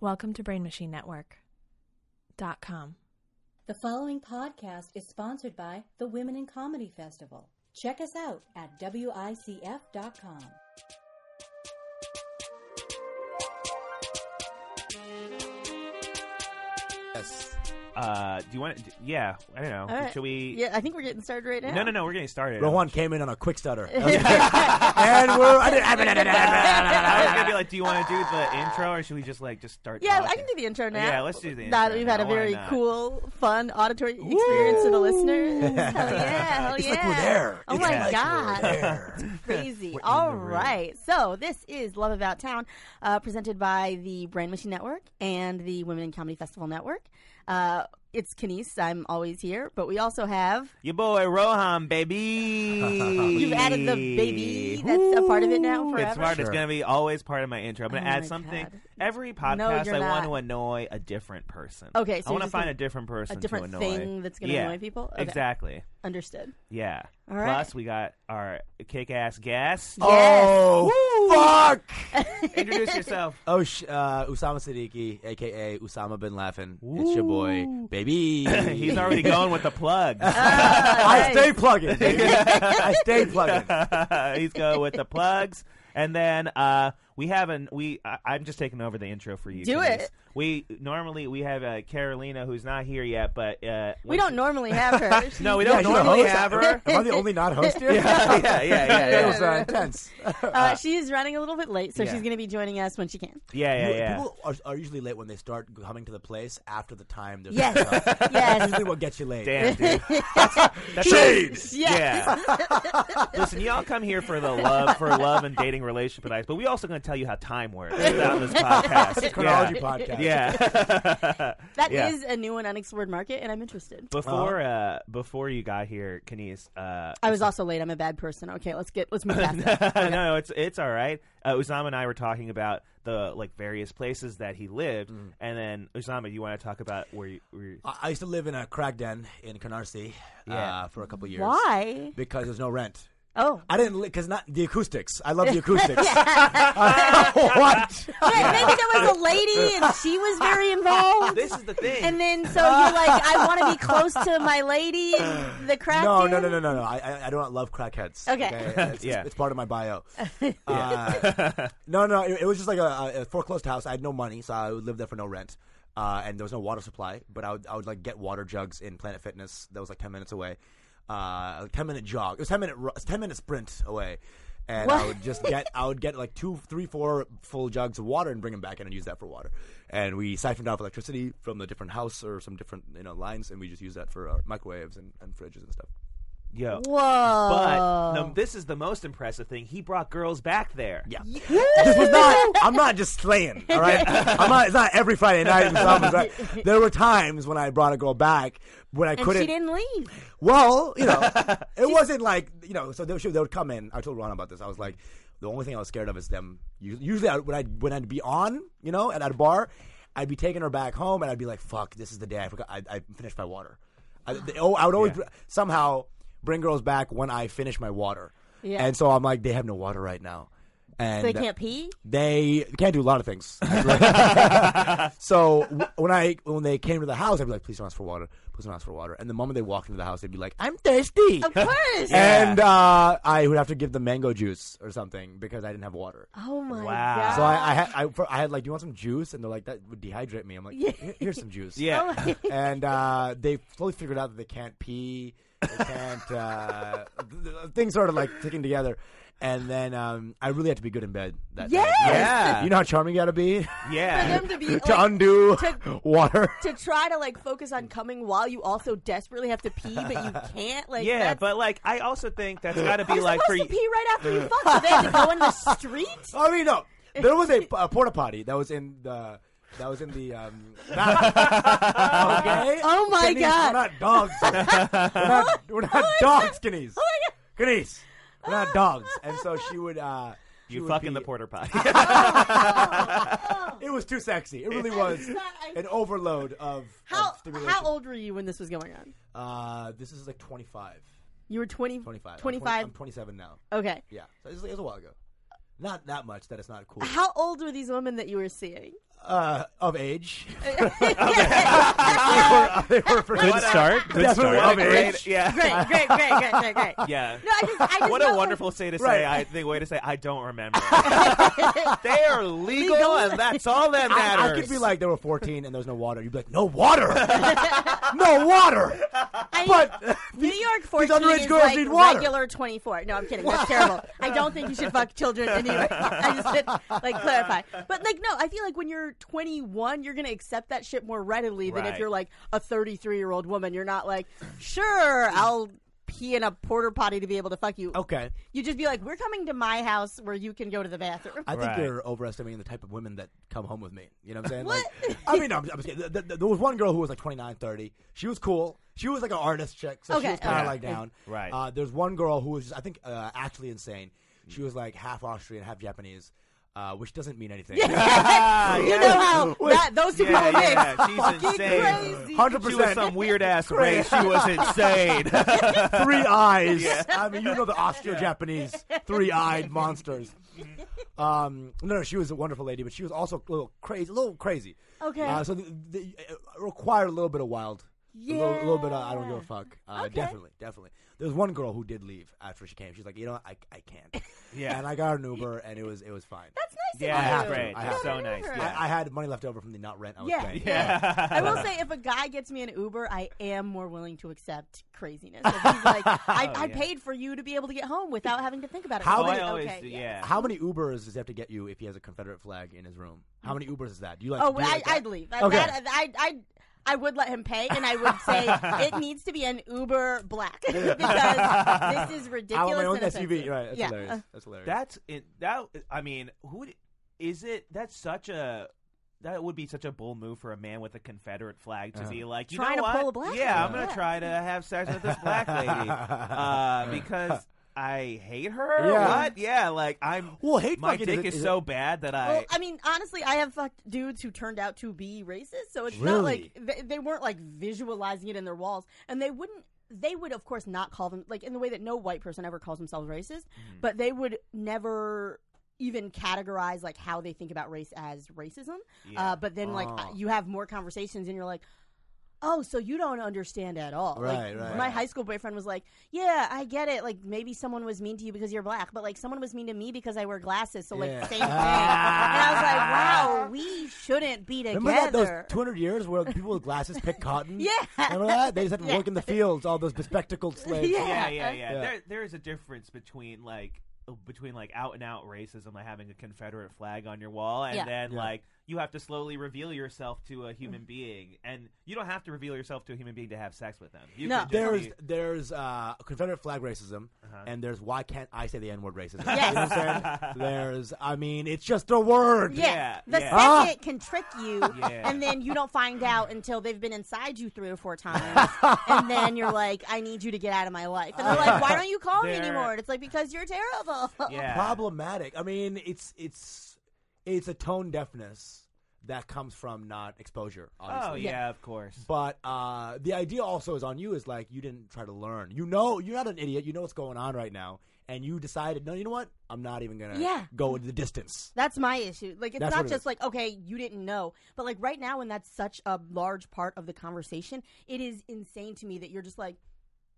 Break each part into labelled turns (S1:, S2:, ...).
S1: Welcome to Brain Machine Network. dot com.
S2: The following podcast is sponsored by the Women in Comedy Festival. Check us out at WICF.com.
S3: Yes.
S4: Uh, do you want? Yeah, I don't know.
S5: All right.
S4: Should we?
S5: Yeah, I think we're getting started right now.
S4: No, no, no. We're getting started.
S3: Rohan came in on a quick stutter. and we're.
S4: I was gonna be like, do you want to do the intro, or should we just like just start?
S5: Yeah, I
S4: talking?
S5: can do the intro now.
S4: Yeah, let's do the
S5: Now
S4: intro
S5: that we've had
S4: now.
S5: a
S4: Why
S5: very
S4: not?
S5: cool, fun auditory experience to the listeners. hell yeah, hell
S3: It's
S5: yeah.
S3: like we're there.
S5: Oh
S3: It's
S5: my
S3: like
S5: god.
S3: we're there.
S5: crazy.
S3: in
S5: All
S3: the room.
S5: right. So this is Love About Town, uh, presented by the Brain Machine Network and the Women in Comedy Festival Network. Uh, it's Kenise. I'm always here, but we also have.
S4: Your boy Rohan, baby. You've
S5: added the baby. That's a part of it now
S4: It's
S5: forever?
S4: smart. It's
S3: Sure.
S4: gonna be always part of my intro. I'm gonna
S5: Oh
S4: add
S5: my
S4: something.
S5: God.
S4: Every
S5: No,
S4: podcast,
S5: you're
S4: I want
S5: not.
S4: to annoy a different person.
S5: Okay, so
S4: I
S5: you're
S4: want to
S5: just
S4: find
S5: gonna-
S4: a different person,
S5: a different
S4: to annoy.
S5: thing that's gonna
S4: Yeah,
S5: annoy people? Okay.
S4: Exactly.
S5: Understood.
S4: Yeah.
S5: All right.
S4: Plus, we got our kick-ass guest.
S3: Oh, fuck!
S4: Introduce yourself.
S3: Oh, sh- uh, Usama Siddiqui, a.k.a. Usama Bin Laden. It's your boy, baby.
S4: He's already going with the plug. Ah,
S3: I stay plugging, baby. I stay plugging.
S4: He's going with the plugs, and then uh, we have an we. I, I'm just taking over the intro for you.
S5: Do
S4: Denise.
S5: it.
S4: We normally we have uh, Carolina who's not here yet, but uh,
S5: We don't normally have her. She's-
S4: No, we don't
S3: Yeah, you
S4: normally
S3: host?
S4: have her.
S3: Am I the only not host here?
S4: yeah, yeah, yeah, yeah,
S3: That
S4: yeah,
S3: was uh, intense.
S5: Uh, she is running a little bit late, so
S4: yeah.
S5: she's going to be joining us when she can.
S4: yeah, yeah, yeah.
S3: People are, are usually late when they start coming to the place after the time. they're
S5: Yes.
S3: supposed to come.
S5: Yes.
S3: That's usually what gets you late.
S4: Damn, dude. That's
S5: Yes.
S4: Yeah. Listen, y'all come here for the love, for love and dating relationship advice, but we also going to tell you how time works on this podcast.
S3: Chronology
S4: yeah.
S3: podcast.
S4: Yeah.
S5: That is
S4: Yeah.
S5: a new and unexplored market, and I'm interested.
S4: Before uh, before you got here, Kenise, uh,
S5: I was also late. I'm a bad person. Okay, let's get let's move past that.
S4: no, no, it's it's all right. Uh, Usama and I were talking about the like various places that he lived, and then Usama, you want to talk about where you? Where you
S3: I I used to live in a crack den in Canarsie
S4: Yeah.
S3: uh, for a couple years.
S5: Why?
S3: Because there's no rent.
S5: Oh,
S3: I didn't because not the acoustics. I love the acoustics. what?
S5: Wait, maybe there was a lady and she was very involved.
S4: this is the thing.
S5: And then so you're like, I want to be close to my lady, and the crack.
S3: No,
S5: dude?
S3: no, no, no, no, no. I, I, I don't love crackheads.
S5: Okay.
S3: It's,
S4: Yeah.
S3: it's part of my bio. Uh, no, no, it, it was just like a, a foreclosed house. I had no money, so I would live there for no rent. Uh, and there was no water supply, but I would, I would like get water jugs in Planet Fitness that was like 10 minutes away. Uh, a 10 minute jog. It was 10 minute, ru- 10 minute sprint away. And I
S5: What?
S3: would just get, I would get like two, three, four full jugs of water and bring them back in and use that for water. And we siphoned off electricity from the different house or some different, you know, lines, and we just use that for our microwaves and, and fridges and stuff.
S4: Yo.
S5: Whoa.
S4: But no, this is the most impressive thing. He brought girls back there.
S3: Yeah. this was not. I'm not just slaying. All right. I'm not. It's not every Friday night. and Solomon's right. There were times when I brought a girl back when I
S5: and
S3: couldn't.
S5: she didn't leave.
S3: Well, you know, it wasn't like you know. So they, would- they would come in. I told Ron about this. I was like, the only thing I was scared of is them. Us- Usually, I, when I when I'd be on, you know, at, at a bar, I'd be taking her back home, and I'd be like, "Fuck, this is the day I forgot. I, I finished my water." I, they, oh, I would always
S4: Yeah.
S3: br- somehow bring girls back when I finish my water,
S5: Yeah.
S3: and so I'm like, they have no water right now, and
S5: So they can't pee.
S3: they can't do a lot of things. so w- when I when they came to the house, I'd be like, "Please don't ask for water. Please don't ask for water." And the moment they walked into the house, they'd be like, "I'm thirsty,"
S5: Of course.
S4: Yeah.
S3: and uh, I would have to give them mango juice or something because I didn't have water.
S5: Oh my
S4: Wow.
S5: god.
S3: So I I had, I, for- I had like, "Do you want some juice?" And they're like, "That would dehydrate me." I'm like, "Here- "Here's some juice."
S4: Yeah.
S3: and uh, they slowly figured out that they can't pee, they can't uh, th- th- things sort of like sticking together. And then um, I really had to be good in bed. That night.
S5: Yes!
S4: Yeah.
S3: you know how charming you got to be
S4: yeah.
S5: them to be
S3: to
S5: like,
S3: undo
S5: to-
S3: water.
S5: to try to like focus on coming while you also desperately have to pee, but you can't. Like,
S4: yeah,
S5: that's,
S4: but like I also think that's got to be
S5: you're
S4: like for
S5: supposed
S4: you.
S5: to pee right after you fuck. So they have to go in the street.
S3: Oh, I mean, no, there was a, a porta potty that was in the that was in the um, bathroom. okay.
S5: Oh my
S3: Skinnies,
S5: God.
S3: We're not dogs. we're not, we're not dogs, skinnies.
S5: Oh my God.
S3: Skinnies. We're not dogs. And so she would. Uh, she
S4: You
S3: would
S4: fucking
S3: be-
S4: the porter potty.
S3: It was too sexy. It really was
S5: I-
S3: an overload of,
S5: How
S3: of stimulation.
S5: how old were you when this was going on?
S3: Uh, this is like 25.
S5: You were 20,
S3: 25. I'm
S5: 25?
S3: I'm 27 now.
S5: Okay.
S3: Yeah. So it was, it was a while ago. Not that much that it's not cool.
S5: How old were these women that you were seeing?
S3: uh, of age. they were, they were for
S4: Good start. Good
S3: Definitely
S4: start.
S3: of age.
S4: Yeah.
S5: great, great, great, great, great, great.
S4: Yeah.
S5: No, I just, I just
S4: what
S5: know
S4: a wonderful say to say.
S3: Right.
S4: I think way to say I don't remember. they are legal,
S5: Legal.
S4: and that's all that matters.
S3: I, I could be like, there were 14 and there was no water. You'd be like, no water! no water!
S5: I,
S3: But
S5: New York 14
S3: underage
S5: is
S3: girls
S5: like
S3: need water.
S5: regular 24. No, I'm kidding. That's terrible. I don't think you should fuck children in New York. I just did, like clarify. But like, no, I feel like when you're 21, you're gonna accept that shit more readily than if
S4: Right.
S5: you're like a 33 year old woman. You're not like, sure, I'll pee in a porter potty to be able to fuck you.
S3: okay.
S5: You just be like, we're coming to my house where you can go to the bathroom.
S3: I think
S4: Right.
S3: you're overestimating the type of women that come home with me. You know what I'm saying?
S5: What?
S3: Like, I mean, I'm, I'm just kidding. Th- th- there was one girl who was like 29, 30. She was cool. She was like an artist chick, so
S5: Okay,
S3: she was kind of
S5: okay.
S3: like down.
S4: Right.
S3: Uh, there's one girl who was, just, I think, uh, actually insane. She was like half Austrian, half Japanese, uh, which doesn't mean anything.
S4: Ah,
S5: you
S4: yeah.
S5: know how that, those two
S4: Yeah,
S5: people mix.
S4: yeah, she's
S5: Fucking
S4: insane.
S5: crazy.
S3: Hundred
S4: She was
S3: percent.
S4: some weird ass race. She was insane.
S3: Three eyes. I mean, you know the Austro-Japanese three-eyed monsters. Um, no, no, she was a wonderful lady, but she was also a little crazy, a little crazy.
S5: Okay.
S3: Uh, so the, the, it required a little bit of wild. A little, little bit of I don't give a
S5: Yeah.
S3: fuck. Uh,
S5: Okay.
S3: Definitely, definitely. There was one girl who did leave after she came. She's like, you know, I, I can't.
S4: Yeah.
S3: And I got her an Uber, and it was it was fine.
S5: That's nice. of
S4: Yeah,
S5: you.
S4: that's
S3: have to.
S4: great.
S3: I
S4: That's
S3: have
S4: so
S5: to.
S4: nice.
S5: I-
S4: Yeah.
S3: I, I had money left over from the not rent I was
S5: Yeah.
S3: paying.
S4: yeah.
S5: I will say, if a guy gets me an Uber, I am more willing to accept craziness. If he's like, I, I
S4: yeah.
S5: paid for you to be able to get home without having to think about it.
S3: Oh, How
S4: Oh,
S5: Like,
S4: I always
S5: okay,
S4: do,
S5: yeah.
S4: yeah.
S3: How many Ubers does he have to get you if he has a Confederate flag in his room? How many Ubers is that? Do you like?
S5: Oh,
S3: do you
S5: I,
S3: like that?
S5: I'd leave. I,
S3: Okay.
S5: that, I, I, I would let him pay, and I would say it needs to be an Uber Black because this is
S3: I
S5: ridiculous.
S3: want my own
S5: and
S3: SUV.
S5: offensive.
S3: Right. That's
S5: yeah.
S3: hilarious.
S5: Uh,
S3: That's hilarious.
S4: That's it. That I mean, who d- is it? That's such a that would be such a bold move for a man with a Confederate flag to
S3: Uh-huh.
S4: be like, you
S5: Trying
S4: know
S5: to
S4: what?
S5: pull a black
S4: yeah,
S5: lady,
S4: I'm gonna
S5: yeah.
S4: try to have sex with this black lady uh, because I hate her.
S3: Yeah.
S4: What? Yeah, like I'm.
S3: Well, hate
S4: my
S3: fucking
S4: dick is,
S3: is- is-
S4: so bad that I.
S5: Well, I mean, honestly, I have fucked dudes who turned out to be racist, so it's not
S3: Really?
S5: like they, they weren't like visualizing it in their walls, and they wouldn't. They would, of course, not call them like in the way that no white person ever calls themselves racist,
S3: Mm-hmm.
S5: but they would never even categorize like how they think about race as racism.
S4: Yeah.
S5: Uh, but then, like,
S3: Ah.
S5: you have more conversations, and you're like. Oh, so you don't understand at all.
S3: Right,
S5: like,
S3: right.
S5: My high school boyfriend was like, Yeah, I get it. Like, maybe someone was mean to you because you're black, but like, someone was mean to me because I wear glasses. So, like,
S3: Yeah.
S5: same thing. and I was like, Wow, we shouldn't be together.
S3: Remember that those 200 years where people with glasses pick cotton?
S5: Yeah.
S3: Remember that? They just had to
S5: Yeah.
S3: work in the fields, all those bespectacled slaves.
S5: Yeah.
S4: yeah, yeah, yeah.
S3: Yeah.
S4: There, there is a difference between like uh, between like out and out racism, like having a Confederate flag on your wall, and
S5: Yeah.
S4: then
S3: Yeah.
S4: like you have to slowly reveal yourself to a
S5: Mm.
S4: human being, and you don't have to reveal yourself to a human being to have sex with them. You
S5: No.
S4: can just
S3: There's
S4: be-
S3: there's uh, Confederate flag racism, and there's why can't I say the N word racism? You
S5: Yes.
S3: know what I'm saying? there's, I mean, it's just a word.
S5: Yeah.
S4: Yeah,
S5: The
S4: yeah.
S3: Ah.
S5: second can trick you,
S4: Yeah.
S5: and then you don't find out until they've been inside you three or four times. and then you're like, I need you to get out of my life. And they're like, why don't you call me
S4: They're-
S5: anymore? And it's like, because you're terrible.
S4: yeah.
S3: Problematic. I mean, it's it's it's a tone deafness that comes from not exposure. Obviously.
S4: Oh yeah, of course.
S3: But uh, the idea also is on you is like you didn't try to learn. You know, you're not an idiot. You know what's going on right now, and you decided, no, you know what? I'm not even gonna
S5: Yeah.
S3: go the distance.
S5: That's my issue. Like, it's
S3: That's
S5: not
S3: what it
S5: just
S3: is.
S5: like, okay, you didn't know. But, like, right now, when that's such a large part of the conversation, it is insane to me that you're just like,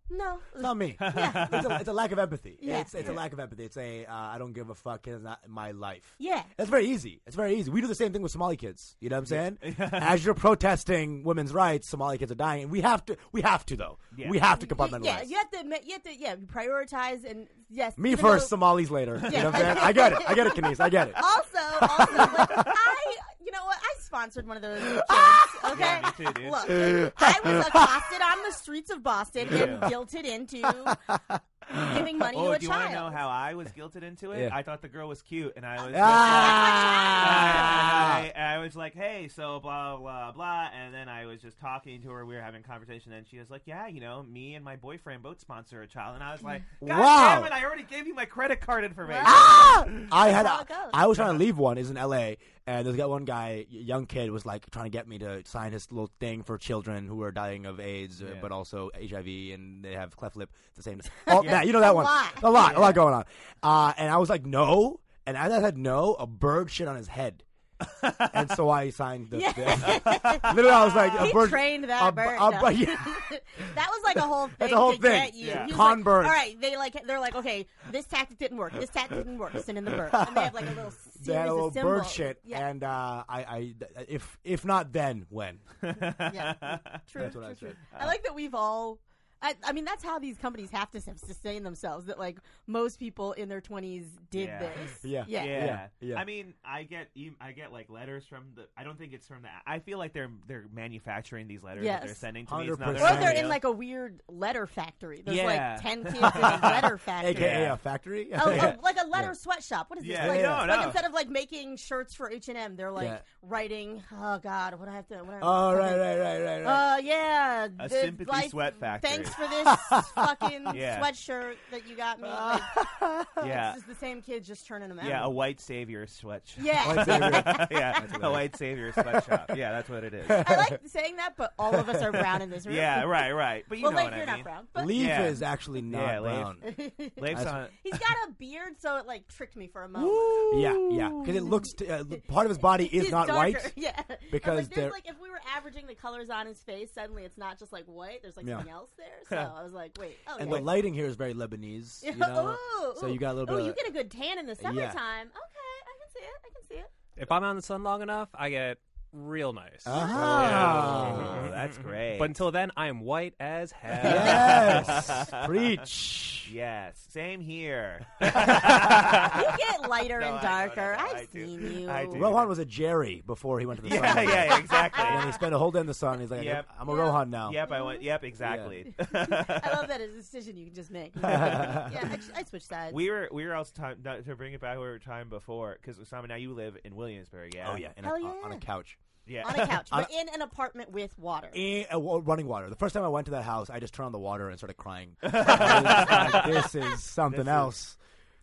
S5: no.
S3: It's not me.
S5: Yeah.
S3: it's, a, it's a lack of empathy.
S5: Yeah.
S3: It's, it's a lack of empathy. It's a uh, I don't give a fuck. It's not my life.
S5: Yeah.
S3: That's very easy. It's very easy. We do the same thing with Somali kids. You know what I'm saying? As you're protesting women's rights, Somali kids are dying. We have to. We have to though.
S4: Yeah.
S3: We have to
S5: Y-
S3: compartmentalize.
S5: Yeah, you have to, admit- you have to, yeah, prioritize and, yes.
S3: me
S5: even
S3: first,
S5: though-
S3: Somalis later. You
S5: Yeah.
S3: know what I'm saying? I get it. I get it, Kenise. I get it.
S5: Also, also, like, I, you know what? I sponsored one of those kids. Okay,
S4: Yeah, me too, dude.
S5: look, I was accosted on the streets of Boston and
S4: Yeah.
S5: guilted into giving money
S4: Oh,
S5: to a
S4: do you
S5: child.
S4: want to know how I was guilted into it?
S3: Yeah.
S4: I thought the girl was cute, and I was.
S3: Ah!
S4: I, I was like, hey, so blah, blah, blah. And then I was just talking to her. We were having a conversation. And she was like, yeah, you know, me and my boyfriend both sponsor a child. And I was like,
S5: Mm.
S4: God
S3: Wow.
S4: damn it, I already gave you my credit card information.
S5: Ah!
S3: I had
S5: how it goes.
S3: I was trying to leave one. Is in L.A. and there's got one guy, y- young kid, was like trying to get me to sign his little thing for children who are dying of AIDS, uh
S4: Yeah.
S3: but also HIV, and they have cleft lip. The same. Oh, that you know that
S5: A
S3: one.
S5: lot.
S3: A lot, a lot going on. Uh, and I was like, no. And as I said no, a bird shit on his head. and so I signed the. the- literally, I was like, a
S5: He
S3: bird,
S5: trained that
S3: a, bu-
S5: bird.
S3: a
S5: No.
S3: bu- yeah.
S5: That was like a whole thing
S3: a whole
S5: to
S3: thing.
S5: get you.
S4: Yeah.
S5: He was
S3: Con
S5: like,
S3: birds.
S5: All right, they like they're like okay, this tactic didn't work. This tactic didn't work. Send in the bird. And they have like a little series
S3: They had a little
S5: of symbols.
S3: bird shit,
S5: Yeah,
S3: and uh, I, I, if if not then when?
S5: yeah. True,
S3: That's what
S5: true,
S3: I
S5: true.
S3: said.
S5: I like that we've all. I, I mean, that's how these companies have to sustain themselves. That like most people in their twenties did
S4: Yeah.
S5: this.
S3: Yeah.
S5: yeah.
S3: Yeah, yeah.
S4: I mean, I get em- I get like letters from the. I don't think it's from the. I feel like they're they're manufacturing these letters
S5: Yes.
S4: that they're sending to me. It's not
S3: 100%.
S5: Or
S4: their
S5: they're
S4: idea.
S5: in like a weird letter factory. There's
S4: Yeah.
S5: like ten kids in a letter factory.
S3: AKA
S4: Yeah.
S3: a factory.
S5: Oh,
S3: Yeah.
S5: oh, like a letter sweatshop. What is
S4: Yeah,
S5: this? Like,
S4: yeah,
S5: like
S4: no.
S5: instead of like making shirts for H and M, they're like
S3: Yeah.
S5: writing. Oh God, what do I have to? What do I have to
S3: Oh,
S5: type
S3: right,
S5: in?"
S3: right, right, right, right.
S5: Uh, yeah.
S4: A
S5: the-
S4: sympathy
S5: like,
S4: sweat factory.
S5: Thanks for this fucking
S4: Yeah.
S5: sweatshirt that you got me. Like,
S4: yeah,
S5: This is the same kid just turning them out.
S4: yeah, a white savior sweatshop.
S5: Yeah.
S3: White savior.
S4: yeah, a white savior sweatshop. Yeah, that's what it is.
S5: I like saying that, but all of us are brown in this room.
S4: Yeah, right, right. But you
S5: well,
S4: know
S5: like
S4: what
S5: you're
S4: I
S5: not
S4: mean.
S5: brown, but
S3: Leaf
S4: Yeah.
S3: is actually not
S4: Yeah, leaf.
S3: brown.
S4: Leif's
S3: That's-
S4: on.
S5: he's got a beard, so it like tricked me for a moment.
S3: Yeah, yeah, because it looks t- uh, l- part of his body is
S5: He's
S3: not
S5: darker.
S3: white.
S5: Yeah, I was
S3: because
S5: like,
S3: they're-
S5: there's like if we were averaging the colors on his face, suddenly it's not just like white. There's like
S3: Yeah.
S5: something else there. So I was like, wait, oh
S3: And
S5: yeah.
S3: the lighting here is very Lebanese. You know?
S5: Ooh,
S3: so
S5: ooh.
S3: you got a little bit
S5: Ooh,
S3: of
S5: oh, you get a good tan in the
S3: Yeah.
S5: summertime. Okay, I can see it. I can see it.
S6: If I'm out in the sun long enough, I get real nice.
S3: Uh-huh. Ah.
S4: Oh, that's great.
S6: But until then, I am white as hell.
S3: Yes. Preach.
S4: yes, same here.
S5: You get lighter
S4: No,
S5: and
S4: I know,
S5: darker.
S4: no, no, I
S5: I've
S4: do.
S5: seen you.
S4: I do.
S3: Rohan was a Jerry before he went to the
S4: yeah,
S3: sun.
S4: yeah,
S3: And then he
S4: exactly.
S3: spent a whole day in the sun. He's like,
S4: Yep.
S3: I'm a Rohan now.
S4: yep, I went. Yep, exactly.
S5: I love that it's a decision you can just make. yeah, actually, I switched sides.
S4: We were we were also time not, to bring it back. where We were time before because Osama. Now you live in Williamsburg, yeah?
S3: Oh yeah, in a,
S5: Hell
S3: on- on a
S5: yeah.
S3: couch.
S4: yeah.
S5: on a couch, but in an apartment with water.
S3: Eh, uh, wa- running water. The first time I went to that house, I just turned on the water and started crying. I was like, this is something
S4: This is-
S3: else.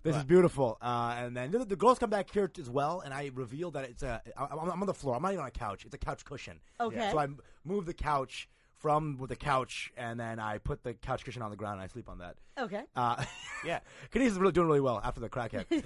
S3: this is beautiful. Uh, and then the, the girls come back here t- as well, and I reveal that it's a. I- I'm, I'm on the floor. I'm not even on a couch. It's a couch cushion.
S5: Okay.
S3: So I m- move the couch from the couch, and then I put the couch cushion on the ground and I sleep on that.
S5: Okay.
S3: Uh,
S4: Yeah.
S3: Kinesis is really doing really well after the crackhead thing.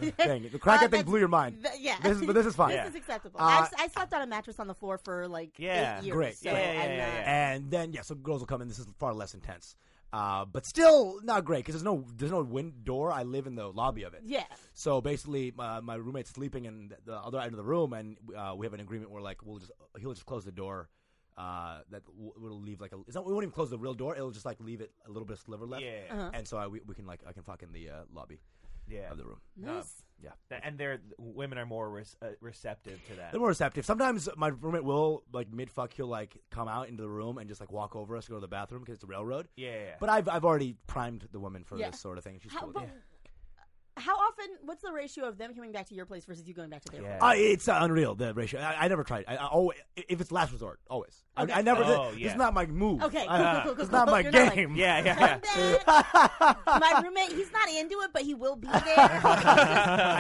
S3: The crackhead thing
S5: Uh, that's-
S3: blew your mind.
S5: Th- yeah.
S3: This is, but this is fine.
S5: This
S4: Yeah.
S5: is acceptable.
S3: Uh,
S5: I, s- I slept on a mattress on the floor for like
S4: Yeah.
S5: eight years.
S3: Great.
S5: So
S4: Yeah, yeah,
S5: I'm
S4: yeah,
S5: not-
S4: yeah.
S3: And then yeah, so girls will come in. This is far less intense, uh, but still not great because there's no there's no wind door. I live in the lobby of it.
S5: Yeah.
S3: So basically, uh, my, my roommate's sleeping in the other end of the room, and uh, we have an agreement where like we'll just he'll just close the door. Uh, that w- will leave like a. It's not, we won't even close the real door. It'll just like leave it a little bit of sliver left.
S4: Yeah.
S3: And so I, we, we can like I can fuck in the uh, lobby
S4: Yeah.
S3: of the room.
S5: Nice.
S3: Yeah.
S4: Th- And they're women are more res- uh, receptive to that.
S3: They're more receptive. Sometimes my roommate will like mid fuck. He'll like come out into the room and just like walk over us to go to the bathroom because it's a railroad.
S4: yeah, yeah, yeah.
S3: But I've I've already primed the woman for
S5: Yeah.
S3: this sort of thing. She's
S5: How,
S3: cool.
S5: but how often? What's the ratio of them coming back to your place versus you going back to their
S4: Yeah.
S3: Uh,
S5: place?
S3: it's uh, unreal the ratio. I, I never tried. I, I always if it's last resort, always.
S5: Okay.
S3: I, I never.
S4: Oh,
S3: did.
S4: yeah.
S3: It's not my move.
S5: Okay, cool,
S3: I- uh,
S5: cool, cool, cool,
S3: It's not
S5: cool.
S3: my
S5: You're not like-
S3: game.
S4: yeah, yeah,
S5: Come back. My roommate, he's not into it, but he will be there.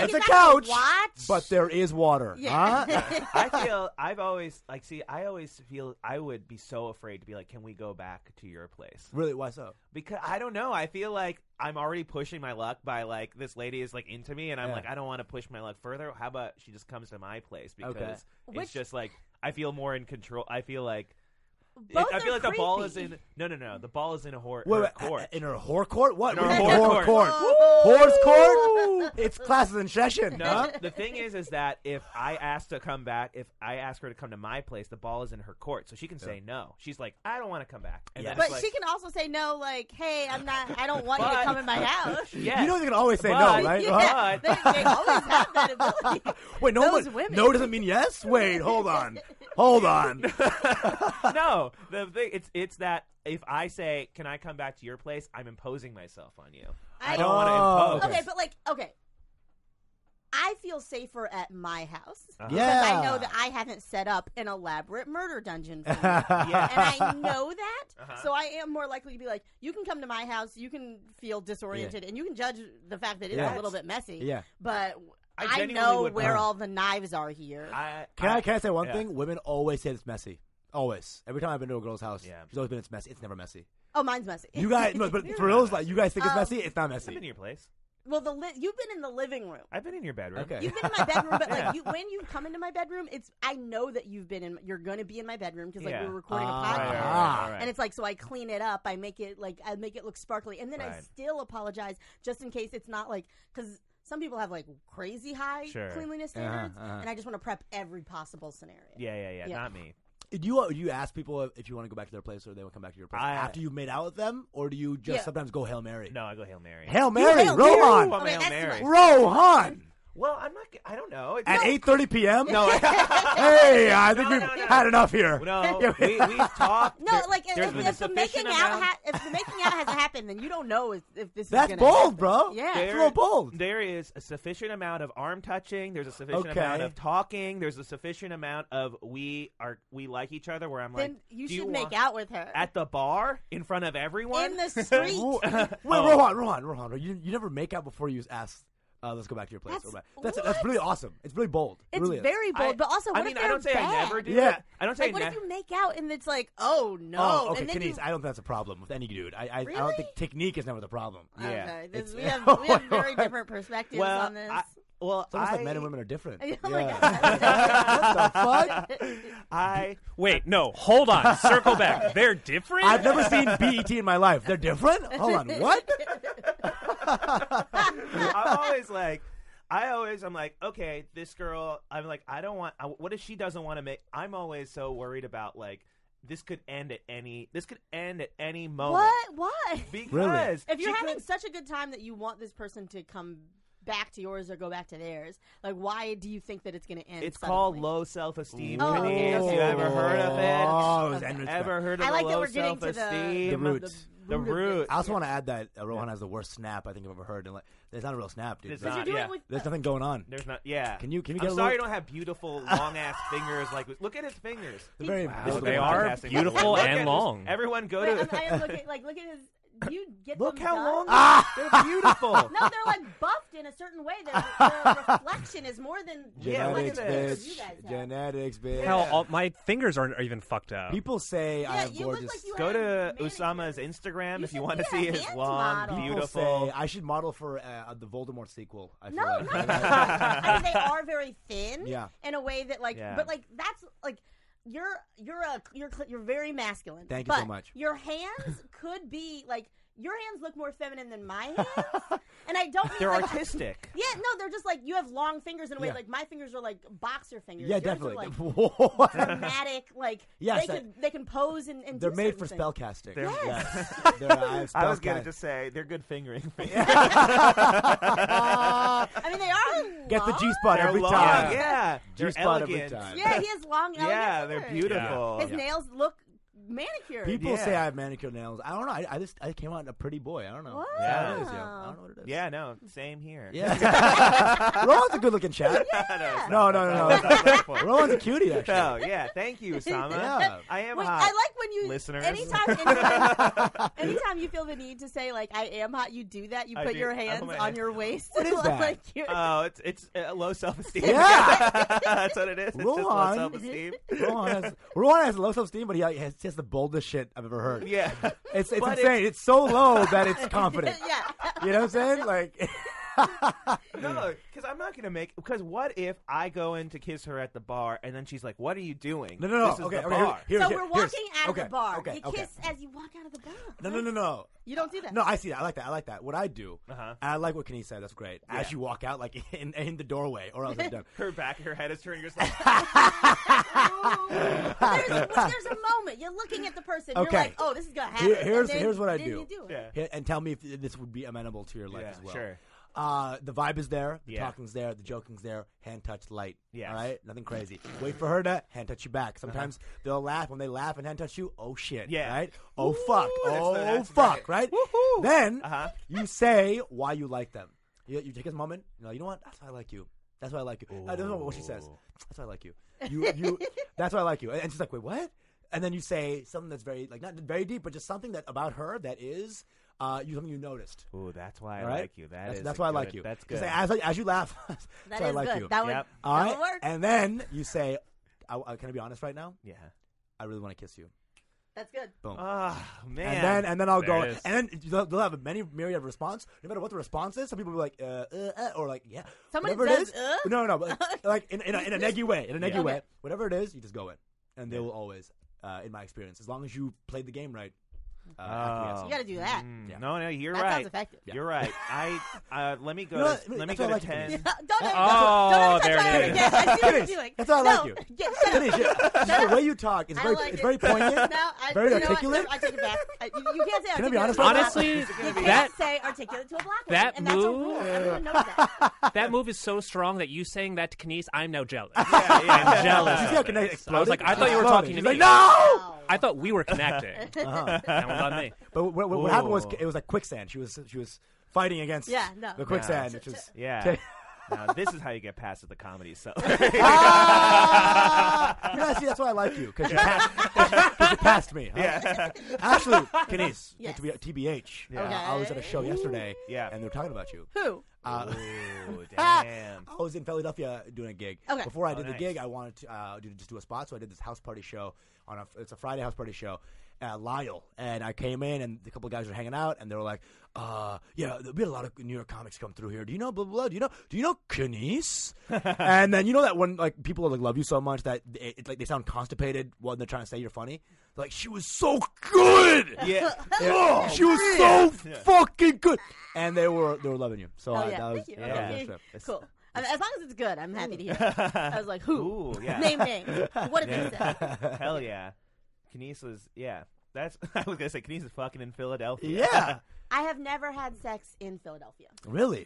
S5: it's
S3: It's a couch.
S5: Watch.
S3: But there is water.
S5: Yeah.
S3: Huh?
S4: yeah. I feel I've always like see I always feel I would be so afraid to be like, can we go back to your place?
S3: really? Why so?
S4: Because I don't know. I feel like I'm already pushing my luck by like this lady is like into me, and I'm
S3: Yeah.
S4: like, I don't want to push my luck further. How about she just comes to my place because
S3: Okay.
S4: it's
S5: Which-
S4: just like I feel more in control. I feel like it-
S5: Both
S4: I feel
S5: are
S4: like the ball is
S5: creepy.
S4: in no no no the ball is in a whore
S3: Wait,
S4: her
S3: wait,
S4: court.
S3: In her whore court? What?
S4: In her
S3: We need
S4: whore
S3: whore
S4: court.
S3: court. Whore's court? It's classes in session.
S4: no,
S3: huh?
S4: the thing is, is that if I ask to come back, if I ask her to come to my place, the ball is in her court, so she can say no. She's like, I don't want to come back. And
S3: Yeah.
S4: then
S5: But
S4: it's like,
S5: she can also say no, like, "Hey, I'm not. I don't want you to
S4: But-
S5: come in my house."
S4: Yes.
S3: You know they can always say
S4: But-
S3: no, right?
S5: Yeah,
S3: Huh?
S4: But-
S5: they, they always have that ability.
S3: Wait, no,
S5: Those
S3: but
S5: women.
S3: no doesn't mean yes. Wait, hold on, hold on.
S4: no, the thing it's it's that if I say, "Can I come back to your place?" I'm imposing myself on you. I don't want to
S3: Oh,
S4: impose.
S5: Okay, but like, okay. I feel safer at my house
S4: Uh-huh.
S5: because
S3: Yeah.
S5: I know that I haven't set up an elaborate murder dungeon for you. and I know that,
S4: Uh-huh.
S5: so I am more likely to be like, you can come to my house, you can feel disoriented, and you can judge the fact that it's
S3: Yeah.
S5: a little bit messy.
S3: Yeah.
S5: But
S4: I
S5: I,
S4: genuinely
S5: know
S4: would-
S5: where
S4: Uh-huh.
S5: all the knives are here.
S4: I,
S3: Can I, can I say one
S4: yeah.
S3: thing? Women always say it's messy. Always. Every time I've been to a girl's house,
S4: Yeah.
S3: she's always been it's messy. It's never messy.
S5: oh, mine's messy.
S3: You guys, no, but for reals, like you guys think it's
S5: Um,
S3: messy. It's not
S4: I've been to
S3: messy.
S4: your place.
S5: well, the li- you've been in the living room.
S4: I've been in your bedroom.
S3: Okay.
S5: You've been in my bedroom, but like you, when you come into my bedroom, it's I know that you've been in. You're gonna be in my bedroom because like
S4: Yeah.
S5: we're recording
S3: Ah.
S5: a podcast,
S4: Right, right, right, right, right.
S5: and it's like so I clean it up. I make it like I make it look sparkly, and then I
S4: Right.
S5: still apologize just in case it's not like because some people have like crazy high
S4: Sure.
S5: cleanliness
S3: Uh-huh,
S5: standards,
S3: uh-huh.
S5: and I just want to prep every possible scenario.
S4: yeah, yeah, yeah,
S5: Yeah.
S4: Not me.
S3: Do you uh, do you ask people if- if you want to go back to their place or they want to come back to your place
S4: I-
S3: after you've made out with them, or do you just
S5: Yeah.
S3: sometimes go hail mary?
S4: No, I go hail mary.
S3: hail
S5: You
S3: mary,
S5: Hail
S3: Rohan,
S5: Mary?
S4: Well,
S5: Okay,
S4: Hail
S5: that's
S4: Mary.
S5: my-
S3: Rohan
S4: Mm. Well, I'm not. g- I don't know. It's
S3: at
S4: no,
S3: eight thirty p.m.
S4: No,
S3: hey, I think
S4: No,
S3: we've
S4: no, no.
S3: had enough here.
S4: no. We we talked.
S5: No,
S4: There-
S5: like if,
S4: there's
S5: if,
S4: been a
S5: the
S4: sufficient
S5: making out
S4: amount-
S5: ha- if the making out hasn't happened, then you don't know if, if this
S3: That's
S5: is gonna
S3: bold,
S5: happen.
S3: bro.
S5: Yeah,
S3: It's a little bold.
S4: There is a sufficient amount of arm touching. There's a sufficient
S3: Okay.
S4: amount of talking. There's a sufficient amount of we are we like each other. Where I'm like,
S5: then you
S4: do
S5: should
S4: you
S5: make
S4: want-
S5: out with her
S4: at the bar in front of everyone
S5: in the street.
S3: Ro- Wait,
S4: Oh.
S3: Rohan, Rohan, Rohan, you, you never make out before you ask. Uh, let's go back to your place.
S5: That's-
S3: Go back. that's that's really awesome. It's really bold. It
S5: It's
S3: really is.
S5: very bold,
S4: I-
S5: but also what
S4: I mean,
S5: if
S4: I don't
S5: they're
S4: say I
S5: bad?
S4: never do.
S3: Yeah.
S4: it. I don't say
S5: Like,
S4: I
S5: what if
S4: never.
S5: you make out and it's like, oh no,
S3: Oh, okay,
S5: and then
S3: Kenise,
S5: you,
S3: I don't think that's a problem with any dude. I, I, I don't
S5: Really?
S3: think technique is never the problem.
S5: Okay,
S4: Yeah,
S5: this,
S3: it's-
S5: we have we have very different perspectives
S4: well,
S5: on this.
S4: I, well,
S3: It's almost
S4: I,
S3: like men and women are different.
S5: oh my
S3: Yeah.
S5: god,
S3: what the fuck?
S4: I
S6: Wait, no, hold on. Circle back. They're different.
S3: I've never seen BET in my life. They're different. Hold on, what?
S4: I'm always like, I always, I'm like, okay, this girl, I'm like, I don't want, I, what if she doesn't want to make, I'm always so worried about, like, this could end at any, this could end at any moment.
S5: what? What?
S4: Because
S3: Really?
S5: If you're
S4: Oh she
S5: having
S4: could-
S5: such a good time that you want this person to come back to yours or go back to theirs, like why do you think that it's going to end?
S4: it's called
S5: suddenly?
S4: low self esteem.
S5: Oh,
S4: Denise.
S5: okay.
S4: You ever heard of it?
S3: Oh, it was
S5: Okay.
S3: Enrich.
S4: Ever heard of
S5: I like
S4: the
S5: that
S4: low
S5: we're getting
S4: self
S5: to the-
S4: esteem?
S3: The roots.
S4: The
S5: root of
S4: root.
S5: this.
S3: I also want to add that uh, Rohan has the worst snap I think I've ever heard. And like, there's not a real snap, dude.
S4: It's
S3: There's-
S5: Because
S4: not,
S5: you're doing
S4: yeah.
S5: it with
S3: There's nothing going on.
S4: There's not, yeah.
S3: Can you- can we
S4: I'm
S3: get a
S4: sorry,
S3: little-
S4: I don't have beautiful long ass fingers. Like, look at his fingers.
S3: They're very
S5: Wow,
S3: visible.
S6: they are
S4: Podcasting.
S6: beautiful
S4: Look
S6: and
S4: at this.
S6: long.
S4: Everyone go
S5: But
S4: to.
S5: I'm, I am looking like look at his. do You get
S4: Look
S5: them
S4: how
S5: done?
S4: long
S3: Ah!
S4: they're beautiful.
S5: No, they're like buffed in a certain way. The, the reflection is more than
S4: Yeah, look at
S3: Genetics,
S5: what it is
S4: this.
S5: you guys
S3: bitch.
S5: have.
S3: Genetics, bitch.
S6: Hell, all, my fingers aren't even fucked up.
S3: People say I
S5: Yeah,
S3: have
S5: you look like
S3: gorgeous.
S5: you
S4: Go to
S5: Manicures.
S4: Usama's Instagram
S5: You
S4: if you
S5: should
S4: want to
S5: be a
S4: see his
S5: hand
S4: long,
S5: model.
S3: People
S4: beautiful.
S3: say I should model for uh, the Voldemort sequel. I feel
S5: No,
S3: like.
S5: not at all. I mean, they are very thin.
S3: Yeah.
S5: In a way that, like,
S4: Yeah.
S5: but like that's like you're you're a you're cl- you're very masculine.
S3: Thank you so
S5: but
S3: much.
S5: Your hands could be like your hands look more feminine than my hands, and I don't. Mean,
S4: They're
S5: like,
S4: artistic.
S5: Yeah, no, they're just like you have long fingers in a way.
S3: Yeah.
S5: Like my fingers are like boxer fingers.
S3: yeah,
S5: Yours
S3: definitely.
S5: Are, like,
S3: What?
S5: dramatic, like
S3: Yes,
S5: they
S3: I-
S5: can they can pose and, and
S3: They're
S5: do
S3: made
S5: certain
S3: for
S5: things.
S3: spell casting.
S4: They're-
S3: Yes. They're,
S4: I was gonna
S3: going
S4: just say they're good fingering.
S5: I mean, they are
S3: Get the
S5: long.
S3: G spot
S4: They're
S3: every
S4: long,
S3: time.
S4: Yeah, they're
S3: G-spot every
S4: elegant.
S3: time.
S5: Yeah, he has long. elegant
S4: Yeah, they're
S5: fingers.
S4: beautiful.
S5: His nails look manicured.
S3: People say
S4: Yeah.
S3: I have manicure nails. I don't know. I, I just I came out a pretty boy. I don't know.
S5: Wow.
S3: Yeah, it is, yeah. I don't know what it is.
S4: Yeah, no, same here.
S3: Yeah. Rohan's a good looking chap. No, no, no, no. Rohan's a cutie, actually.
S4: Oh, yeah. Thank you, Usama.
S3: Yeah.
S4: I am
S5: Wait,
S4: hot.
S5: I like when you
S4: Listeners.
S5: Anytime, anytime, anytime you feel the need to say like "I am hot," you do that. You
S4: I
S5: put
S4: do.
S5: your
S4: I put
S5: hands
S4: my
S5: on
S4: hand-
S5: your waist.
S3: What is that?
S5: like you're,
S4: Oh, it's it's uh, low self esteem.
S3: Yeah.
S4: that's what it is. It's just low
S3: Rohan.
S4: self esteem.
S3: Rohan has, Rohan has low self esteem, but he has, he has the boldest shit I've ever heard.
S4: Yeah,
S3: It's, it's
S4: But
S3: insane. It's so low that it's confident.
S5: yeah.
S3: You know what I'm saying? Like,
S4: no,
S3: Mm.
S4: because I'm not gonna make. Because what if I go in to kiss her at the bar and then she's like, "What are you doing?
S3: no, no, no.
S4: This is
S3: okay,
S4: the
S3: okay.
S4: bar.
S3: Here, here,
S5: so
S3: here-
S5: we're
S3: here's-
S5: walking out
S3: okay,
S5: of the bar.
S3: Okay,
S5: you
S3: okay.
S5: kiss as you walk out of the bar.
S3: No, no, no, no.
S5: You don't do that.
S3: No, I see that. I like that. I like that. What I do,
S4: Uh-huh.
S3: and I like what Kenny said. That's great.
S4: Yeah.
S3: As you walk out, like in, in the doorway, or else I'm done.
S4: Her back, her head is turning. You're just like,
S5: there's, a, there's a moment you're looking at the person. You're
S3: Okay.
S5: like, oh, this is gonna happen.
S3: Here- here's-
S5: And then-
S3: here's what I
S5: then
S3: do.
S5: You do it.
S4: yeah,
S3: Here- and tell me if this would be amenable to your life
S4: Yeah,
S3: as well.
S4: sure.
S3: Uh, the vibe is there, the
S4: Yeah.
S3: talking's there, the joking's there. Hand touch light.
S4: Yes. Uh-huh.
S3: All right, nothing crazy. Wait for her to hand touch you back. Sometimes they'll laugh when they laugh and hand touch you. Oh shit.
S4: Yeah.
S3: Right. Oh fuck.
S4: that's-
S3: oh
S4: that's
S3: fuck.
S4: right.
S3: Right.
S4: Woohoo.
S3: Then
S4: Uh-huh.
S3: you say why you like them. You, you take his moment. You know. You know what? That's why I like you. That's why I like you. I don't know what she says.
S4: Ooh.
S3: That's why I like you. You you. that's why I like you. And, and she's like, wait, what? And then you say something that's very like not very deep, but just something that about her that is. Uh, you something you noticed.
S4: Ooh, that's why I
S3: All right?
S4: like you. That
S3: that's,
S4: is
S3: that's
S4: a
S3: why I
S4: good-
S3: like ah, you.
S4: That's
S3: You
S4: good.
S3: say, as, I- as you laugh, that's
S5: That
S3: why I
S5: is
S3: like
S5: good.
S3: you.
S5: That would.
S4: Yep.
S3: All
S5: that would
S3: right,
S5: work.
S3: and then you say, I, I- "Can I be honest right now?
S4: yeah,
S3: I really want to kiss you."
S5: That's good.
S3: Boom.
S4: Oh man.
S3: And then and then I'll
S6: There
S3: go
S6: it is.
S3: and then they'll, they'll have a many myriad of response. No matter what the response is, some people will be like, uh, uh, uh, or like, yeah,
S5: Somebody
S3: whatever it
S5: does,
S3: is.
S5: uh?
S3: No, no, but like, like in, in, a, in a neggy way, in a neggy
S4: Yeah.
S3: way,
S5: Okay.
S3: whatever it is, you just go in, and they
S4: Yeah.
S3: will always, uh, in my experience, as long as you played the game right. Uh,
S4: Oh.
S3: acquiesce.
S5: You got to do that.
S4: Mm,
S3: Yeah.
S4: No, no, you're
S5: That sounds
S4: right.
S5: effective.
S3: Yeah.
S4: You're right. I uh, let me go.
S3: You know
S4: to-
S3: what?
S4: let me
S3: That's
S4: go to
S3: what I like to
S4: ten.
S5: Yeah, don't ever,
S6: Oh,
S5: don't ever touch
S6: there
S5: my arm
S6: it is.
S5: again. I see what you're
S3: Finish.
S5: doing.
S3: That's how I
S5: no,
S3: like you.
S5: Get, shut up.
S3: Finish, yeah.
S5: Shut up.
S3: the way you talk is
S5: I
S3: very,
S5: like
S3: it's
S5: it.
S3: very poignant.
S5: No, I,
S3: very
S5: you know what?
S3: articulate.
S5: No, I take it back. I, you, you can't say.
S3: Can I
S5: articulate
S3: be honest
S5: to a
S3: about
S5: black
S3: that?
S6: Honestly,
S5: person. you can't
S6: that-
S5: say articulate to a black
S6: that
S5: woman, and
S6: move-
S5: That's a rule. Everyone knows that.
S6: that move is so strong that you saying that to Kines, I'm now jealous.
S4: Yeah, yeah.
S6: I'm jealous.
S3: You see
S6: of
S3: how
S6: this.
S3: Kines
S6: I was like, I thought you were
S3: exploded.
S6: talking to
S3: She's
S6: me.
S3: like, no.
S5: Wow.
S6: I thought we were connecting.
S3: Uh-huh.
S6: That was on me.
S3: But what, what, what happened was
S4: Ooh.
S3: it was like quicksand. She was she was fighting against
S5: Yeah, no.
S3: the quicksand,
S5: Yeah.
S3: which is
S4: Yeah. now, this is how you get past at the comedy cellar.
S3: Ah! You know, see, that's why I like you because you, passed- 'cause you passed me. Huh?
S4: yeah.
S3: Actually, Kines,
S5: Yes.
S3: to be at TBH.
S4: Yeah.
S3: uh, I was at a show yesterday.
S4: Yeah.
S3: and they were talking about you.
S5: Who?
S3: Uh,
S4: Ooh, damn.
S3: I was in Philadelphia doing a gig.
S5: Okay.
S3: Before I
S4: Oh,
S3: did the
S4: nice.
S3: gig, I wanted to uh, do, just do a spot, so I did this house party show on a. It's a Friday house party show. At Lyle and I came in and a couple of guys were hanging out and they were like, uh, yeah, we had a lot of New York comics come through here. Do you know blah blah? blah? Do you know? Do you know Kines? and then you know that when like people like love you so much that it, it's like they sound constipated when they're trying to say you're funny. They're like she was so good.
S4: Yeah.
S3: Oh, she was so fucking good. And they were they were loving you. So
S5: Oh
S3: I,
S5: yeah,
S3: that was
S5: thank you.
S3: that was
S4: yeah,
S5: Okay.
S3: the trip.
S5: Cool. I mean, as long as it's good, I'm happy to hear. It. I was like, who?
S4: Ooh, yeah.
S5: Name names. What did they say?
S4: Hell yeah. Kines was yeah. That's I was gonna say Kines is fucking in Philadelphia.
S3: Yeah,
S5: I have never had sex in Philadelphia.
S3: really.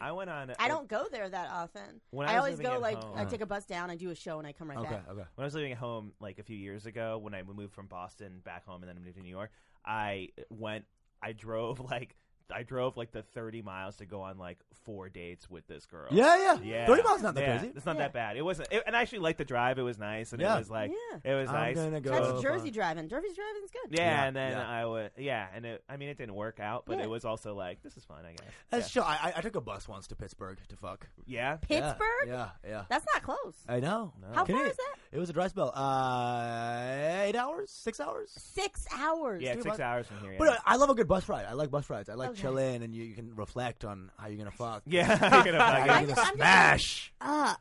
S4: I went on.
S5: I don't go there that often.
S4: When I
S5: I,
S4: was
S5: always
S4: living
S5: go
S4: at
S5: like
S4: home-
S5: I take a bus down, I do a show, and I come right
S3: Okay,
S5: back.
S3: okay.
S4: When I was living at home, like a few years ago, when I moved from Boston back home and then moved to New York, I went. I drove like I drove like the thirty miles to go on like four dates with this girl.
S3: Yeah, yeah.
S4: Yeah,
S3: Thirty miles is not that
S4: Yeah,
S3: crazy.
S4: It's not
S5: Yeah.
S4: that bad. It wasn't, it, and I actually liked the drive. It was nice, and
S3: Yeah.
S4: it was like
S5: Yeah.
S4: it was
S3: I'm
S4: nice.
S3: gonna go.
S5: That's
S3: Oh,
S5: Jersey
S3: fine.
S5: driving. Jersey driving's good.
S4: uh, Yeah,
S3: Yeah,
S4: and then
S3: yeah.
S4: I would. Yeah, and it, I mean, it didn't work out, but
S5: Yeah.
S4: it was also like this is fun, I guess.
S3: That's sure. I, I- I took a bus once to Pittsburgh to fuck.
S4: yeah. yeah.
S5: Pittsburgh.
S3: Yeah, yeah.
S5: That's not close.
S3: I know.
S5: How
S3: Can
S5: far
S3: you-
S5: is that?
S3: It was a dry spell. Uh, eight hours, six hours.
S5: Six hours.
S4: Yeah,
S3: Three
S4: six
S3: bucks.
S4: hours from here. Yeah,
S3: But uh, I love a good bus ride. I like bus rides. I like
S5: Okay.
S3: chill in and you, you can reflect on how you're gonna fuck.
S4: yeah. you're gonna
S3: How
S4: fuck
S3: you're
S5: I-
S4: it.
S3: gonna
S5: I'm just-
S3: smash.
S5: Uh,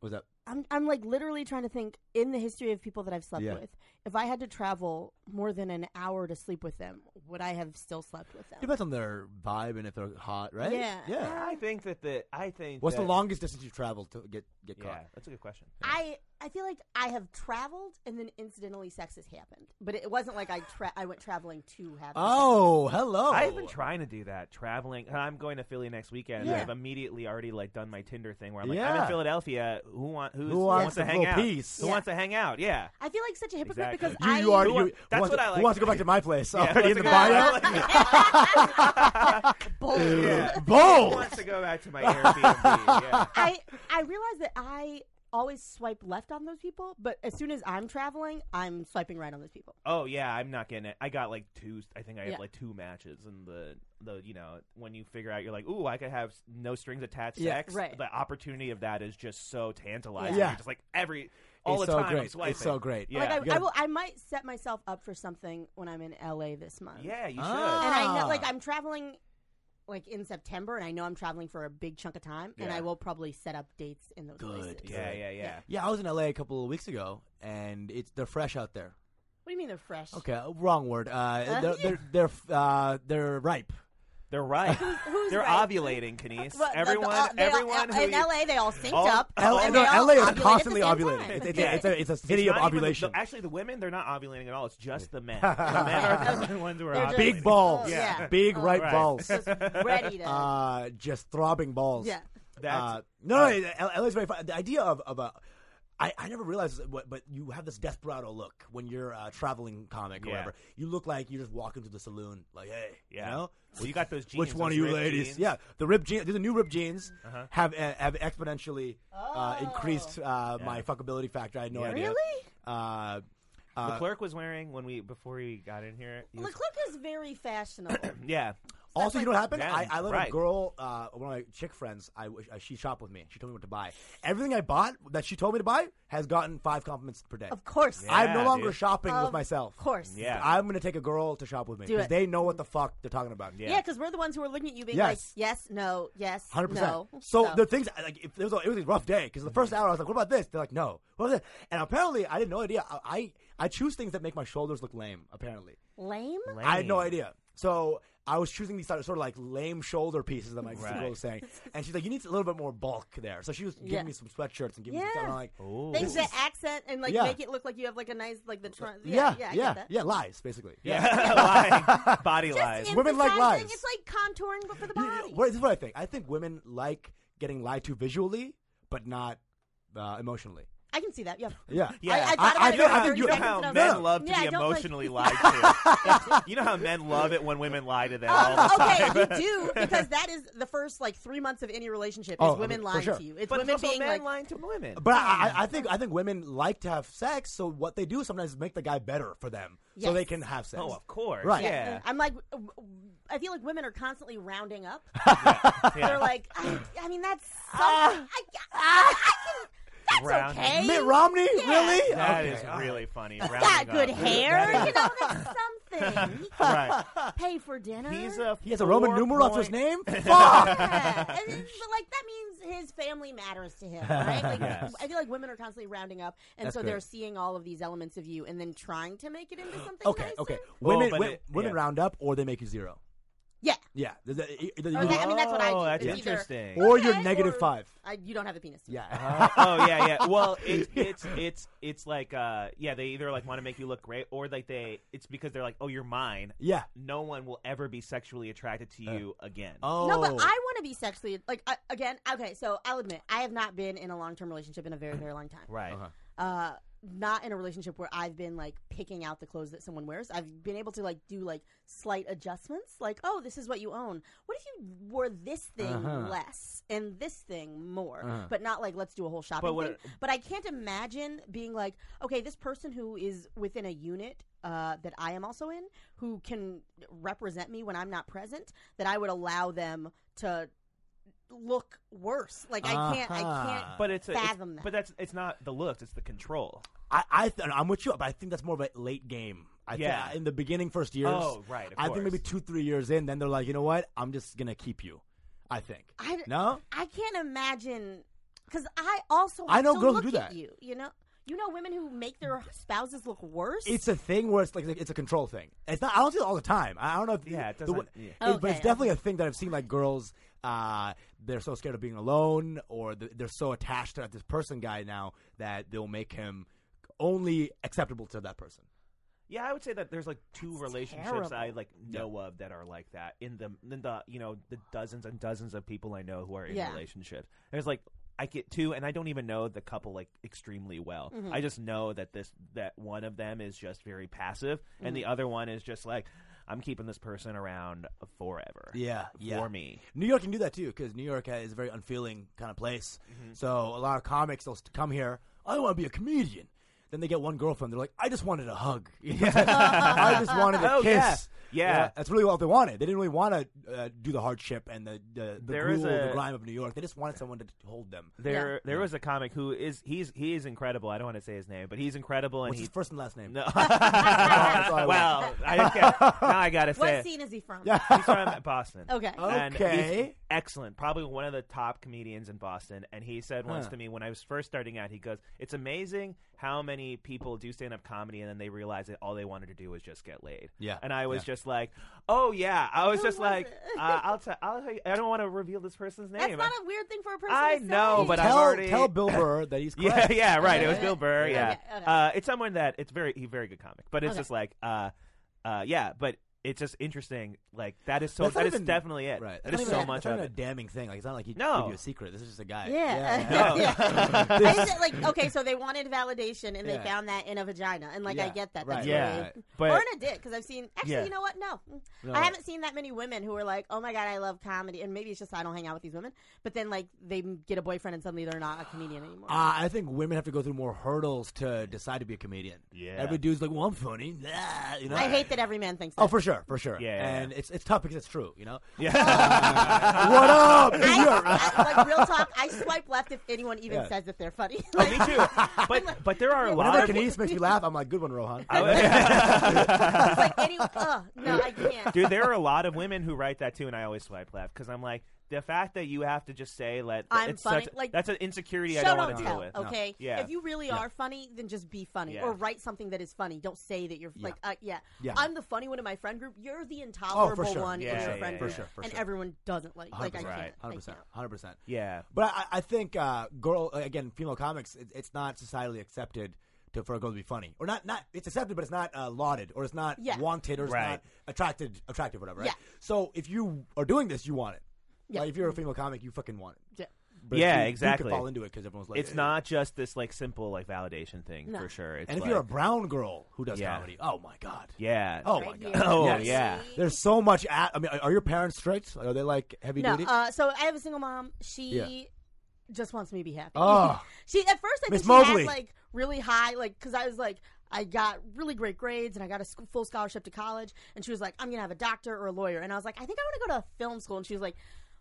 S3: What's up?
S5: I'm I'm like literally trying to think in the history of people that I've slept
S3: Yeah.
S5: with. If I had to travel more than an hour to sleep with them, would I have still slept with them?
S3: Depends on their vibe and if they're hot, right?
S5: Yeah.
S3: Yeah.
S4: I think that the I think
S3: What's the
S4: that-
S3: longest distance you've traveled to get get
S4: Yeah,
S3: caught?
S4: that's a good question.
S5: I I feel like I have traveled and then incidentally sex has happened, but it wasn't like I tra- I went traveling to have.
S3: Oh, hello.
S4: I've been trying to do that, traveling. I'm going to Philly next weekend. and
S5: Yeah.
S4: I've immediately already like done my Tinder thing where I'm like, I'm
S3: Yeah.
S4: in Philadelphia. Who want who's,
S3: Who wants
S4: to
S3: a
S4: hang
S3: little
S4: out?
S3: piece?
S4: Who
S3: Yeah.
S4: wants to hang out? Yeah.
S5: I feel like such a hypocrite
S4: Exactly.
S5: because
S3: You,
S5: I
S3: you are.
S4: Who wa-
S3: you,
S4: that's
S3: wants-
S4: what I like.
S3: Who wants to go back to my place?
S4: Yeah,
S3: Already
S4: who
S3: in the
S4: wants to
S3: bio.
S4: go-
S5: bold.
S4: Yeah. Who
S3: Bold.
S4: wants to go back to
S3: Oh.
S4: my Airbnb? Yeah.
S5: I I realize that I always swipe left on those people, but as soon as I'm traveling, I'm swiping right on those people.
S4: Oh yeah, I'm not getting it. I got like two. I think I
S5: Yeah.
S4: have like two matches, and the the you know when you figure out you're like, ooh, I could have s- no strings attached
S3: Yeah,
S4: sex.
S5: right.
S4: The opportunity of that is just so tantalizing.
S3: Yeah.
S4: You're just like every all
S3: it's
S4: the
S3: so
S4: time. I'm
S3: great.
S4: swiping.
S3: It's so great.
S4: Yeah.
S5: Like I,
S3: You gotta-
S5: I will, I might set myself up for something when I'm in LA this month.
S4: yeah, you should.
S3: Ah.
S5: and I
S3: Ah.
S5: know, like, I'm traveling. Like in September, and I know I'm traveling for a big chunk of time, and
S4: Yeah.
S5: I will probably set up dates in those
S3: Good.
S5: places.
S3: Yeah.
S4: yeah, yeah, yeah.
S3: Yeah, I was in LA a couple of weeks ago, and it's they're fresh out there.
S5: What do you mean they're fresh?
S3: Okay, uh, wrong word. Uh,
S5: Uh,
S3: they're they're they're, uh, they're ripe.
S4: They're right.
S5: who's
S4: They're
S5: right?
S4: ovulating, Kines.
S5: Well, the- the-
S4: everyone,
S5: uh, they all-
S4: everyone who
S5: in
S4: you-
S5: LA, they all synced
S4: All-
S5: up.
S3: Oh,
S5: Oh,
S4: L-
S5: and
S4: no,
S5: they all
S3: LA
S5: ovulate
S3: is
S5: at the
S3: constantly
S5: same
S3: ovulating.
S5: time.
S3: It's, it's,
S4: Yeah.
S3: a, it's, a, it's a
S4: It's
S3: city of
S4: not even the-
S3: ovulation.
S4: the- actually, the women they're not ovulating at all. It's just the men. the men are the only ones who are
S5: They're just-
S4: ovulating.
S3: Big balls.
S5: Yeah.
S3: Big
S5: Oh,
S3: ripe
S4: right.
S3: balls.
S5: Just ready to.
S3: uh, just throbbing balls.
S5: yeah.
S4: That's
S3: Uh, no, no, no, LA's very fun. The idea of, of a, I, I never realized, this, what, but you have this desperado look when you're a traveling comic or
S4: Yeah.
S3: whatever. You look like you just walk into the saloon, like, hey,
S4: yeah.
S3: you know?
S4: Well, you got those jeans.
S3: Which one of
S4: those
S3: you
S4: ripped
S3: ladies?
S4: jeans. Uh-huh.
S3: Yeah, the ripped jeans. The new ripped jeans have uh, have exponentially uh, increased uh, my fuckability factor. I had no
S4: Yeah.
S3: idea.
S5: Oh. Really?
S3: Uh, uh,
S5: Oh,
S4: Leclerc was wearing when we before he got in here. he was-
S5: Leclerc is very fashionable.
S4: yeah,
S3: Also, you know what happened?
S4: Yeah,
S3: I, I let
S4: right.
S3: a girl, uh, one of my chick friends, I, wish- uh, she shopped with me. She told me what to buy. Everything I bought that she told me to buy has gotten five compliments per day.
S5: Of course.
S4: Yeah.
S3: I'm no longer
S4: dude.
S3: shopping
S5: Of
S3: with myself.
S5: course.
S4: Yeah.
S3: I'm going to take a girl to shop with me
S5: Do
S3: because
S5: it.
S3: they know what the fuck they're talking about.
S4: Yeah.
S5: Yeah, because we're the ones who are looking at you being
S3: Yes.
S5: like, yes, no, yes,
S3: Hundred
S5: no.
S3: percent. So the things like if it was a, it was a rough day because the first hour I was like, "What about this?" They're like, "No." What about this? And apparently, I had no idea. I, I I choose things that make my shoulders look lame. Apparently,
S5: lame.
S3: I had no idea. So I was choosing these sort of, sort of like lame shoulder pieces that my sister
S4: Right.
S3: was saying, and she's like, "You need a little bit more bulk there." So she was giving
S5: Yeah.
S3: me some sweatshirts and giving me some stuff.
S5: Yeah.
S3: And I'm like,
S4: Ooh.
S5: Things
S3: This
S5: that
S3: is-
S5: accent and like
S3: Yeah.
S5: make it look like you have like a nice like the trunk.
S3: "Yeah,
S5: yeah,
S3: yeah,
S5: I
S3: yeah,
S5: get that.
S3: lies, basically."
S4: Yeah, lying. Body
S5: Just
S4: lies.
S3: Women like
S5: emphasizing-
S3: lies.
S5: It's like contouring, but for the
S3: You- you-
S5: body.
S3: what- this is what I think. I think women like getting lied to visually, but not uh, emotionally.
S5: I can see that. Yeah.
S3: Yeah.
S4: Yeah,
S5: I- I thought about
S3: it
S4: you know
S3: for
S4: how, you know
S3: 30 seconds
S4: how
S3: and I was
S4: men
S3: like,
S4: love to
S5: yeah, I
S4: be
S5: don't like-
S4: emotionally lied to. you know how men love it when women lie to them all the time.
S5: Oh, okay, you do because that is the first like three months of any relationship is
S3: Oh,
S5: women
S3: for
S5: lying
S3: sure.
S5: to you. It's
S4: But
S5: women
S4: it's also
S5: being
S4: men
S5: like,
S4: lying to women.
S3: But I, I, I think I think women like to have sex, so what they do sometimes is make the guy better for them, so
S5: Yes.
S3: they can have sex.
S4: oh, of course.
S3: Right.
S4: Yeah.
S5: yeah. I'm like, w- w- I feel like women are constantly rounding up. They're like, I, I mean, that's something. I, I, I can. That's
S4: Ah. Rounding.
S5: okay.
S3: Mitt Romney, really?
S4: That
S3: Okay,
S4: is
S3: all right.
S4: really funny.
S5: He's
S4: Rounding
S5: got good
S4: up.
S5: hair. You know, that's something.
S4: Right.
S5: Pay for dinner.
S4: He's a
S3: He has a Roman
S4: four
S3: numeral after his
S4: point-
S3: name. Fuck.
S5: Yeah. and then, but like that means his family matters to him, right? Like
S4: Yes.
S5: I feel like women are constantly rounding up, and
S3: That's
S5: so
S3: great.
S5: they're seeing all of these elements of you, and then trying to make it into something.
S3: Okay,
S5: nicer.
S3: okay.
S4: Well,
S3: Women,
S4: Oh, but
S3: wo-
S4: it-
S3: women
S4: yeah.
S3: round up, or they make you zero.
S5: Yeah.
S3: Yeah. Th- th- e- either
S5: Or
S3: you-
S5: that- I mean, that's what I do.
S4: Oh, that's
S5: It's either-
S4: interesting.
S3: or you're
S5: Okay,
S3: negative
S5: or-
S3: five.
S5: I, you don't have a penis.
S3: Yeah.
S4: Uh, oh yeah, yeah. Well, it, it's it's it's like uh, yeah, they either like want to make you look great, or like they it's because they're like, oh, you're mine.
S3: yeah.
S4: No one will ever be sexually attracted to you again.
S3: Oh.
S5: No, but I want to be sexually like I, again. Okay, so I'll admit I have not been in a long term relationship in a very very long time.
S4: right.
S5: Uh, not in a relationship where I've been like picking out the clothes that someone wears. I've been able to like do like slight adjustments, like oh, this is what you own. What if you wore this thing
S3: Uh-huh.
S5: less and this thing more,
S3: Uh-huh.
S5: but not like let's do a whole shopping
S4: But what-
S5: thing. But I can't imagine being like, okay, this person who is within a unit uh, that I am also in, who can represent me when I'm not present, that I would allow them to look worse. Like I can't, I can't.
S3: Uh-huh.
S4: But it's, a, it's-
S5: fathom that.
S4: but that's it's not the looks, it's the control.
S3: I, I th- I'm with you, but I think that's more of a late game. I
S4: Yeah.
S3: think uh, in the beginning, first years.
S4: Oh, right, of
S3: I think maybe
S4: course.
S3: two, three years in, then they're like, you know what? I'm just gonna keep you. I think.
S5: I d-
S3: no.
S5: I can't imagine because I also
S3: I
S5: have
S3: know
S5: to
S3: girls
S5: look
S3: do
S5: at
S3: that.
S5: You you know you know women who make their spouses look worse.
S3: It's a thing where it's like it's a control thing. It's not. I don't see it all the time. I I don't know if
S4: Yeah, it
S3: the
S4: doesn't-
S3: w-
S4: yeah.
S3: but it's
S5: Okay,
S3: definitely a thing that I've seen like girls. Uh, they're so scared of being alone, or th- they're so attached to this person guy now that they'll make him only acceptable to that person.
S4: Yeah, I would say that there's like two relationships
S5: terrible.
S4: I like know of that are like that in the in the you know the dozens and dozens of people I know who are in
S5: Yeah.
S4: relationships. There's like I get two, and I don't even know the couple like extremely well.
S5: Mm-hmm.
S4: I just know that this that one of them is just very passive, and
S5: Mm-hmm.
S4: the other one is just like I'm keeping this person around forever.
S3: Yeah, yeah.
S4: for me.
S3: New York can do that too because New York is a very unfeeling kind of place.
S4: Mm-hmm.
S3: So a lot of comics they'll st- come here. I want to be a comedian. Then they get one girlfriend. They're like, I just wanted a hug. You know what I'm saying? I just wanted a
S4: Oh,
S3: kiss.
S4: yeah. Yeah.
S3: that's really all they wanted. They didn't really want to uh, do the hardship and the the, the
S4: There is
S3: gruel,
S4: a-
S3: the grime of New York. They just wanted someone to hold them.
S4: There,
S5: Yeah.
S4: there was a comic who is he's he is incredible. I don't want to say his name, but he's incredible, and
S3: What's
S4: he
S3: his first and last name?
S4: no.
S3: That's all I
S4: well, I can't, now I gotta
S5: what
S4: say it.
S5: scene is he from?
S4: He's from Boston.
S5: Okay.
S3: Oh,
S4: And he's
S3: Okay.
S4: excellent. Probably one of the top comedians in Boston. And he said once
S3: Huh.
S4: to me when I was first starting out, he goes, It's amazing how many people do stand up comedy and then they realize that all they wanted to do was just get laid.
S3: Yeah.
S4: And I was
S3: Yeah.
S4: just like, Oh, yeah. I was
S5: Who
S4: just
S5: was
S4: like,
S5: it?
S4: uh, I'll tell, I'll tell you, I don't want to reveal this person's name.
S5: That's not a weird thing for a person.
S4: I
S5: to
S4: know,
S5: say.
S4: Oh, but I've
S3: tell,
S4: already-
S3: tell Bill Burr that he's
S4: Yeah,
S3: correct.
S4: yeah, right.
S5: Okay,
S4: It was
S5: okay.
S4: Bill Burr.
S5: Okay,
S4: Yeah,
S5: okay.
S4: Uh, it's someone that it's very he very good comic, but it's
S5: Okay.
S4: just like, uh, uh, yeah, but it's just interesting. Like that is so
S3: That's not
S4: that is
S3: even-
S4: definitely it.
S3: Right.
S4: that is
S3: That's
S4: so
S3: not even-
S4: much
S3: that's not
S4: of it.
S3: even a damning thing. Like it's not like he
S4: No.
S3: gave you a secret. This is just a guy.
S5: Yeah.
S4: No.
S5: yeah.
S4: Yeah.
S5: I just, like okay, so they wanted validation and
S3: Yeah.
S5: they found that in a vagina, and like I
S3: Yeah,
S5: get that.
S3: right,
S5: That's
S4: yeah,
S5: really-
S4: but
S5: or in a dick because I've seen actually
S4: Yeah.
S5: you know what no.
S3: No.
S5: I haven't seen that many women who are like oh my god I love comedy and maybe it's just I don't hang out with these women but then like they get a boyfriend and suddenly they're not a comedian anymore
S3: Uh, I think women have to go through more hurdles to decide to be a comedian.
S4: Yeah.
S3: Every dude's like, well, I'm funny. Blah, you know?
S5: I hate that every man thinks that
S3: Oh, for sure. sure, for sure.
S4: Yeah, yeah,
S3: and it's it's tough because it's true, you know.
S4: Yeah.
S3: what up?
S5: I, I, like real talk, I swipe left if anyone even
S3: Yeah.
S5: says that they're funny.
S4: oh, me too. But but there are a lot
S3: Whenever
S4: of
S3: Kinesis makes me laugh, I'm like, good one, Rohan.
S4: I would-
S5: It's like any, uh, no, I can't.
S4: Dude, there are a lot of women who write that too, and I always swipe left because I'm like, the fact that you have to just say like
S5: I'm
S4: it's
S5: funny,
S4: such
S5: like,
S4: that's an insecurity
S5: Show
S4: I don't
S5: don't
S4: want to
S5: tell,
S4: deal with.
S5: okay?
S4: Yeah.
S5: If you really are funny, then just be funny
S4: Yeah.
S5: or write something that is funny. Don't say that you're
S3: Yeah.
S5: like, uh, yeah.
S3: Yeah.
S5: I'm the funny one in my friend group. You're the intolerable
S3: sure.
S5: one
S4: Yeah,
S5: in your
S4: yeah,
S5: friend
S4: yeah,
S5: group,
S4: for
S3: sure, for
S5: and
S3: sure.
S5: everyone doesn't like. Like
S3: 100%.
S5: I can't. I
S3: Hundred percent,
S5: can't.
S3: hundred percent.
S4: Yeah.
S3: But I, I think uh, girl again, female comics, it, it's not societally accepted to for a girl to be funny, or not. Not it's accepted, but it's not uh, lauded, or it's not
S5: Yeah.
S3: wanted, or it's
S4: Right.
S3: not attracted, attractive, whatever. Right?
S5: Yeah.
S3: So if you are doing this, you want it.
S5: Yeah.
S3: Like if you're a female comic, you fucking want it.
S5: Yeah.
S3: But
S4: Yeah,
S3: you-
S4: exactly.
S3: You can fall into it because everyone's like, "Eh."
S4: It's not just this like simple like validation thing
S5: No.
S4: for sure. It's
S3: And if
S4: like,
S3: you're a brown girl who does
S4: Yeah.
S3: comedy, oh my god.
S4: yeah.
S3: Oh
S5: Right
S3: my
S5: here.
S3: god.
S4: Oh,
S3: Yes.
S4: yeah.
S3: There's so much. At, I mean, are- are your parents straight? Are they like heavy
S5: No,
S3: duty?
S5: uh, so I have a single mom. She
S3: Yeah.
S5: just wants me to be happy.
S3: Oh.
S5: she at first I
S3: Miss
S5: think she had
S3: Mobley.
S5: like really high, like because I was like I got really great grades and I got a sc- full scholarship to college, and she was like, I'm gonna have a doctor or a lawyer, and I was like, I think I want to go to film school, and she was like,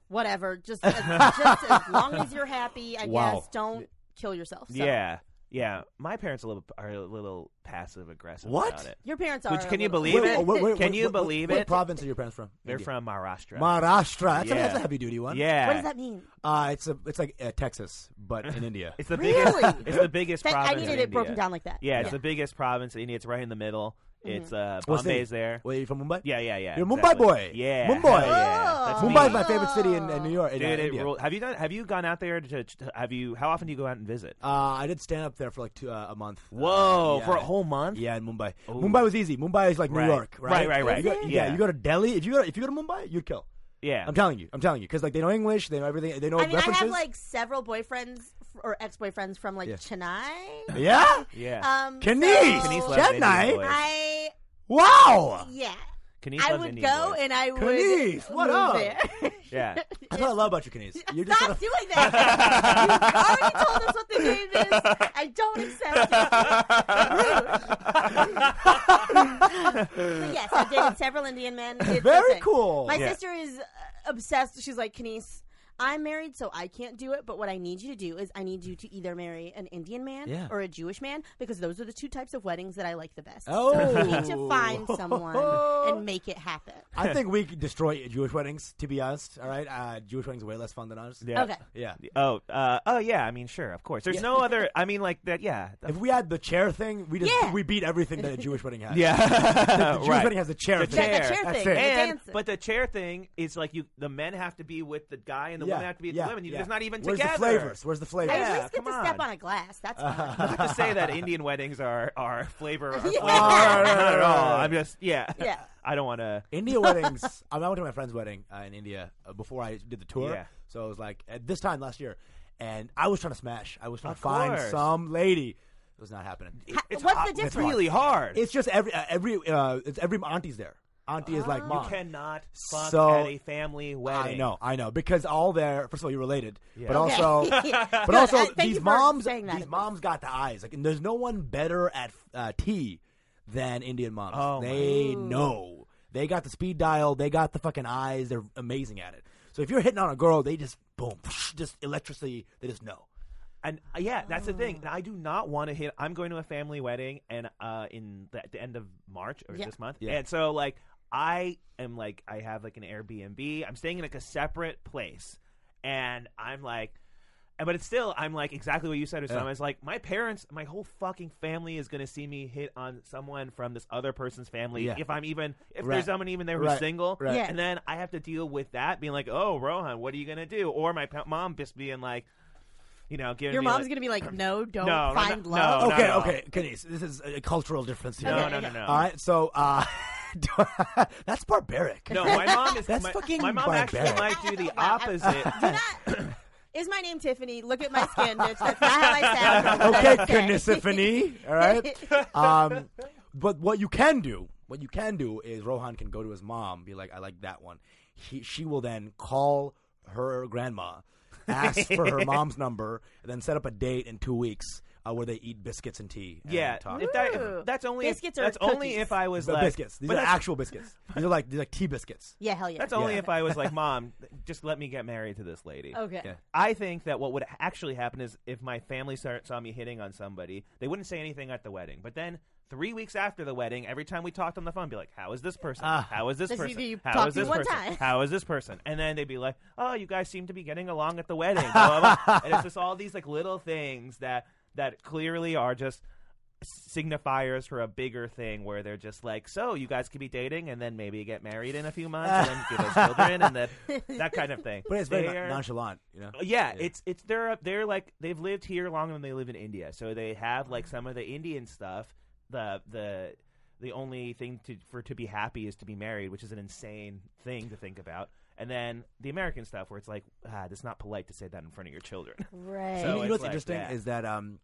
S5: Whatever, just as, just as long as you're happy, I
S3: Wow.
S5: guess. Don't kill yourself. So.
S4: Yeah. Yeah. My parents are a little are a little passive aggressive
S3: What?
S4: about it.
S5: your parents are.
S4: Which
S5: a
S4: can you
S5: little-
S4: believe it?
S3: Wait, wait, wait,
S4: can
S3: wait,
S4: you
S3: wait,
S4: believe
S3: what
S4: it?
S3: province are your parents from?
S4: They're
S3: India.
S4: from Maharashtra.
S3: Maharashtra. That's, a,
S4: Yeah.
S3: that's a heavy duty one.
S4: yeah.
S5: What does that mean?
S3: Uh, it's a, it's like uh, Texas, but in India.
S4: It's the
S5: Really?
S4: biggest. It's the biggest
S5: That-
S4: province.
S5: I needed
S4: in
S5: it broken
S4: India.
S5: down like Mm-hmm. that.
S4: Yeah, it's the biggest province in India. It's right in the middle. It's uh, Bombay's there.
S3: Wait, you from Mumbai?
S4: Yeah, yeah, yeah.
S3: You're a
S4: exactly.
S3: Mumbai boy.
S4: Yeah,
S3: Mumbai.
S4: Hell
S5: Oh.
S4: yeah. That's
S3: Mumbai
S4: me.
S3: is my favorite city in, in New York. In, uh,
S4: Dude, it
S3: India.
S4: ruled. Have you done? Have you gone out there to, to? Have you? How often do you go out and visit?
S3: Uh, I did stand up there for like two, uh, a month.
S4: Whoa,
S3: Uh,
S4: for a
S3: yeah.
S4: whole month.
S3: Yeah, in Mumbai. Mumbai was easy. Mumbai is like New
S4: Right.
S3: York, right?
S4: Right, right, right.
S3: You go-
S4: Yeah.
S3: yeah, you go to Delhi. If you go to, if you go to Mumbai, you'd kill.
S4: yeah.
S3: I'm telling you. I'm telling you because like they know English, they know everything, they know
S5: I mean,
S3: references.
S5: I have like several boyfriends f- or ex-boyfriends from like
S3: Yeah.
S5: Chennai.
S3: yeah,
S4: yeah.
S5: Um,
S3: Kanish,
S5: so-
S4: Kanish loves
S3: Chennai?
S4: Indian boys.
S5: I
S3: wow.
S5: yeah.
S4: Kanish
S5: I
S4: loves
S5: would
S4: Indian
S5: go
S4: boys.
S5: and I would
S3: Kanish, what
S5: move
S3: up?
S5: there.
S4: Yeah.
S3: That's what I love about you, Kines. You're just
S5: Stop
S3: sort of-
S5: doing that. you already told us what the game is. I don't accept it. Rude. but yes, I've dated several Indian men. It's
S3: Very
S5: listen,
S3: cool.
S5: My
S4: Yeah.
S5: sister is uh, obsessed. She's like, Kanice, I'm married, so I can't do it. But what I need you to do is I need you to either marry an Indian man
S3: Yeah.
S5: or a Jewish man because those are the two types of weddings that I like the best.
S3: Oh.
S5: So you need to find someone and make it happen.
S3: I think we could destroy Jewish weddings. To be honest, all right, uh, Jewish weddings are way less fun than ours.
S4: Yeah.
S5: Okay.
S3: yeah.
S4: Oh, uh, oh yeah. I mean, sure, of course. There's no other. I mean, like that. Yeah,
S3: If we had the chair thing, we just
S5: Yeah.
S3: we beat everything that a Jewish wedding has.
S4: yeah. Uh,
S3: the Jewish
S4: right.
S3: wedding has the chair.
S4: The
S3: thing.
S5: That, that
S4: Chair.
S5: chair
S3: That's it.
S5: thing, the
S4: and
S5: dancing.
S4: but the chair thing is like you. The men have to be with the guy, and the
S3: Yeah,
S4: women have to be with
S3: yeah,
S4: the women. You,
S3: yeah.
S4: There's not even
S3: Where's
S4: together.
S3: the flavors? Where's the flavors?
S5: I
S4: Yeah,
S5: at least get
S4: come
S5: to step
S4: on.
S5: on a glass. That's fine.
S4: Not to say that Indian weddings are are flavor. Are flavor.
S5: Yeah.
S4: Not at all. I'm just yeah.
S5: Yeah.
S4: I don't want to.
S3: India weddings. I went to my friend's wedding uh, in India uh, before I did the tour.
S4: Yeah.
S3: So it was like at this time last year, and I was trying to smash. I was trying to find
S4: course.
S3: some lady. It was not happening.
S4: It's
S5: What's
S4: hard-
S5: the
S4: It's
S5: difference?
S4: really hard.
S3: It's just every uh, every uh, it's every auntie's there. Auntie is like mom.
S4: Ah. you cannot fuck
S3: So-
S4: at a family wedding.
S3: I know, I know, because all their first of all you're related, but
S5: Okay.
S3: also,
S5: Yeah.
S3: but
S5: Good. I-
S3: also
S5: thank you
S3: these
S5: for
S3: moms,
S5: saying that.
S3: these moms got the eyes. Like, and there's no one better at uh, tea than Indian moms.
S4: Oh, my.
S3: they know. They got the speed dial. They got the fucking eyes. They're amazing at it. So if you're hitting on a girl, they just boom, just electricity. They just know.
S4: And uh, yeah, that's the thing. And I do not want to hit. I'm going to a family wedding, and uh, in the, at the end of March or
S5: Yeah.
S4: this month,
S3: Yeah.
S4: and so like I am like I have like an Airbnb. I'm staying in like a separate place, and I'm like. and- But it's still, I'm like exactly what you said, Usama.
S3: Yeah.
S4: It's like my parents, my whole fucking family is gonna see me hit on someone from this other person's family
S3: Yeah.
S4: if I'm even if
S3: Right.
S4: there's someone even there who's
S3: Right.
S4: single,
S3: Right.
S5: Yeah.
S4: and then I have to deal with that being like, oh, Rohan, what are you gonna do? Or my pa- mom just being like, you know, giving
S5: Your
S4: me
S5: mom's
S4: like,
S5: gonna be like, "No, don't
S4: No, no,
S5: find
S4: no,
S5: love."
S4: Oh, no,
S3: okay,
S4: no.
S3: okay, Kenise, this is a cultural difference here.
S4: No,
S5: Okay,
S4: no, no,
S5: okay.
S4: no.
S3: All right, so uh, that's barbaric.
S4: No, my mom is.
S3: That's
S4: my,
S3: fucking
S4: My mom actually
S3: barbaric.
S4: might do the
S5: Wow, I-
S4: opposite.
S5: Do not. Is my name Tiffany? Look at my skin, bitch. That's not how I sound.
S3: okay,
S5: That's
S3: Knisifany. All right. Um, but what you can do, what you can do is Rohan can go to his mom, be like, "I like that one." He, she will then call her grandma, ask for her mom's number, and then set up a date in two weeks. uh, where they eat biscuits and tea. and
S4: Yeah,
S3: talk.
S4: if that,
S5: Ooh.
S4: if- that's only if,
S5: Biscuits or
S4: that's only
S5: cookies?
S4: if I was
S3: The
S4: like
S3: biscuits. These
S4: but
S3: are
S4: that's-
S3: actual biscuits. These are like these are like tea biscuits.
S5: Yeah, hell yeah.
S4: That's only
S3: Yeah.
S4: if I was like, "Mom, just let me get married to this lady."
S5: Okay.
S3: Yeah.
S4: I think that what would actually happen is if my family saw, saw me hitting on somebody, they wouldn't say anything at the wedding. But then three weeks after the wedding, every time we talked on the phone, be like, "How is this person?
S3: Ah.
S4: How is this
S5: Does he-
S4: person?
S5: do you
S4: How
S5: talk
S4: is
S5: to you
S4: this
S5: one
S4: person?
S5: time?"
S4: How is this person?" And then they'd be like, "Oh, you guys seem to be getting along at the wedding." blah, blah, blah. and it's just all these like little things that that clearly are just signifiers for a bigger thing where they're just like, so you guys could be dating and then maybe get married in a few months and then give us children and then that kind of thing.
S3: But it's very
S4: They're-
S3: nonchalant, you know.
S4: yeah, it's it's they're up they're like they've lived here longer than they live in India, so they have like some of the Indian stuff. The the the only thing to for to be happy is to be married, which is an insane thing to think about. And then the American stuff, where it's like, ah, it's not polite to say that in front of your children.
S5: Right.
S4: So
S3: you know what's
S4: it's like
S3: interesting
S4: that.
S3: is that um,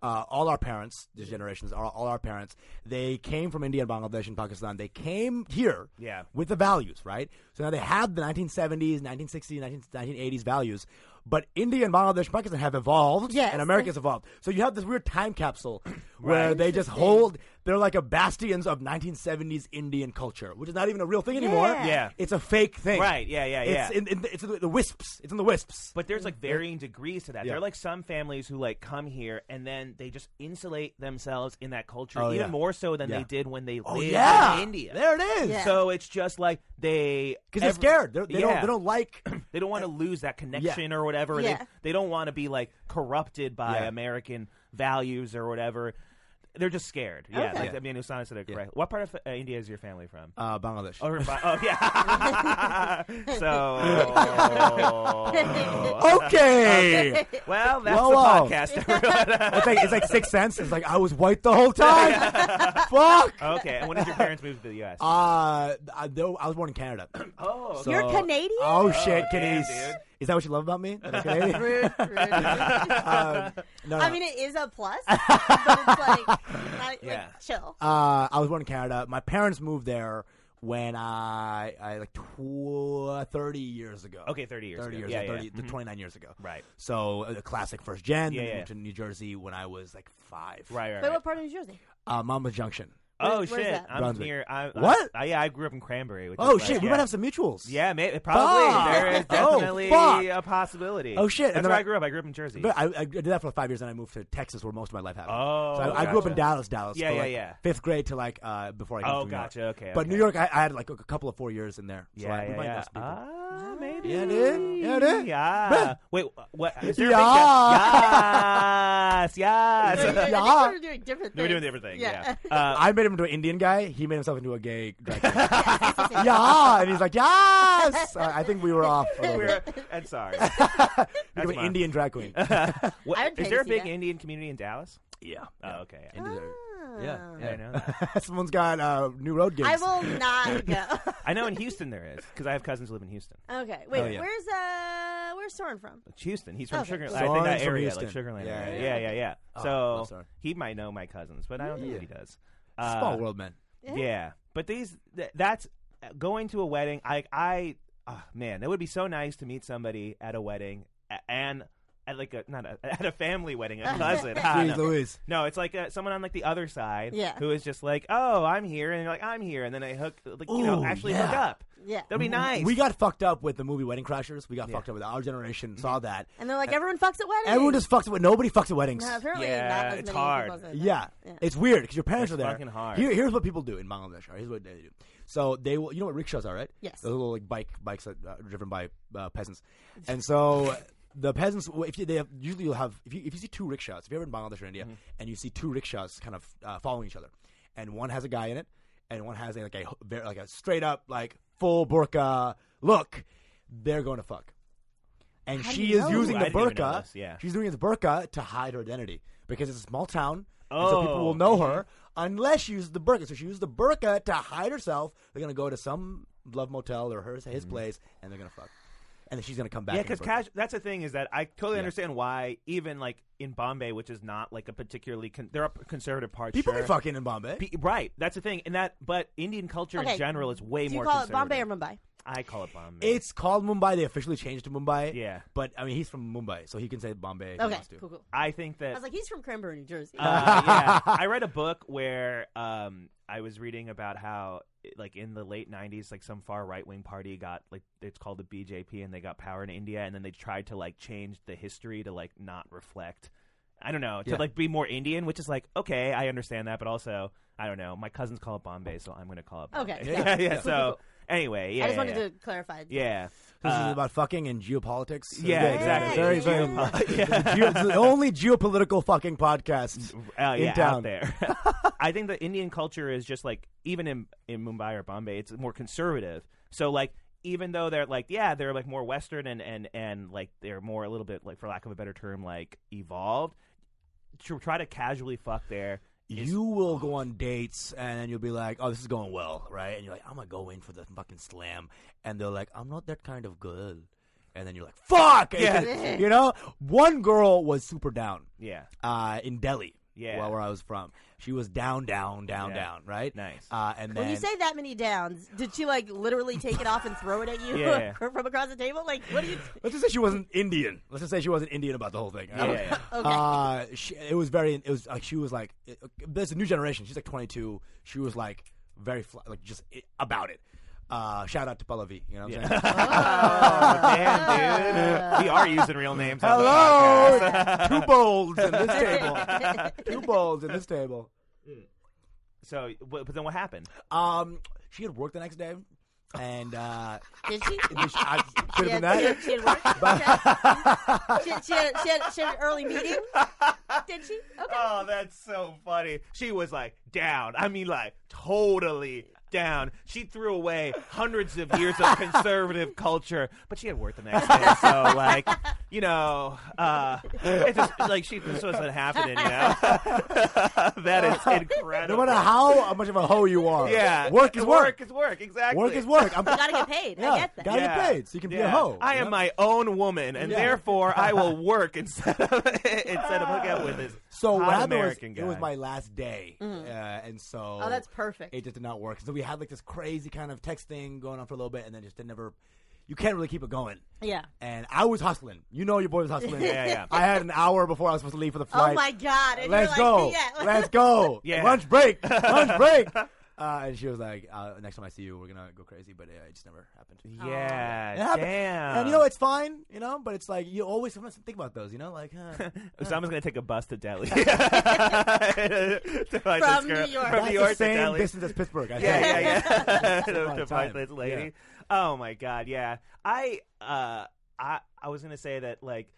S3: uh, all our parents, these generations, all, all our parents, they came from India and Bangladesh and Pakistan. They came here
S4: Yeah.
S3: with the values, right? So now they have the 1970s, 1960s, 19, 1980s values, but India and Bangladesh and Pakistan have evolved,
S5: Yes.
S3: and America's evolved. So you have this weird time capsule where
S4: Right.
S3: they just hold, they're like a bastions of 1970s Indian culture, which is not even a real thing anymore.
S5: Yeah.
S4: Yeah.
S3: It's a fake thing.
S4: Right, yeah, yeah,
S3: It's
S4: yeah.
S3: In, in the, it's in the wisps. It's in the wisps.
S4: But there's like varying degrees to that.
S3: Mm. Yeah.
S4: There are like some families who like come here and then they just insulate themselves in that culture
S3: Oh,
S4: even
S3: yeah.
S4: more so than
S3: Yeah.
S4: they did when they
S3: Oh,
S4: lived
S3: yeah.
S4: in India.
S3: There it is.
S5: Yeah.
S4: So it's just like they
S3: because they're
S4: every-
S3: scared. They're, they don't.
S4: Yeah.
S3: They don't like.
S4: They don't want to lose that connection or whatever.
S5: Yeah.
S4: They, they don't want to be like corrupted by
S3: Yeah.
S4: American values or whatever. They're just scared. Yeah,
S5: Okay.
S4: like, I mean, Usana said it correctly. What part of uh, India is your family from?
S3: Uh, Bangladesh.
S4: Oh, from- oh, yeah. oh. so,
S3: Oh, okay.
S4: well, that's
S3: Whoa,
S4: the
S3: whoa.
S4: podcast. everyone.
S3: it's like it's like Sixth Sense. It's like I was white the whole time. Fuck.
S4: okay, and when did your parents move to the U.S.?
S3: Uh, I, though I was born in Canada.
S4: oh, okay.
S3: So-
S5: You're Canadian?
S3: Oh shit,
S4: damn,
S3: Canadies.
S4: dude.
S3: Is that what you love about me? That I'm Canadian?
S5: Rude, rude.
S3: um, no, no.
S5: I mean, it is a plus, but it's like, not,
S4: Yeah.
S5: like chill.
S3: uh, I was born in Canada. My parents moved there when I, I like tw- thirty years ago.
S4: okay, thirty years.
S3: thirty
S4: ago.
S3: years,
S4: yeah,
S3: ago,
S4: yeah.
S3: 30,
S4: Mhm.
S3: twenty nine years ago.
S4: Right.
S3: So uh, the classic first gen.
S4: Yeah,
S3: then we
S4: yeah.
S3: moved to New Jersey when I was like five.
S4: Right, right,
S5: But
S4: right.
S5: what part of New Jersey?
S3: Uh, Mama Junction.
S4: Oh
S5: where's
S4: shit!
S5: that?
S4: I'm
S3: Brunswick.
S4: near. I, I-
S3: What?
S4: I, yeah, I grew up in Cranberry. Which
S3: Oh
S4: is like-
S3: shit, we
S4: yeah.
S3: might have some mutuals.
S4: Yeah, maybe probably.
S3: Fuck.
S4: There is
S3: Oh,
S4: definitely
S3: fuck.
S4: a possibility.
S3: Oh, shit. And
S4: That's
S3: then
S4: where
S3: I-
S4: I grew up. I grew up in Jersey.
S3: But I, I did that for five years, and I moved to Texas, where most of my life happened.
S4: Oh,
S3: so I, I grew up in
S4: gotcha.
S3: Dallas, Dallas.
S4: Yeah,
S3: for,
S4: yeah,
S3: like,
S4: yeah.
S3: Fifth grade to like uh, before I. Came
S4: Oh,
S3: to New York.
S4: gotcha. Okay,
S3: But
S4: okay.
S3: New York, I, I had like a, couple of four years in there. So
S4: yeah,
S3: I, we
S4: yeah,
S3: might
S4: yeah.
S3: know some people.
S4: Ah, maybe.
S3: Yeah, dude. Yeah, dude.
S4: Yeah. Wait, wh- what? Is there a big
S3: Yeah.
S4: yes, yes.
S5: We're doing- I think we're doing different things.
S4: We're doing different things. Yeah. Uh,
S3: I made him into an Indian guy. He made himself into a gay. Drag queen.
S5: Yes, yes, yes.
S3: yeah, and he's like, yes. Uh, I think we were off. A little
S4: we're,
S3: bit.
S4: and sorry.
S3: Become an
S4: mine.
S3: Indian drag queen.
S4: What-
S5: I would pay
S4: is
S5: to
S4: there a
S5: see
S4: big
S5: that.
S4: Indian community in Dallas?
S3: yeah.
S4: Oh, okay. Yeah.
S3: Indians are- Yeah.
S4: I know. that.
S3: Someone's got uh, new road gigs.
S5: Ah. I will not go.
S4: I know in Houston there is because I have cousins who live in Houston.
S5: Okay, wait.
S3: Oh, yeah.
S5: Where's uh, where's Soren from?
S4: It's Houston. He's from
S5: Okay.
S4: Sugar. I think
S3: Soren's
S4: that
S3: from
S4: area,
S3: Houston.
S4: like Sugar Land.
S3: Yeah,
S4: area.
S3: yeah,
S4: Yeah, yeah, yeah.
S3: Oh, I'm
S4: so
S3: sorry.
S4: he might know my cousins, but I don't think
S3: Yeah.
S4: he does. Uh,
S3: Small world, man.
S5: Yeah.
S4: Yeah, but these th- that's going to a wedding. I I oh, man, it would be so nice to meet somebody at a wedding a- and at like a not a, at a family wedding, a cousin. Ah,
S3: Jeez
S4: no.
S3: Louise.
S4: No, it's like uh someone on like the other side,
S5: Yeah.
S4: who is just like, "Oh, I'm here," and you're like, "I'm here," and then I hook, like, you know,
S3: Ooh,
S4: actually
S3: yeah. Mm-hmm.
S4: hook up.
S5: Yeah.
S4: That'd be nice.
S3: We got fucked up with the movie Wedding Crashers. We got fucked up with our generation. Saw that.
S5: And they're like, everyone fucks at weddings.
S3: E- Everyone just fucks with nobody fucks at weddings.
S5: No, apparently
S4: Yeah,
S5: not as
S4: it's
S5: many
S4: hard.
S5: people as I
S3: yeah.
S5: thought.
S3: it's weird because your parents
S4: It's
S3: are there.
S4: fucking hard.
S3: Here- here's what people do in Bangladesh. Right? Here's what they do. So they will. You know what rickshaws are, right?
S5: Yes.
S3: Those little like bike bikes that uh, are driven by uh, peasants. And so the peasants, well, if you, they have, usually you'll have if you if you see two rickshaws, if you're ever in Bangladesh or India,
S4: Mm-hmm.
S3: and you see two rickshaws kind of uh, following each other, and one has a guy in it, and one has a, like a h- very- like a straight up like full burqa look, they're going to fuck. And
S5: How do
S3: she
S5: you
S3: is
S5: know?
S3: using
S4: Ooh,
S3: the
S4: I didn't even know
S3: burqa.
S4: this, yeah.
S3: She's doing the burqa to hide her identity because it's a small town, and so people
S4: Oh.
S3: will know her unless she uses the burqa. So she used the burqa to hide herself. They're gonna go to some love motel or hers, his place, and they're gonna fuck. And then she's gonna come back.
S4: Mm-hmm. Yeah,
S3: in the
S4: because
S3: burqa.
S4: cash. That's the thing is that I totally
S3: Yeah.
S4: understand why even like in Bombay, which is not like a particularly con- there are conservative parts.
S3: people
S4: sure.
S3: be fucking in Bombay.
S4: Be- right, that's the thing, and that but Indian culture
S5: Okay.
S4: in general is way
S5: Do you
S4: more.
S5: call it
S4: conservative.
S5: Bombay or Mumbai?
S4: I call it Bombay.
S3: It's called Mumbai. They officially changed to Mumbai.
S4: Yeah.
S3: But I mean, he's from Mumbai, so he can say Bombay. If he
S5: Okay,
S3: wants to.
S5: cool, cool.
S4: I think
S5: I
S4: that
S5: was like, he's from Cranberry, New Jersey.
S4: uh, yeah. I read a book where um, I was reading about how, like, in the late '90s, like some far right wing party got like it's called the BJP, and they got power in India, and then they tried to like change the history to like not reflect. I don't know to
S3: Yeah.
S4: like be more Indian, which is like okay, I understand that, but also I don't know. My cousins call it Bombay, so I'm going to call it. Bombay.
S5: Okay.
S4: yeah, yeah.
S5: Cool, cool,
S4: So anyway, yeah,
S5: I just wanted
S4: yeah,
S5: to clarify.
S4: yeah.
S3: So This is
S4: Uh,
S3: about fucking and geopolitics. So
S4: yeah,
S3: good.
S4: exactly.
S3: Very,
S5: Yeah.
S3: very.
S4: Yeah.
S3: Geo- it's the only geopolitical fucking podcast.
S4: uh,
S3: in
S4: yeah,
S3: town.
S4: out there. I think the Indian culture is just like even in in Mumbai or Bombay, it's more conservative. So like even though they're like yeah, they're like more Western and and and like they're more a little bit like for lack of a better term like evolved. To try to casually fuck there. is-
S3: You will go on dates and then you'll be like, "Oh, this is going well, right?" And you're like, "I'm gonna go in for the fucking slam," and they're like, "I'm not that kind of girl," and then you're like, "Fuck!"
S4: Yeah.
S3: you know, one girl was super down.
S4: yeah.
S3: uh, in Delhi.
S4: Yeah.
S3: Where, where I was from. She was down, down, down,
S4: Yeah.
S3: down, right?
S4: Nice.
S3: Uh, and then
S5: When you say that many downs, did she like literally take it off and throw it at you
S4: Yeah.
S5: from across the table? Like, what do you?
S3: let's just say she wasn't Indian. Let's just say she wasn't Indian about the whole thing.
S4: Yeah, yeah, yeah.
S5: Okay.
S3: Uh, she, it was very. It was like she was like. It, there's a new generation. She's like 22. She was like very fl- like just i about it. Uh, shout out to Pallavi. You know what I'm saying?
S4: Oh, damn, dude. We are using real names. on the
S3: Hello, two bolds in this table. two bolds in this
S4: podcast.
S3: table.
S4: So, but but then what happened?
S3: Um, she had work the next day, and uh,
S5: Did she?
S3: I could
S5: She
S3: have been
S5: had,
S3: that.
S5: she had, she had work. Okay. she, had- she, had, she, had, she had an early meeting. Did she? Okay.
S4: Oh, that's so funny. She was like down. I mean, like totally down. She threw away hundreds of years of conservative culture, but she had work the next day. So, like, you know, uh, it's just like she this wasn't happening. You know, that is
S3: No
S4: incredible.
S3: matter how much of a hoe you are,
S4: yeah,
S3: work is work.
S4: Work is work. Exactly.
S3: Work is work. I'm,
S5: Gotta get paid. I
S3: yeah,
S5: get that.
S3: gotta get
S4: Yeah.
S3: paid so you can be a
S4: Yeah.
S3: hoe.
S4: I
S3: you
S4: am
S3: know?
S4: my own woman, and
S3: Yeah.
S4: therefore I will work instead of instead of hook up with this
S3: So
S4: hot
S3: what happened
S4: American
S3: was
S4: guy.
S3: it was my last day, uh, and so
S5: Mm-hmm. Oh, that's perfect.
S3: It just did not work. So we had like this crazy kind of text thing going on for a little bit, and then just did never. You can't really keep it going.
S5: Yeah.
S3: And I was hustling. You know your boy was hustling.
S4: Yeah, yeah.
S3: I had an hour before I was supposed to leave for the flight.
S5: Oh my god. And
S3: Let's
S5: you're
S3: go.
S5: like, Yeah.
S3: Let's go.
S4: Yeah.
S3: Lunch break. Lunch break. Uh, and she was like, uh, next time I see you, we're gonna go crazy. But uh, it just never happened. It
S4: yeah,
S3: happened.
S4: damn.
S3: And you know, it's fine, you know, but it's like you always sometimes think about those, you know, like huh.
S4: Osama's gonna take a bus to Delhi. To find this
S5: From
S4: girl-
S5: New York.
S4: From
S3: that's
S4: New
S3: the
S4: York to
S3: same
S4: Delhi.
S3: distance as Pittsburgh. I think.
S4: Yeah, yeah, yeah.
S3: a long
S4: to find
S3: time.
S4: this lady. Oh my god, yeah. I uh I I was gonna say that like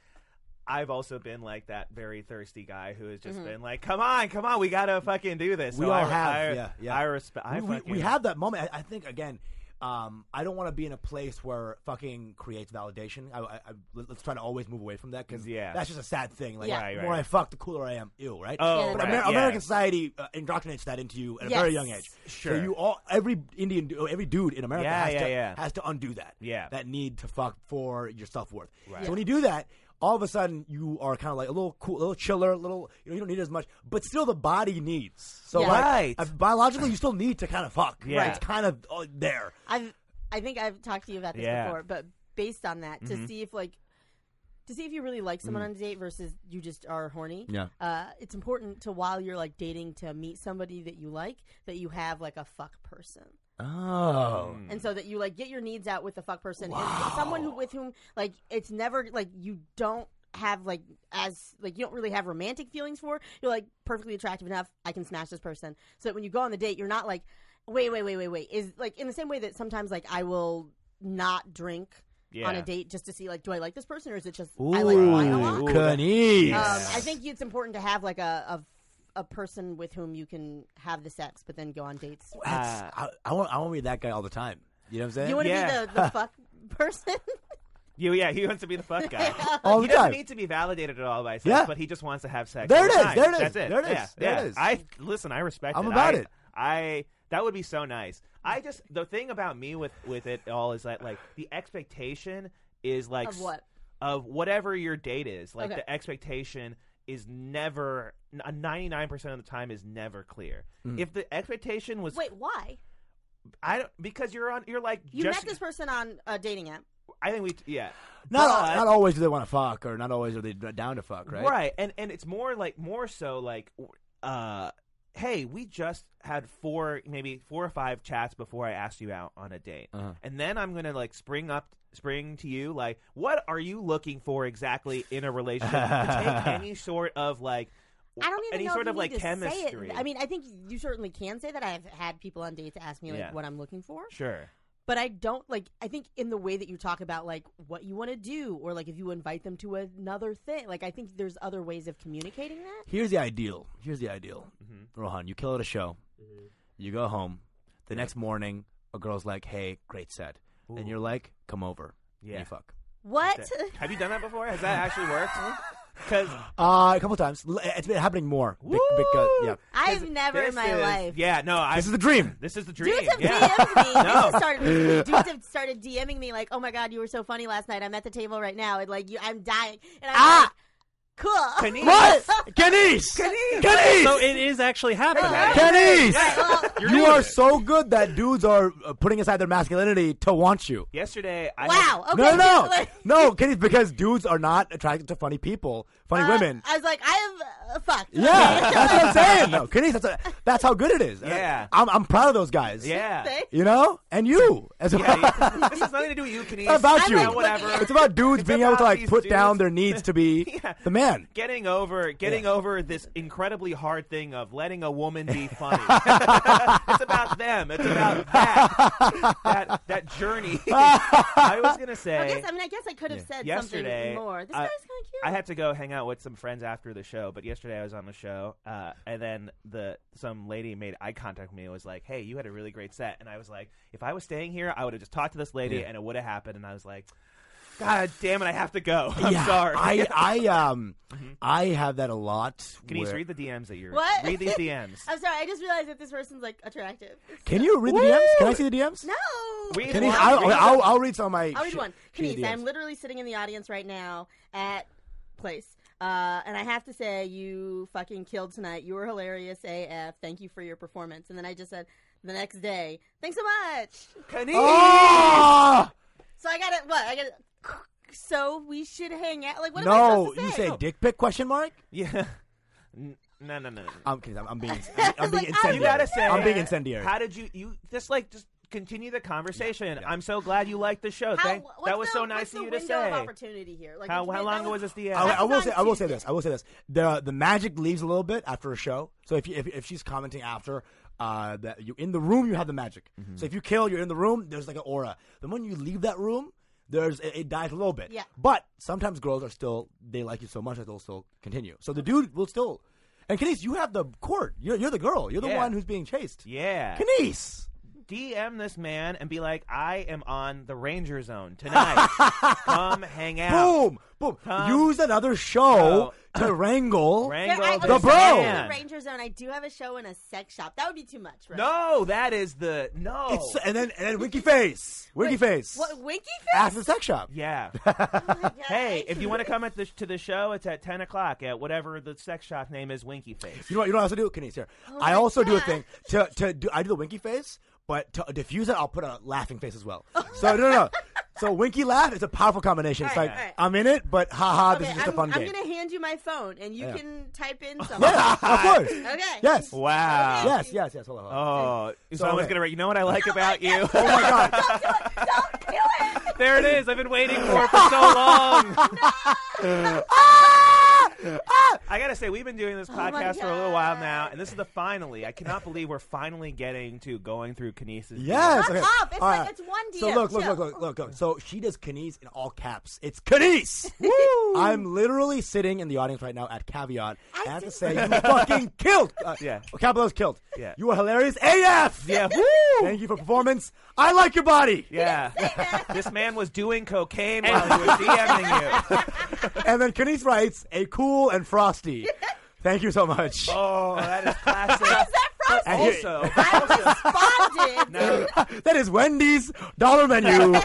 S4: I've also been like that very thirsty guy who has just been like, "Come on, come on, we gotta fucking do this."
S3: Mm-hmm. We
S4: so
S3: all
S4: I,
S3: have,
S4: I,
S3: yeah, yeah.
S4: I respect. I
S3: we, we- we
S4: fucking-
S3: have that moment. I, I think again, um, I don't want to be in a place where fucking creates validation. I, I, I- let- let's try to always move away from that because
S4: Yeah.
S3: that's just a sad thing. Like,
S5: Yeah.
S4: Right,
S3: the more
S4: right.
S3: I fuck, the cooler I am. Ew, right?
S4: Oh,
S5: Yeah,
S3: but
S4: right,
S3: Amer-
S4: yeah.
S3: American society uh, indoctrinates that into you at a very
S5: Yes.
S3: young age.
S4: Sure.
S3: So you all, every Indian, du- every dude in America
S4: Yeah,
S3: has,
S4: yeah,
S3: to,
S4: yeah.
S3: has to undo that.
S4: Yeah.
S3: That need to fuck for your self worth.
S4: Right.
S3: So when you do that. All of a sudden, you are kind of like a little cool, a little chiller, a little. You know, you don't need as much, but still, the body needs. So,
S5: Yeah.
S3: like,
S4: Right.
S3: a biologically, you still need to kind of fuck.
S4: Yeah.
S3: Right. It's kind of uh, there.
S5: I've I think I've talked to you about this
S4: Yeah.
S5: before, but based on that, to see if like to see if you really like someone on a date versus you just are horny.
S3: Yeah.
S5: Uh, it's important to while you're like dating to meet somebody that you like that you have like a fuck person.
S3: Oh.
S5: And
S4: Hmm.
S5: so that you like get your needs out with the fuck person and someone who with whom like it's never like you don't have like as like you don't really have romantic feelings for. You're like perfectly attractive enough. I can smash this person. So that when you go on the date, you're not like wait wait wait wait wait is like in the same way that sometimes like I will not drink on
S4: Yeah.
S5: a date just to see like do I like this person or is it just I like wine a lot.
S4: Ooh.
S3: Canice.
S5: Um, I think it's important to have like a, a a person with whom you can have the sex, but then go on dates.
S3: That's-
S4: Uh,
S3: I, I want. I want to be that guy all the time. You know what I'm saying?
S5: You want to
S4: Yeah.
S5: be the, the fuck person?
S4: You, yeah, he wants to be the fuck guy.
S3: all
S4: he
S3: the
S4: doesn't
S3: time.
S4: need to be validated at all by sex,
S3: Yeah.
S4: but he just wants to have sex.
S3: There
S4: all
S3: it
S4: the
S3: is,
S4: time.
S3: there it is,
S4: That's it.
S3: there it is,
S4: Yeah,
S3: there it
S4: yeah.
S3: is.
S4: I listen. I respect.
S3: I'm
S4: it.
S3: about
S4: I-
S3: it.
S4: I that would be so nice. I just the thing about me with with it all is that like the expectation is like
S5: Of what?
S4: of whatever your date is. Like
S5: Okay.
S4: the expectation is never
S3: Mm.
S4: ninety nine percent of the time is never clear. If the expectation was
S5: Wait, why?
S4: I don't because you're on. You're like
S5: You
S4: just.
S5: met this person on a dating app.
S4: I think we yeah.
S3: Not
S4: But-
S3: not always do they want to fuck, or not always are they down to fuck, right?
S4: and and it's more like more so like uh hey we just had four maybe four or five chats before i asked you out on a date
S3: Uh-huh.
S4: and then i'm gonna like spring up spring to you like what are you looking for exactly in a relationship to take any sort of like
S5: I don't even
S4: any
S5: know
S4: sort
S5: if you
S4: of like
S5: need to
S4: chemistry
S5: Say it. I mean, I think you certainly can say that. I've had people on dates ask me like
S4: Yeah.
S5: what I'm looking for,
S4: sure
S5: but I don't like. I think in the way that you talk about like what you want to do, or like if you invite them to another thing, like I think there's other ways of communicating that.
S3: Here's the ideal. Here's the ideal.
S4: Mm-hmm.
S3: Rohan, you kill at a show. You go home. The next morning, a girl's like, "Hey, great set," and you're like, "Come over." And
S4: Yeah.
S3: you fuck.
S5: What?
S4: have you done that before has that actually worked because
S3: Uh, a couple times. L- It's been happening more. Bec- because- yeah.
S5: I've never in my life.
S4: yeah no i
S3: This is the dream.
S4: this is the dream
S5: Dudes have
S4: yeah.
S5: DM'd me.
S4: No.
S5: This has started, dudes have started DMing me like, "Oh my god, you were so funny last night. I'm at the table right now, and like, you, I'm dying." And I'm
S3: Ah!
S5: like, "Cool."
S4: Denise.
S3: What? Kenise! Kenise!
S6: So it is actually happening.
S3: Kenise!
S4: You're
S3: You
S4: doing
S3: are
S4: it.
S3: so good that dudes are uh, putting aside their masculinity to want you.
S4: yesterday i had-
S5: Wow. Okay.
S3: no, no,
S5: like-
S3: no, no, Kenise, because dudes are not attracted to funny people, funny
S5: Uh,
S3: women.
S5: I was like, I have uh, fucked.
S3: Yeah, that's what I'm saying. No, Kenise, that's, a- that's how good it is.
S4: Yeah.
S3: I'm, I'm proud of those guys.
S4: yeah
S5: Okay.
S3: You know? And you as well.
S4: Yeah, yeah. this has nothing to do with you, Kenise.
S3: It's about you.
S5: like looking
S4: whatever.
S5: at-
S3: It's about dudes
S4: It's
S3: being able to
S4: about
S3: like
S4: these
S3: put down
S4: dudes.
S3: their needs to be
S4: Yeah.
S3: the man.
S4: Getting over, getting over this incredibly hard thing of letting a woman be funny. it's about them. It's about that that, that journey. I was gonna
S5: I
S4: say
S5: guess. I mean, I guess I could have said
S4: yesterday
S5: something more. This
S4: I-
S5: guy's kind of cute.
S4: I had to go hang out with some friends after the show, but yesterday I was on the show, uh, and then the some lady made eye contact with me and was like, "Hey, you had a really great set," and I was like, "If I was staying here, I would have just talked to this lady,
S3: Yeah.
S4: and it would have happened." And I was like, "God damn it, I have to go. I'm
S3: yeah,
S4: sorry."
S3: I I um I have that a lot.
S4: Mm-hmm. Can you
S3: where-
S4: read the DMs that you're
S5: What?
S4: read these DMs?
S5: I'm sorry. I just realized that this person's like attractive.
S3: Can you read the DMs? Can I see the DMs?
S5: No.
S4: Read
S3: Kenise,
S4: one.
S3: I'll,
S4: Read
S3: I'll, I'll read some of my.
S5: I'll read
S3: shit-
S5: one.
S3: shitty
S5: Kenise, I'm
S3: DMs.
S5: literally sitting in the audience right now at place. Uh, and I have to say, you fucking killed tonight. You were hilarious AF. Thank you for your performance. And then I just said, the next day, thanks so much.
S4: Kenise!
S3: Oh!
S5: So I got it. What? I got it. So we should hang out. Like, what am I
S3: No,
S5: supposed to
S3: you
S5: say? Oh.
S3: say dick pic? Question mark?
S4: Yeah. N- No, no, no, no. no.
S3: I'm kidding. I'm, I'm being. I'm, I'm being
S5: Like,
S3: incendiary.
S4: You gotta say.
S3: I'm being incendiary.
S4: How did you? You just like just continue the conversation. I'm so glad you liked the show.
S5: How-
S4: Thank,
S5: what's
S4: that was
S5: the-
S4: so
S5: what's
S4: nice
S5: the
S4: of you to
S5: window
S4: say.
S5: Of opportunity here. Like,
S4: How,
S5: it's-
S4: how
S5: that
S4: long
S5: was-
S4: was this DM?
S3: I, I will say. I will say
S5: Tuesday.
S3: this. I will say this. The the magic leaves a little bit after a show. So if you, if, if she's commenting after. Uh, that you in the room, you have the magic.
S4: Mm-hmm.
S3: So if you kill, you're in the room. There's like an aura. The moment you leave that room, there's it, it dies a little bit.
S5: Yeah.
S3: But sometimes girls are still they like you so much that they'll still continue. So the dude will still. And Kenise, you have the court. You're, you're the girl. You're the
S4: Yeah.
S3: one who's being chased.
S4: yeah.
S3: Kenise.
S4: DM this man and be like, I am on the Ranger Zone tonight. Come hang out.
S3: Boom, boom. Use another show to wrangle.
S4: Oh. Wrangle
S5: There- I-
S4: this
S3: The
S5: okay, so
S3: bro.
S5: I live in
S4: man.
S5: the Ranger Zone. I do have a show in a sex shop. That would be too much, right?
S4: No, that is the no.
S3: It's, and then and then Winky Face, Winky
S5: Wait,
S3: Face,
S5: What winky
S3: ask
S5: face?
S3: the sex shop.
S4: yeah.
S5: Oh my God,
S4: Hey,
S5: I
S4: if you want to come at the, to the show, it's at ten o'clock at whatever the sex shop name is, Winky Face.
S3: You know what? You know what I also do? Kenise here. I
S5: Oh my
S3: also do a
S5: God.
S3: thing to to do. I do the Winky Face, but to diffuse it, I'll put a laughing face as
S5: Oh
S3: well. So no, no. no. So Winky laugh is a powerful combination. It's
S5: All right,
S3: like
S5: all right.
S3: I'm in it, but haha, this
S5: Okay,
S3: is just
S5: I'm,
S3: a fun
S5: I'm
S3: game.
S5: gonna hand you my phone, and you
S3: Yeah.
S5: can type in something.
S3: Yeah, of course.
S5: Okay.
S3: Yes.
S4: Wow.
S3: Yes. Yes. Yes. Hold on. Hold on.
S4: Oh,
S3: So,
S4: someone's
S3: okay.
S4: gonna write. You know what I like about you?
S3: Oh my God.
S6: There it is. I've been waiting for it for so long.
S3: Ah!
S4: I gotta say, we've been doing this
S5: Oh my
S4: podcast for a little while now,
S5: God.
S4: and this is the finally. I cannot believe we're finally getting to going through Kinesis.
S3: Yes.
S5: Fuck
S3: okay.
S5: off. It's
S3: All
S5: like
S3: right.
S5: it's one
S3: So
S5: DM.
S3: look, look,
S5: Chill.
S3: look, look, look, look. So she does Canese in all caps. It's Canese. I'm literally sitting in the audience right now at Caveat. I have to say, you fucking killed. Uh,
S4: Yeah.
S3: Capital's killed.
S4: Yeah.
S3: You are hilarious AF.
S4: Yeah.
S3: Woo. Thank you for performance. I like your body.
S4: Yeah. this man was doing cocaine while he was DMing you.
S3: And then Canese writes, a cool and frosty. Thank you so much.
S4: Oh, that is classic.
S5: How's that frosty?
S3: And here-
S4: Also,
S5: I responded.
S4: no,
S3: that is Wendy's dollar menu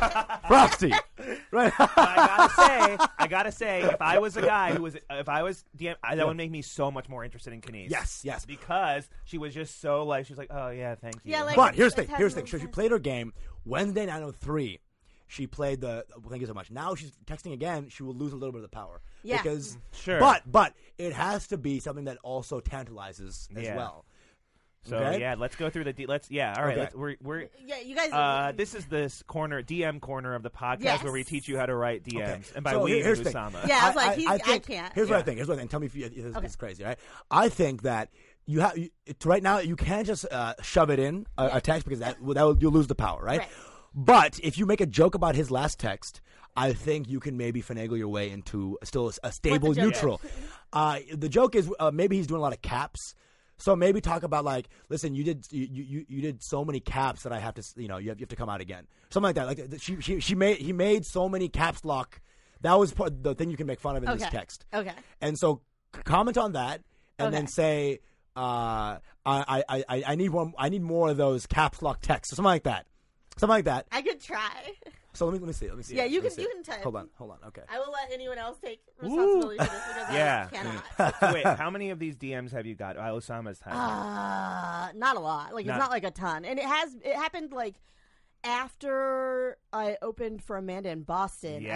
S3: frosty. Right.
S4: But I gotta say, I gotta say, if I was a guy who was, if I was DM, I, that would make me so much more interested in Kines.
S3: Yes, yes.
S4: because she was just so like, she was like, oh yeah, thank you.
S5: Yeah, like-
S3: But here's the
S5: It
S3: thing. Here's
S5: hasn't
S3: the thing. So
S5: really
S3: she
S5: been-
S3: played her game Wednesday, nine oh three. She played the well, thank you so much. Now she's texting again. She will lose a little bit of the power.
S5: Yeah.
S3: Because
S4: Sure.
S3: But but it has to be something that also tantalizes as
S4: Yeah.
S3: well.
S4: so
S3: okay.
S4: yeah, let's go through the. De- let's yeah, all right.
S3: Okay.
S4: Let's, we're we're.
S5: Yeah, you guys.
S4: Uh, this is this corner DM corner of the podcast
S5: Yes.
S4: where we teach you how to write DMs, and by
S3: So
S4: we,
S3: here- here's the thing.
S4: Usama.
S5: Yeah, I was like, he's- I
S3: think-
S5: can't.
S3: Here's what I
S4: Yeah.
S3: think. Here's what I think. Tell me if you, if this is crazy, right? I think that you have you, it's- right now you can't just uh, shove it in a, a text because that will- that will, you'll lose the power, right?
S5: Right.
S3: But if you make a joke about his last text, I think you can maybe finagle your way into still a stable
S5: joke is?
S3: neutral. Uh, the joke is uh, maybe he's doing a lot of caps. So maybe talk about like, listen, you did you, you, you did so many caps that I have to s- you know you have, you have to come out again, something like that. Like th- she, she she made he made so many caps lock. That was part, the thing you can make fun of in this
S5: Okay.
S3: text.
S5: Okay.
S3: And so c- comment on that, and then
S5: Okay.
S3: say, uh, I, I I I need one. I need more of those caps lock texts, or something like that, something like that.
S5: I could try.
S3: So let me let me see. Let me see.
S5: Yeah, you
S3: Let me
S5: can-
S3: see
S5: you
S3: it.
S5: can type.
S3: Hold on, hold on. Okay.
S5: I will let anyone else take responsibility for this because
S4: Yeah.
S5: I cannot.
S4: Wait, how many of these DMs have you got? Oh, Osama's time.
S5: Uh, not a lot. Like
S4: Not-
S5: it's not like a ton, and it has it happened like after I opened for Amanda in Boston. I got a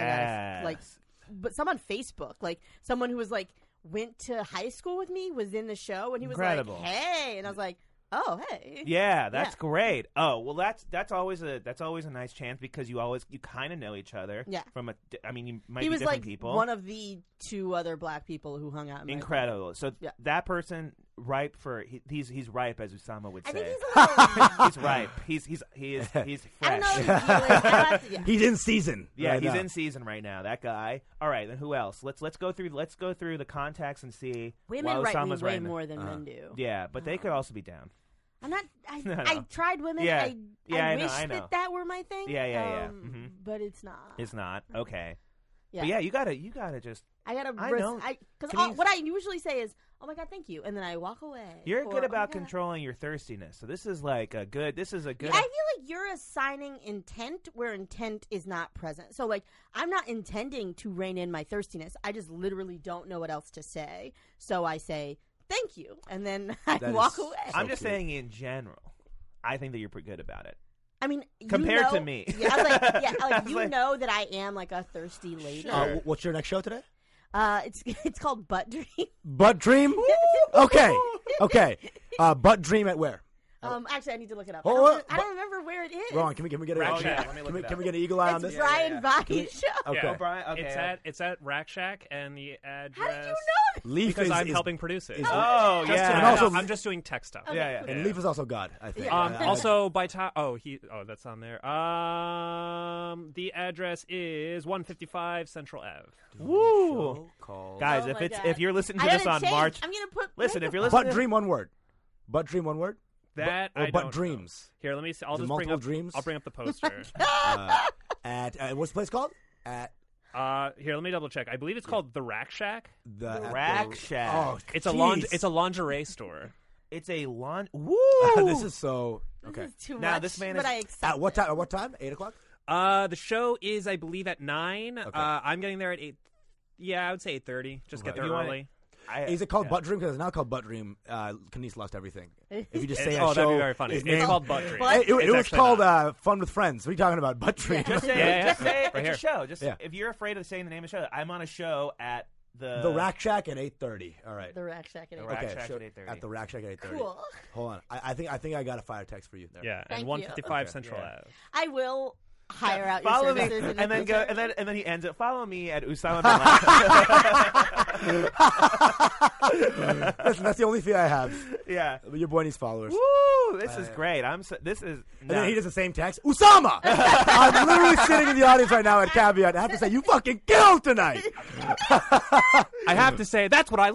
S5: f- like,
S4: Yes.
S5: but some on Facebook, like someone who was like went to high school with me was in the show, and he was
S4: Incredible.
S5: like, "Hey," and I was like, "Oh, hey."
S4: Yeah, that's
S5: Yeah.
S4: great. Oh, well that's that's always a that's always a nice chance because you always you kind of know each other.
S5: Yeah.
S4: From a, di- I mean, you might
S5: he
S4: be
S5: was
S4: different
S5: like
S4: people.
S5: one of the two other black people who hung out. In my-
S4: Incredible. So th-
S5: Yeah.
S4: that person ripe for he, he's he's ripe as Usama would
S5: I
S4: say.
S5: think he's a little.
S4: he's ripe. He's he's he is he's
S5: I
S4: fresh.
S5: don't know. What he's doing. I'll have to- yeah.
S3: He's in season.
S4: Yeah,
S3: right
S4: he's
S3: now.
S4: in season right now. That guy. All right, then who else? Let's let's go through let's go through the contacts and see.
S5: Women
S4: while
S5: write me
S4: Osama's
S5: way
S4: writing the- uh,
S5: more than men do.
S4: Yeah, but they could also be down.
S5: I'm not. I,
S4: No, no.
S5: I tried women.
S4: Yeah.
S5: I,
S4: Yeah, I
S5: I
S4: know,
S5: wish
S4: I know.
S5: that that were my thing.
S4: Yeah, yeah, yeah.
S5: um,
S4: Mhm.
S5: But it's not.
S4: It's not okay.
S5: Mm-hmm. yeah.
S4: But yeah, you gotta you gotta just
S5: I gotta.
S4: I
S5: res-
S4: know.
S5: I because
S4: Can you-
S5: what I usually say is, "Oh my god, thank you," and then I walk away.
S4: You're
S5: or, "Oh
S4: good
S5: my
S4: about
S5: God."
S4: controlling your thirstiness. So this is like a good. This is a good.
S5: I feel like you're assigning intent where intent is not present. So like I'm not intending to rein in my thirstiness. I just literally don't know what else to say. So I say thank you, and then I
S3: That
S5: walk
S3: is
S5: away.
S4: I'm
S3: so
S4: just
S3: cute.
S4: saying in general. I think that you're pretty good about it.
S5: I mean, you
S4: Compared to
S5: know-
S4: me.
S5: yeah, I was like, yeah,
S4: I
S5: like
S4: was
S5: you
S4: like-
S5: know that I am like a thirsty lady.
S3: Uh, wh- what's your next show today?
S5: Uh, it's it's called Butt Dream.
S3: Butt Dream. okay. Okay. Uh, Butt Dream at where?
S4: Oh.
S5: Um, actually, I need to look it up.
S3: Oh,
S5: I, don't,
S3: uh,
S5: I
S3: but-
S5: don't remember where it is.
S3: Ron, can we can we get a can
S6: Rack
S3: we-
S6: Shack. Let
S4: me
S3: can,
S4: look
S3: we,
S4: it
S3: can we
S4: up.
S3: get an eagle eye on
S5: It's
S3: this?
S5: Brian Bodi's show.
S3: Okay.
S6: Yeah.
S4: Brian, okay.
S6: It's at it's at Rack Shack, and the address.
S5: How did you know? This?
S3: Leaf
S6: Because
S3: is,
S6: I'm
S3: is-
S6: helping produce it.
S3: is-
S4: oh
S6: Just
S4: yeah.
S6: to-
S3: And
S6: no,
S3: also-
S6: I'm just doing tech stuff.
S4: yeah, yeah.
S3: And Leaf is also God, I think.
S6: Um,
S3: I- I-
S6: also, by time, oh he, oh that's on there. Um, the address is 155 Central Ave.
S4: Woo. Guys,
S5: Oh
S4: if
S5: my
S4: it's
S5: God.
S4: if you're listening
S5: I
S4: to this
S5: gotta
S4: on
S5: change.
S4: March,
S5: I'm gonna put.
S4: listen.
S5: make
S4: If you're
S5: a-
S4: listening,
S3: Butt Dream, one word. Butt Dream, one word.
S6: That
S3: Or
S6: I
S3: Butt
S6: don't know.
S3: oh, Dreams.
S6: Here, let me see. I'll
S3: Is it
S6: just bring
S3: multiple
S6: up.
S3: dreams?
S6: I'll bring up the poster.
S3: At uh, what's the place called? At
S6: uh, here, let me double check. I believe it's called the Rack Shack.
S3: the, at the-
S4: Rack Shack.
S3: Oh,
S6: It's a
S3: jeez.
S6: linge- It's a lingerie store.
S4: it's a lawn. Woo.
S3: this is so okay.
S5: This is too
S4: Now,
S5: much,
S4: this man
S5: but
S4: is-
S5: I accept.
S3: At what time? At what time? Eight o'clock.
S6: Uh, the show is, I believe, at nine. Uh, I'm getting there at eight. Yeah, I would say eight thirty. Just
S3: Right.
S6: get there
S4: You want
S6: early.
S4: I-
S3: Is it called Butt Dream? Because it's not called Butt Dream. Uh, Kanice lost everything. If you just say
S6: It's-
S3: a
S6: oh,
S3: show,
S6: that'd be very funny.
S3: is
S6: It's
S3: named-
S6: called Butt Dream.
S3: It, it- it
S6: It's
S3: was
S6: actually
S3: called
S6: not.
S3: uh, Fun with Friends. What are you talking about? Butt Dream.
S4: Just say,
S6: Yeah, yeah.
S4: just say
S6: Right here.
S4: it's a show. Just
S3: Yeah.
S4: if you're afraid of saying the name of the show, I'm on a show at the
S3: the Rack Shack at eight thirty. All right.
S5: The rack shack.
S4: The
S5: Okay.
S4: Rack
S3: okay.
S4: Shack
S3: so-
S4: at 8:30.
S3: At the Rack Shack at eight thirty.
S5: Cool.
S3: Hold on. I, I think I think I got a fire text for you there.
S6: Yeah,
S5: Thank
S6: and
S5: you.
S6: 155
S3: Okay.
S6: Central
S4: Yeah.
S6: Ave.
S5: I will hire out your
S4: Follow me,
S5: services in the
S4: and then go,
S5: future.
S4: and then and then he ends it. Follow me at Usama bin Laden.
S3: Listen, that's the only fee I have.
S4: yeah.
S3: Your boy needs followers.
S4: Woo! This is great. I'm. So, this is.
S3: And
S4: no.
S3: then he does the same text. Usama! I'm literally sitting in the audience right now at Caveat. I have to say, you fucking killed tonight!
S6: I have to say, that's what I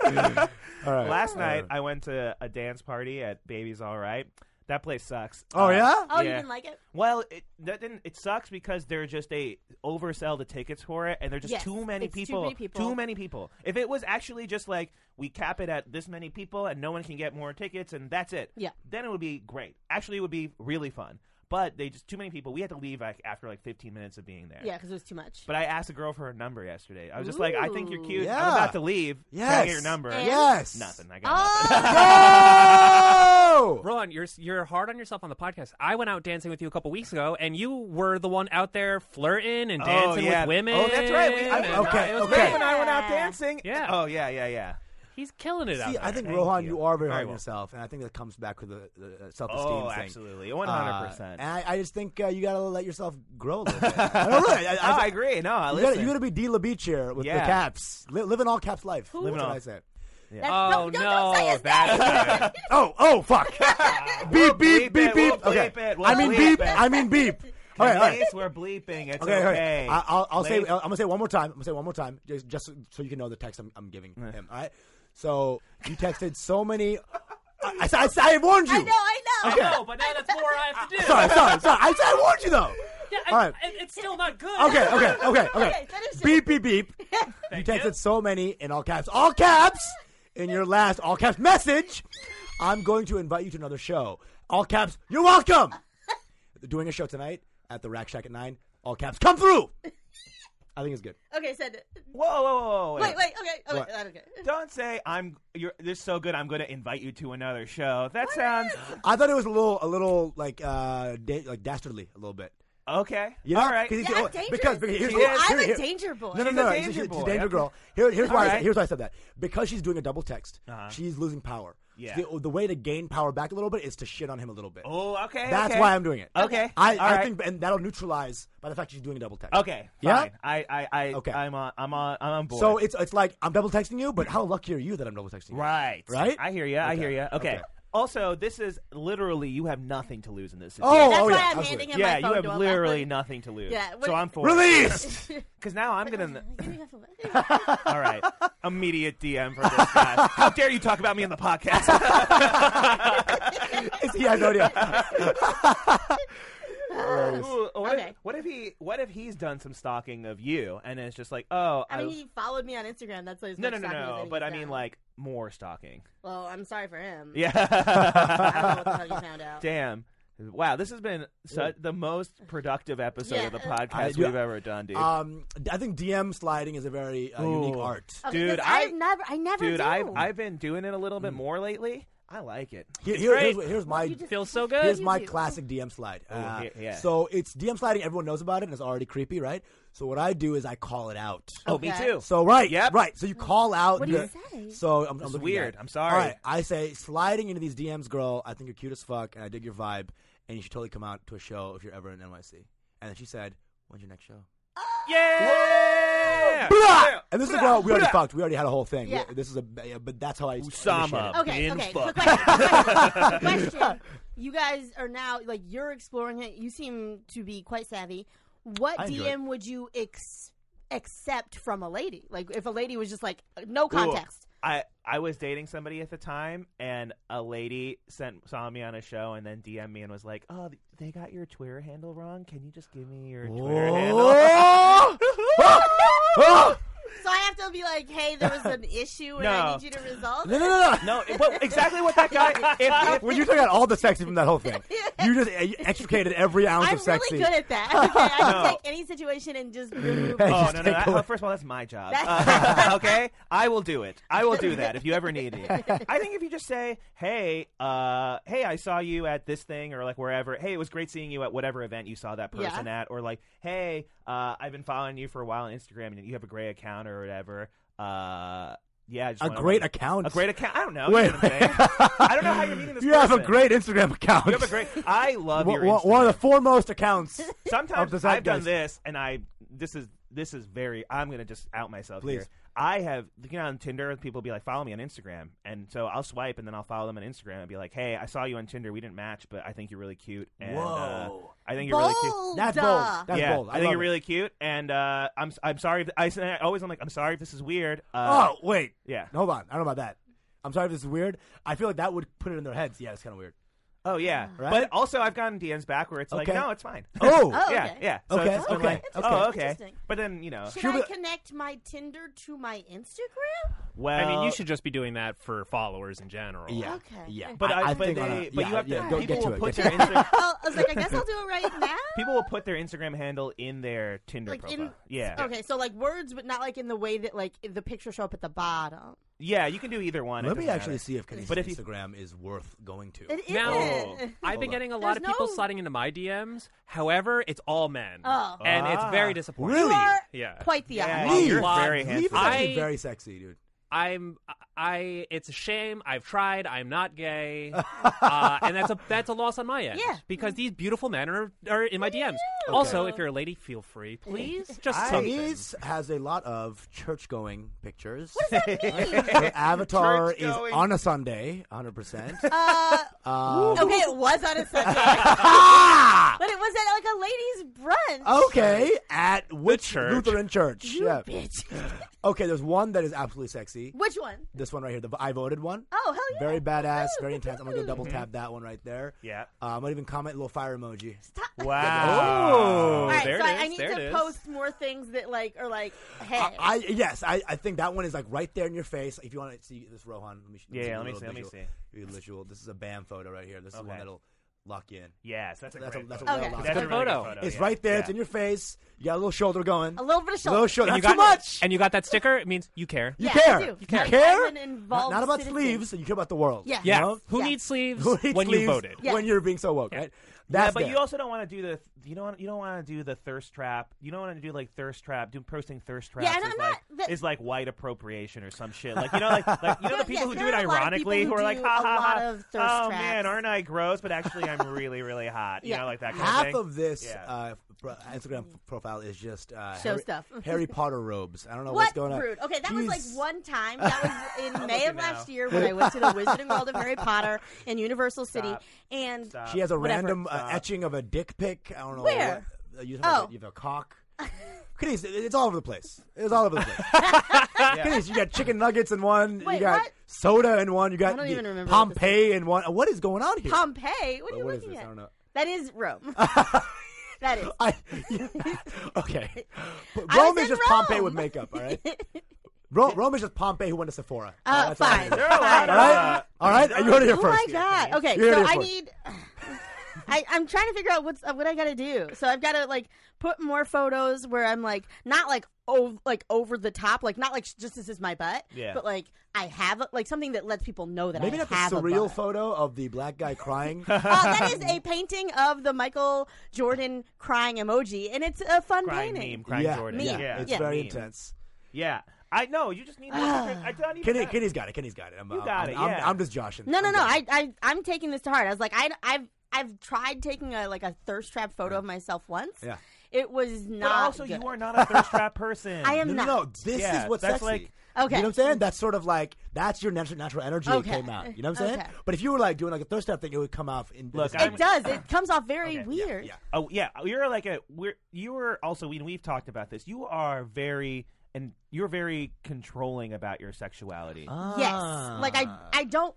S6: like about
S3: All right.
S4: Last night I went to a dance party at Baby's All Right. That place sucks.
S3: Oh,
S4: Uh,
S3: yeah?
S5: Oh, you
S4: Yeah.
S5: didn't like it?
S4: Well, it that didn't, it sucks because they're just they oversell the tickets for it, and they're just
S5: Yes,
S4: too many
S5: it's too
S4: people.
S5: many people.
S4: Too many people. If it was actually just like we cap it at this many people, and no one can get more tickets, and that's it.
S5: Yeah.
S4: Then it would be great. Actually, it would be really fun. but they just too many people. We had to leave like after like 15 minutes of being there.
S5: Yeah, because it was too much.
S4: But I asked a girl for her number yesterday. I was just like, I think you're
S5: Ooh.
S4: cute. I'm
S3: Yeah.
S4: about to leave. Can I
S3: Yes.
S4: get your number.
S5: And-
S3: Yes.
S4: Nothing. I got nothing.
S3: Oh!
S6: Ron, you're you're hard on yourself on the podcast. I went out dancing with you a couple weeks ago, and you were the one out there flirting and
S4: Oh,
S6: dancing
S4: yeah.
S6: with women.
S4: Oh, that's right. We, I,
S6: and-
S3: okay,
S4: it was
S3: okay.
S4: great when I went out
S5: Yeah.
S4: dancing.
S6: Yeah.
S4: Oh yeah, yeah, yeah.
S6: He's killing it out
S3: See,
S6: there.
S3: I think
S4: Thank
S3: Rohan,
S4: you.
S3: you, are very
S4: Very
S3: hard on
S4: well.
S3: yourself, and I think that comes back with the, the self-esteem
S4: Oh,
S3: thing.
S4: absolutely, 100. percent
S3: Uh, and I, I just think uh, you got to let yourself grow a little bit. I don't really. I,
S4: I
S3: I,
S4: agree. No, I
S3: you
S4: listen.
S3: gotta, you got to be D. LaBeach here with
S4: Yeah.
S3: the caps. Li- live an all caps life. That's
S4: Living
S3: what
S4: all-
S3: I say.
S5: That's-
S6: Oh
S5: don't, don't say
S6: no,
S5: his
S6: that's bad.
S3: Oh, oh, fuck. beep,
S4: bleep
S3: beep, beep,
S4: it,
S3: beep.
S4: we'll
S3: okay.
S4: bleep it, we'll
S3: I mean
S4: bleep
S3: beep.
S4: it.
S3: I mean beep. All right, all right.
S4: Denise, we're bleeping. It's
S3: Okay,
S4: okay.
S3: okay. I, I'll, I'll say.
S4: Ladies-
S3: I'm gonna say it one more time. I'm gonna say it one more time, just, just so you can know the text I'm, I'm giving him. All right. So you texted so many. I, I, I, I warned you.
S5: I know, I know.
S6: I know, but now that's more I have to do.
S3: Sorry, sorry, sorry. I said I warned you though.
S6: Yeah, I-
S3: All right.
S6: it- it's still not good.
S3: Okay, okay, okay, okay.
S5: Okay, finish it.
S3: beep, beep, beep. You texted so many in all caps. All caps in your last all caps message. I'm going to invite you to another show. All caps. You're welcome. Doing a show tonight at the Rack Shack at nine. All caps. Come through. I think it's good.
S5: Okay, said it.
S4: Whoa, whoa, whoa, whoa!
S5: Wait, wait, okay, okay,
S3: What?
S5: that's okay.
S4: Don't say I'm. You're this is so good. I'm going to invite you to another show. That sounds
S3: I thought it was a little, a little like, uh, da- like dastardly, a little bit.
S4: okay.
S3: You know?
S4: All right.
S3: 'Cause he's-
S5: Yeah,
S3: oh,
S5: I'm dangerous.
S3: because, because here's
S4: She
S3: what-
S4: is.
S3: here-
S5: I'm a
S3: here-
S5: danger boy.
S3: No, no,
S4: She's
S3: no.
S4: a
S3: She's,
S4: danger
S3: she's a
S4: boy.
S3: danger
S4: Okay.
S3: girl. Here- here's why. I,
S4: Alright.
S3: here's why I said that. Because she's doing a double text, she's losing power.
S4: Uh-huh. Yeah.
S3: So the, the way to gain power back a little bit is to shit on him a little bit.
S4: Oh, okay.
S3: That's
S4: okay.
S3: why I'm doing it.
S4: Okay.
S3: I, I
S4: Alright.
S3: think, and that'll neutralize by the fact she's doing a double text.
S4: Okay.
S3: Yeah?
S4: Fine. I, I, I.
S3: Okay.
S4: I'm on. I'm on. I'm on board.
S3: So it's it's like I'm double texting you, but how lucky are you that I'm double texting you?
S4: right.
S3: Right?
S4: I hear you. I
S3: Okay.
S4: hear you. Okay.
S3: Okay.
S4: Also, this is literally you have nothing to lose in this.
S3: Oh,
S5: That's
S3: oh,
S5: why
S3: yeah,
S5: I'm
S3: absolutely.
S5: handing him
S4: yeah,
S5: my phone
S4: you have
S5: to him.
S4: literally nothing to lose.
S5: Yeah,
S4: so
S5: what-
S4: I'm for
S3: Released.
S4: Because now I'm gonna.
S5: Give me your phone.
S4: All right, immediate DM for this guy. How dare you talk about me on the podcast?
S3: It's- he has no idea.
S4: Ooh, what,
S5: Okay.
S4: if, what if he? What if he's done some stalking of you, and it's just like, oh,
S5: I mean, he followed me on Instagram. That's like
S4: no, no, no, no. But I mean, like more stalking.
S5: Well, I'm sorry for him.
S4: Yeah.
S5: I don't know what the hell you found out.
S4: Damn. Wow, this has been su- the most productive episode of the
S5: Yeah.
S4: podcast
S3: I-
S4: we've
S3: yeah.
S4: ever done, dude.
S3: Um, I think DM sliding is a very uh, unique
S4: Ooh.
S3: art.
S5: Okay,
S4: Dude,
S5: 'cause
S4: I-
S5: I've never, I never
S4: dude,
S5: do.
S4: I've I've been doing it a little
S3: Mm.
S4: bit more lately. I like it.
S3: Here- here-
S6: great.
S3: here's, what- here's my
S5: You just-
S6: Feels so
S3: Here's
S6: good.
S5: you
S3: my
S5: do.
S3: classic DM slide. Uh,
S4: yeah, yeah.
S3: So it's DM sliding. Everyone knows about it, and it's already creepy, right? So what I do is I call it out.
S4: Oh, me
S5: Okay.
S4: too.
S3: So right,
S4: Yep.
S3: right. So you call out.
S5: What do
S3: the-
S5: you say?
S3: So I'm, I'm
S4: It's
S3: looking
S4: weird.
S3: at it.
S4: I'm sorry.
S3: All right, I say sliding into these DMs, girl. I think you're cute as fuck, and I dig your vibe, and you should totally come out to a show if you're ever in NYC. And then she said, "When's your next show?"
S4: yeah.
S3: Blah! And this is a girl we already
S4: Blah!
S3: fucked. We already had a whole thing. We-
S5: Yeah.
S3: this is a, but that's how I
S4: Usama.
S3: initiate it.
S5: Okay,
S4: Been
S5: okay.
S4: fucked.
S5: Quick question. quick question. You guys are now like you're exploring it. You seem to be quite savvy. What
S3: I enjoy
S5: DM would you ex- accept from a lady? Like if a lady was just like no context.
S4: Ooh, I I was dating somebody at the time, and a lady sent saw me on a show, and then DM me and was like, "Oh, th- they got your Twitter handle wrong. Can you just give me your Twitter handle?"
S3: Oh! Ah! Ah!
S5: So I have to be like, hey, there was an issue and I
S4: No.
S5: need you to resolve.
S3: No,
S5: it.
S3: no, no, no.
S4: No, it- but exactly what that guy. If, if,
S3: when you took out all the sexy from that whole thing, you just uh, you extricated every ounce
S5: I'm
S3: of sexy.
S5: really good at that. Okay, I can
S4: No.
S5: take any situation and just remove.
S3: Hey,
S5: all-
S4: oh
S3: just
S4: no, no,
S3: take
S4: that,
S3: away-
S4: well, first of all, that's my job. Uh, okay, I will do it. I will do that if you ever need me. I think if you just say, "Hey, uh, hey, I saw you at this thing or like wherever. Hey, it was great seeing you at whatever event you saw that
S5: Yeah.
S4: person at," or like, "Hey, uh, I've been following you for a while on Instagram and you have a great account or whatever." Uh, yeah, I just
S3: a
S4: wanna-
S3: great account.
S4: a great account. I don't know.
S3: Wait,
S4: You know what I'm saying? I don't know how you're meeting this.
S3: you have a
S4: person.
S3: great Instagram account.
S4: You have a great. I love
S3: One-
S4: your.
S3: one, one of the
S4: Instagram.
S3: foremost accounts. of
S4: Sometimes
S3: the
S4: I've done
S3: zeitgeist.
S4: this, and I this is this is very. I'm gonna just out myself
S3: Please.
S4: here. I have you know on Tinder, people be like, follow me on Instagram, and so I'll swipe, and then I'll follow them on Instagram, and be like, hey, I saw you on Tinder, we didn't match, but I think you're really cute, and uh,
S3: Whoa.
S4: I think you're really cute.
S5: Bold.
S3: That's
S5: uh,
S3: bold. That's
S4: yeah,
S3: bold. I,
S4: think
S3: love
S4: you're
S3: it.
S4: really cute, and uh, I'm s- I'm sorry. If, I, s- I always I'm like I'm sorry if this is weird. Uh,
S3: Oh wait,
S4: yeah.
S3: Hold on. I don't know about that. I'm sorry if this is weird. I feel like that would put it in their heads. Yeah, it's kind of weird.
S4: Oh yeah,
S3: Right?
S4: but also I've gotten DMs back where it's
S3: Okay.
S4: like, no, it's fine.
S3: Oh,
S5: Oh,
S4: yeah,
S5: okay.
S4: yeah. So
S3: Okay,
S4: it's just been
S3: okay,
S4: like,
S3: okay.
S4: oh, okay.
S5: Interesting.
S4: But then you know,
S5: Should
S3: Cuba-
S5: I connect my Tinder to my Instagram?
S4: Well,
S6: I mean, you should just be doing that for followers in general.
S3: Uh, Yeah.
S5: Okay.
S3: Yeah.
S4: But I, but,
S3: think
S4: they,
S3: on a-
S4: but
S3: yeah,
S4: you have to.
S3: yeah, go
S4: people
S3: get to
S4: will
S3: it,
S4: put
S3: get
S4: their
S3: to
S4: Instagram,
S5: Well, I was like, I guess I'll do it right now.
S4: people will put their Instagram handle in their Tinder
S5: Like
S4: profile.
S5: in
S4: yeah,
S5: Okay, so like words, but not like in the way that like the pictures show up at the bottom.
S4: yeah, you can do either one. it
S3: Let me
S4: doesn't
S3: actually
S4: matter.
S3: see if Kenny's
S4: But if you-
S3: Instagram is worth going to.
S5: It
S6: Now,
S5: isn't.
S6: I've been
S3: on.
S6: getting a
S5: There's
S6: lot of people
S5: no-
S6: sliding into my DMs. However, it's all men.
S5: Oh.
S6: And it's
S4: Ah.
S6: very disappointing.
S3: Really? You
S5: are
S6: Yeah.
S5: Quite the
S4: Yeah,
S5: eye.
S6: you're
S3: Leave.
S6: very
S3: Leave is
S4: handsome.
S3: actually
S6: I-
S3: very sexy, dude.
S6: I'm I it's a shame. I've tried. I'm not gay. uh, and that's a that's a loss on my end.
S5: Yeah.
S6: Because these beautiful men are, are in my DMs. Also, if you're a lady, feel free, please. Just something.
S3: Kenny's has a lot of church-going pictures.
S5: What
S3: Her avatar is
S4: Church-going.
S3: on a Sunday, 100%.
S5: Uh,
S3: Um,
S5: okay, it was on a Sunday,
S3: ah!
S5: but it was at like a ladies' brunch.
S3: Okay, at which
S6: church.
S3: Lutheran church?
S5: You
S3: yeah.
S5: bitch.
S3: Okay, there's one that is absolutely sexy.
S5: Which one?
S3: This one right here, the I voted one.
S5: Oh hell yeah!
S3: Very badass, very intense. I'm gonna go double
S6: Mm-hmm.
S3: tap that one right there.
S4: Yeah.
S3: Uh, I'm gonna even comment a little fire emoji.
S5: Stop.
S4: Wow.
S6: Oh,
S5: All right,
S6: there
S5: so
S6: it
S5: I, I
S6: is,
S5: need
S6: there it
S5: to
S6: is.
S5: post more things that like are like, hey,
S3: I, I yes, I, I think that one is like right there in your face. If you want to see this, Rohan, let me sh-
S4: Yeah, yeah, let me
S3: give you
S4: see,
S3: a little
S4: let me
S3: visual- give you a Visual. This is a BAM photo right here. This is the one
S4: Okay.
S3: that'll lock you in.
S4: Yes, that's a
S3: That's a-
S4: great
S3: that's a
S4: photo.
S5: real Okay.
S4: That's
S6: Good
S4: a really good
S6: photo.
S3: it's
S4: Oh, yeah.
S3: right there.
S4: Yeah.
S3: It's in your face. You got a little shoulder going.
S5: a little bit of
S3: A
S5: shoulder.
S3: little shoulder.
S6: And
S3: Not
S6: you
S3: too
S6: got,
S3: much.
S6: And you got that sticker? It means you care.
S3: You
S5: Yeah,
S3: care.
S5: I do.
S3: You
S5: I- I'm
S3: care.
S5: an
S3: Not,
S5: involved
S3: not about
S5: citizen.
S3: sleeves. You care about the world.
S5: Yeah.
S6: Yeah.
S3: You know?
S6: Who
S5: Yeah.
S6: needs sleeves
S3: Who hates
S6: when you
S3: sleeves
S6: voted?
S5: Yeah.
S3: When you're being so woke, right? That's
S4: Yeah, but
S3: there.
S4: you also don't want to do the you don't wanna- you don't want to do the thirst trap. You don't want to do like thirst trap. Do posting thirst traps
S5: Yeah, and
S4: is,
S5: I'm
S4: like,
S5: not- the-
S4: is like white appropriation or some shit. Like you know, like, like you know
S5: Yeah,
S4: the people
S5: yes,
S4: who do
S5: there
S4: it
S5: are a lot of people
S4: ironically,
S5: who
S4: who are like,
S5: do
S4: ha
S5: a
S4: ha
S5: lot
S4: ha.
S5: of thirst
S4: oh
S5: traps.
S4: man, aren't I gross? But actually, I'm really really hot. You
S5: Yeah.
S4: know, like that kind of
S3: Half
S4: thing.
S3: of this
S4: Yeah.
S3: uh, pro- Instagram profile is just uh,
S5: Show
S3: Harry,
S5: stuff.
S3: Harry Potter robes. I don't know what's
S5: What
S3: going on.
S5: rude? Okay, that was like
S3: Jeez.
S5: one time. That was in May
S4: you
S5: of last
S4: now.
S5: year when I went to the Wizarding World of Harry Potter in Universal City,
S4: Stop.
S5: and
S4: Stop.
S3: She has a
S5: Whatever.
S3: random uh,
S4: Stop.
S3: etching of a dick pic. I don't know.
S5: Where?
S3: What, uh, you, have
S5: Oh.
S3: a, you have a cock. Kiddies, it- it's all over the place. It's all over the place. Kiddies, you got chicken nuggets in one. you
S5: Wait,
S3: got
S5: what?
S3: soda in one. You got
S5: I don't
S3: the
S5: even remember what this
S3: Pompeii in one. Uh, What is going on here?
S5: Pompeii. What are
S3: Uh,
S5: you
S3: what is
S5: looking
S3: this?
S5: at?
S3: I don't know. Oh,
S5: That is Rome. that is.
S3: I, okay. But
S5: I was
S3: Rome is
S5: in
S3: just Pompeii
S5: Rome.
S3: with makeup, all right? Ro- Rome is just Pompeii who went to Sephora.
S5: Uh,
S3: That's all I
S5: fine.
S3: know.
S4: There are a lot
S3: All
S4: of, uh,
S3: right? All right? You heard it here
S5: Oh
S3: first.
S5: my god. Okay,
S3: You're
S5: so
S3: here
S5: I
S3: first.
S5: need. I, I'm trying to figure out what's uh, what I got to do. So I've got to like put more photos where I'm like not like over like over the top, like not like sh- just this is my butt,
S4: Yeah.
S5: but like I have a, like something that lets people know that
S3: Maybe
S5: I
S3: not the
S5: have a
S3: surreal
S5: butt.
S3: photo of the black guy crying.
S5: uh, that is a painting of the Michael Jordan crying emoji, and it's a fun
S4: crying
S5: painting.
S4: meme, crying
S3: yeah.
S4: Jordan.
S5: Meme.
S3: yeah.
S4: Yeah,
S3: It's
S5: Yeah.
S3: very
S4: Meme.
S3: intense.
S4: Yeah. I know. You just need. more different- I don't even.
S3: Kenny,
S4: have-
S3: Kenny's got it. Kenny's got it. I'm, uh,
S4: You
S3: I'm-
S4: got it,
S3: I'm,
S4: yeah.
S3: I'm just joshing.
S5: No, no,
S3: I'm
S5: no.
S3: joshing.
S5: I, I, I'm taking this to heart. I was like, I, I've, I've tried taking a like a thirst trap photo of myself once.
S3: Yeah.
S5: It was
S4: But
S5: not.
S4: also,
S5: good.
S4: you are not a thirst trap person.
S5: I am
S3: No, no,
S5: not.
S3: no. This
S4: Yeah,
S3: is what's
S4: that's
S3: sexy.
S4: like-
S5: Okay.
S3: You know what I'm saying? That's sort of like that's your natural natural energy that
S5: Okay.
S3: came out. You know what I'm saying?
S5: Okay.
S3: But if you were like doing like a thirst trap thing, it would come off in.
S4: Look,
S3: in-
S4: I'm-
S5: It does. It comes off very
S4: Okay,
S3: yeah,
S5: weird.
S3: yeah.
S4: Oh yeah, you're like a we're you are also we we've talked about this. You are very and you're very controlling about your sexuality.
S3: Ah.
S5: Yes. Like I,
S4: Ah.
S5: I don't.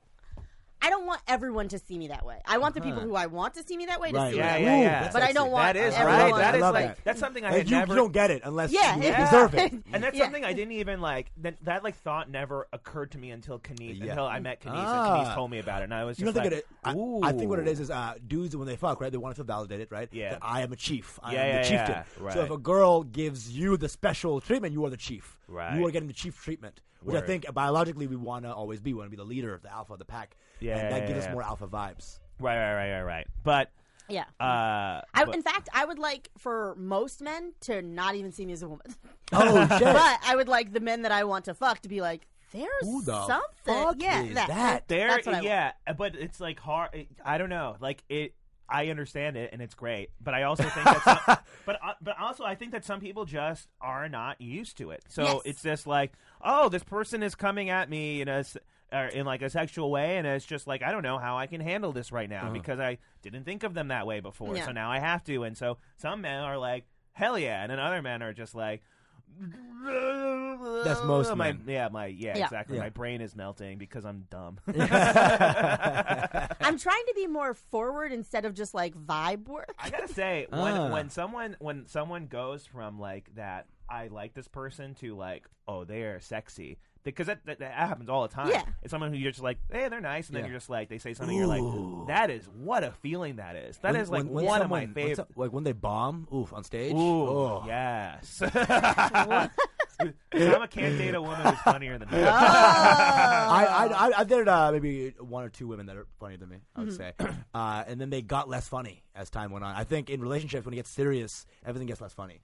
S5: I don't want everyone to see me that way. I want the people
S3: Uh-huh.
S5: who I want to see me that way to
S3: Right.
S5: see
S4: Yeah, yeah,
S5: me. that way.
S4: yeah.
S3: that's
S5: But I don't
S3: sexy.
S5: want
S4: that is
S5: everyone-
S4: right.
S5: I
S4: That is
S3: love
S4: like
S3: that.
S4: that's something I
S3: And
S4: had
S3: you,
S4: never.
S3: you don't get it unless
S5: Yeah.
S3: you
S5: Yeah.
S3: deserve it.
S4: and that's
S5: Yeah.
S4: something I didn't even like. That, that like thought never occurred to me until Kanice,
S3: Yeah.
S4: until I met Kanice, and
S3: Ah.
S4: Kanice told me about it, and I was
S3: You
S4: just
S3: don't think
S4: like,
S3: it? I,
S4: Ooh.
S3: I think what it is is uh, dudes when they fuck, right? They want to feel validated, right?
S4: Yeah.
S3: That I am a chief. I
S4: Yeah,
S3: am the
S4: yeah,
S3: chieftain.
S4: yeah. Right.
S3: So if a girl gives you the special treatment, you are the chief.
S4: Right.
S3: You are getting the chief treatment, which I
S4: Word.
S3: think biologically we want to always be. We want to be the leader, the alpha of the pack.
S4: Yeah,
S3: And that
S4: yeah,
S3: gives
S4: yeah.
S3: us more alpha vibes.
S4: right, right, right, right, right. But
S5: Yeah.
S4: uh,
S5: I,
S4: but-
S5: in fact, I would like for most men to not even see me as a woman.
S3: Oh shit!
S5: but I would like the men that I want to fuck to be like, there's
S3: Who the
S5: something.
S3: fuck
S5: yeah,
S3: is
S5: that.
S3: that?
S4: there,
S5: That's what I want.
S4: yeah, but it's like hard. It, I don't know, like it. I understand it, and it's great, but I also think that, some, but uh, but also I think that some people just are not used to it. So
S5: Yes.
S4: it's just like, oh, this person is coming at me in a s- or in like a sexual way, and it's just like I don't know how I can handle this right now because I didn't think of them that way before.
S5: Uh-huh. Yeah.
S4: So now I have to, and so some men are like, hell yeah, and then other men are just like. That's
S3: most
S4: my,
S3: men.
S4: Yeah, my yeah,
S5: Yeah.
S4: exactly.
S3: Yeah.
S4: My brain is melting because I'm dumb.
S5: I'm trying to be more forward instead of just like vibe work.
S4: I gotta say, when
S3: Ah.
S4: when someone when someone goes from like that, I like this person to like, oh, they are sexy. because that, that, that happens all the time.
S5: Yeah.
S4: It's someone who you're just like, hey, they're nice, and then
S3: Yeah.
S4: you're just like, they say something, you're like, that is what a feeling that is. That
S3: When-
S4: is like
S3: when- when
S4: one
S3: someone-
S4: of my
S3: when
S4: favorite.
S3: so- like when they bomb, oof, on stage.
S4: Ooh,
S3: oh.
S4: yes. Drama can't date a woman who's funnier than me.
S5: Oh.
S3: I, I, I, I dated uh, maybe one or two women that are funnier than me, I would say. Uh, and then they got less funny as time went on. I think in relationships, when it gets serious, everything gets less funny.